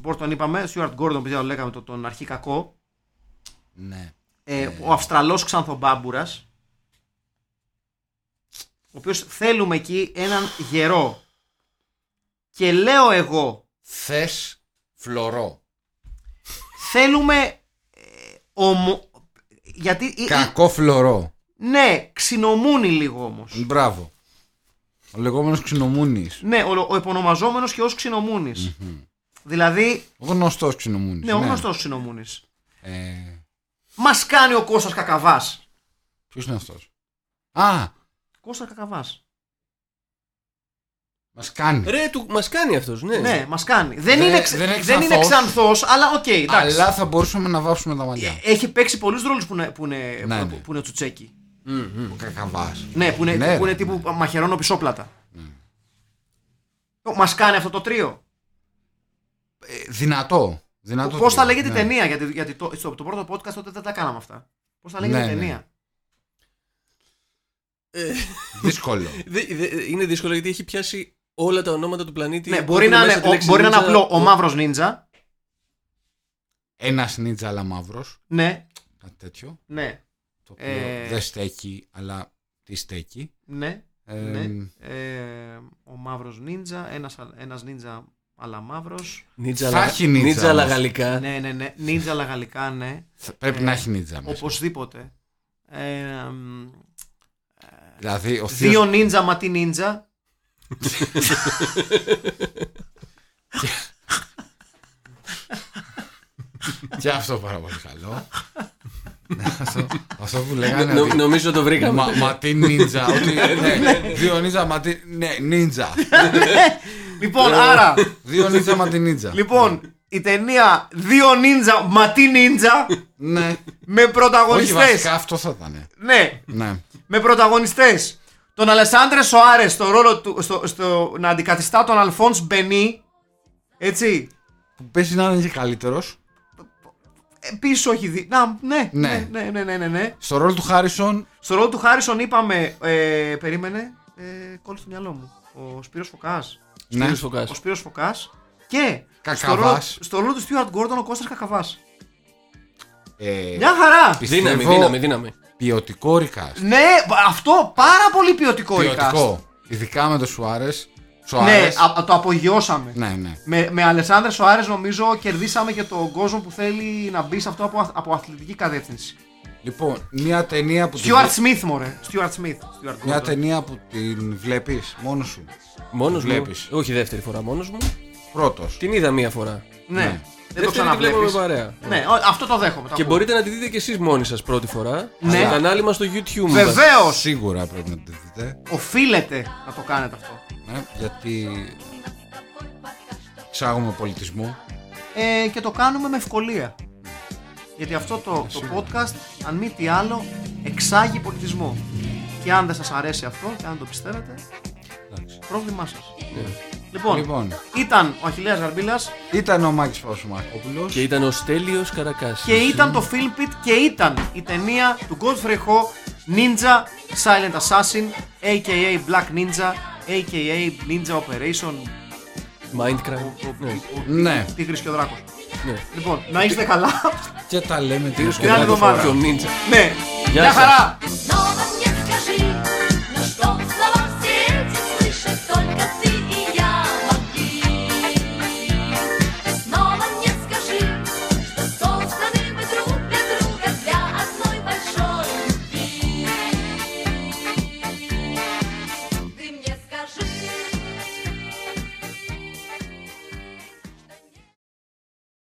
Speaker 1: Πώς τον είπαμε, Στιούαρτ Γκόρντον, που λέγαμε το- τον αρχή κακό.
Speaker 5: Ναι.
Speaker 1: ε, ο Αυστραλός Ξανθομπάμπουρας ο οποίος θέλουμε εκεί έναν γερό και λέω εγώ
Speaker 5: Θες φλωρό.
Speaker 1: θέλουμε ε, Ομο... Γιατί. ή- ή-
Speaker 5: Κακό φλωρό.
Speaker 1: Ναι, ξινομούνι λίγο όμως.
Speaker 5: Μπράβο. Ο λεγόμενος ξινομούνης.
Speaker 1: Ναι, ο, ο επωνομαζόμενος και ω ξινομούνη. Δηλαδή,
Speaker 5: Γνωστός ξινομούνης.
Speaker 1: ναι, ο γνωστός ξινομούνης.
Speaker 5: Ε,
Speaker 1: Μας κάνει ο Κώστας Κακαβάς.
Speaker 5: Ποιος είναι αυτός. Α,
Speaker 1: Κώστας Κακαβάς.
Speaker 5: μας κάνει.
Speaker 2: Ρε, του, μας κάνει αυτός, ναι.
Speaker 1: Ναι, μας κάνει. Δεν,
Speaker 5: Δεν-
Speaker 1: είναι, ξ-
Speaker 5: δεν είναι
Speaker 1: δεν είναι
Speaker 5: ξανθός.
Speaker 1: ξανθό, αλλά οκ, εντάξει. Ε,
Speaker 5: Αλλά θα μπορούσαμε να βάψουμε τα μαλλιά.
Speaker 1: Έχει παίξει πολλούς ρόλους που είναι, που, είναι,
Speaker 5: Ναι,
Speaker 1: που,
Speaker 5: ναι.
Speaker 1: που είναι τσουτσέκι. ε.
Speaker 5: Ο κακαβάς.
Speaker 1: Ναι, που είναι,
Speaker 5: Ναι,
Speaker 1: που είναι
Speaker 5: ρε.
Speaker 1: τύπου μαχαιρώνω πισόπλατα. Μα κάνει αυτό το τρίο.
Speaker 5: Ε, δυνατό. δυνατό
Speaker 1: Πώς θα
Speaker 5: τρόπο.
Speaker 1: λέγεται η
Speaker 5: Ναι.
Speaker 1: ταινία, γιατί, γιατί το, στο το πρώτο podcast τότε δεν τα κάναμε αυτά. Πώς θα λέγεται
Speaker 5: Ναι,
Speaker 1: η
Speaker 5: ναι.
Speaker 1: ταινία.
Speaker 5: Δύσκολο.
Speaker 2: Δε- δε- είναι δύσκολο γιατί έχει πιάσει όλα τα ονόματα του πλανήτη.
Speaker 1: Ναι,
Speaker 2: που
Speaker 1: μπορεί
Speaker 2: έχουν
Speaker 1: να,
Speaker 2: μέσα
Speaker 1: είναι,
Speaker 2: τη
Speaker 1: ο,
Speaker 2: λέξη
Speaker 1: μπορεί να είναι
Speaker 2: ninja.
Speaker 1: απλό ο μαύρος νίντζα.
Speaker 5: Ένας νίτσα αλλά μαύρος.
Speaker 1: Ναι,
Speaker 5: Κάτι τέτοιο.
Speaker 1: ναι,
Speaker 5: Το οποίο
Speaker 1: Ε.
Speaker 5: δεν στέκει, αλλά τι στέκει.
Speaker 1: ναι.
Speaker 5: Ε,
Speaker 1: ναι. Ε, ο μαύρος νίντζα, ένας ένας νίντζα αλλά μαύρος.
Speaker 2: Νίτσα,
Speaker 5: Θα
Speaker 2: αλλά-
Speaker 5: έχει ninja
Speaker 2: νίτσα, αλλά
Speaker 5: όμως.
Speaker 2: γαλλικά.
Speaker 1: Ναι, ναι, ναι. Νίντζα αλλά γαλλικά, ναι.
Speaker 5: θα- Πρέπει να έχει νίτσα μέσα.
Speaker 1: Οπωσδήποτε. Ε, μ,
Speaker 5: Δηλαδή, ο
Speaker 1: δύο
Speaker 5: θείος,
Speaker 1: νίντζα μα τι νίντζα.
Speaker 5: και αυτό πάρα πολύ
Speaker 1: [laughs]
Speaker 5: καλό. Ναι, αυτό, αυτό που
Speaker 2: Νο-
Speaker 5: λέγανε.
Speaker 2: νο-
Speaker 5: ότι-
Speaker 2: νομίζω το βρήκαμε.
Speaker 5: Μα, μα τι νίτσα. Ότι, ναι, δύο νίτσα, μα τι. Ναι, νίτσα.
Speaker 1: λοιπόν, άρα.
Speaker 5: Δύο νίτσα, μα τι νίτσα.
Speaker 1: λοιπόν, η ταινία Δύο νίντζα μα τι νίντζα
Speaker 5: Ναι.
Speaker 1: με
Speaker 5: Όχι, βασικά
Speaker 1: πρωταγωνιστές
Speaker 5: αυτό θα ήταν.
Speaker 1: Ναι,
Speaker 5: Ναι.
Speaker 1: με πρωταγωνιστές Τον Αλεσάνδρε Σοάρες στο ρόλο του. Στο, στο, να αντικαθιστά τον Αλφόνς Μπενί. Έτσι.
Speaker 5: Που παίζει να είναι και καλύτερος.
Speaker 1: Επίση όχι ε, δει. Να, ναι, ναι,
Speaker 5: Ναι.
Speaker 1: ναι, ναι, ναι, ναι, ναι.
Speaker 5: Στο ρόλο του Χάρισον.
Speaker 1: Στο ρόλο του Χάρισον είπαμε. Ε, περίμενε. Ε, κόλλησε το μυαλό μου. Ο Σπύρος Φωκάς
Speaker 5: Ναι.
Speaker 2: Κύριος Φωκάς.
Speaker 1: Ο Σπύρος Φωκάς Και. Στο
Speaker 5: Κακαβάς.
Speaker 1: ρόλο, στο ρόλο του Στιούαρτ Γκόρντον ο Κώστας Κακαβάς
Speaker 5: Ε,
Speaker 1: Μια χαρά.
Speaker 5: πιστεύω
Speaker 2: Δύναμη, δύναμη, δύναμη.
Speaker 5: Ποιοτικό ρικάστ.
Speaker 1: Ναι, αυτό πάρα πολύ ποιοτικό η cast.
Speaker 5: Ποιοτικό. Ειδικά με τον Σουάρες.
Speaker 1: Ναι,
Speaker 5: Σουάρε.
Speaker 1: α- το απογειώσαμε.
Speaker 5: Ναι, ναι.
Speaker 1: Με, με Αλεσάνδρε Σοάρε, νομίζω, κερδίσαμε και τον κόσμο που θέλει να μπει σε αυτό από, αθ- από αθλητική κατεύθυνση.
Speaker 5: Λοιπόν, μια ταινία που. τη
Speaker 1: Stuart
Speaker 5: βλέ-
Speaker 1: Smith, μωρέ. Stuart Smith. Stuart
Speaker 5: Μια
Speaker 1: Gordon.
Speaker 5: ταινία που την βλέπεις μόνος σου.
Speaker 2: Μόνος μου.
Speaker 5: Βλέπεις.
Speaker 2: Όχι δεύτερη φορά μόνος μου.
Speaker 5: πρώτος.
Speaker 2: Την είδα μία φορά.
Speaker 1: Ναι.
Speaker 5: ναι.
Speaker 1: Δεν το
Speaker 2: Δεύτερη τη βλέπουμε
Speaker 1: ξαναβλέπεις.
Speaker 2: παρέα.
Speaker 1: Ναι, ο- αυτό το δέχομαι. το
Speaker 2: Και
Speaker 1: ακούω.
Speaker 2: μπορείτε να τη δείτε κι εσείς μόνοι σας πρώτη φορά.
Speaker 1: Ναι.
Speaker 2: Στο κανάλι μας στο YouTube.
Speaker 1: Βεβαίως
Speaker 5: Σίγουρα πρέπει να τη δείτε.
Speaker 1: οφείλετε να το κάνετε αυτό.
Speaker 5: Ναι, γιατί. Ξάγουμε πολιτισμό.
Speaker 1: Ε, και το κάνουμε με ευκολία. Γιατί αυτό το, το podcast, αν μη τι άλλο, εξάγει πολιτισμό. Και αν δεν σας αρέσει αυτό, και αν το πιστεύετε,
Speaker 5: Εντάξει.
Speaker 1: πρόβλημά σας. Λοιπόν,
Speaker 5: Λοιπόν.
Speaker 1: ήταν ο Αχιλέας Γαρμπίλας
Speaker 5: Ήταν ο Μάκης Παυσουμακόπουλο.
Speaker 2: Και ήταν ο Στέλιος Καρακάσης.
Speaker 1: και ήταν το Film Pit και ήταν η ταινία του Godfrey Ho Ninja Silent Assassin aka Black Ninja aka Ninja Operation
Speaker 2: Minecraft. Ναι.
Speaker 5: Ναι,
Speaker 1: Τίγρης και ο Δράκος.
Speaker 2: Ναι.
Speaker 1: Λοιπόν, να είστε καλά.
Speaker 5: και τα λέμε την
Speaker 2: Κύριος
Speaker 5: επόμενη
Speaker 1: εβδομάδα.
Speaker 2: Καρακάσης. Και ο Ninja.
Speaker 1: Ναι.
Speaker 2: Γεια
Speaker 1: Γεια
Speaker 2: σας.
Speaker 1: χαρά.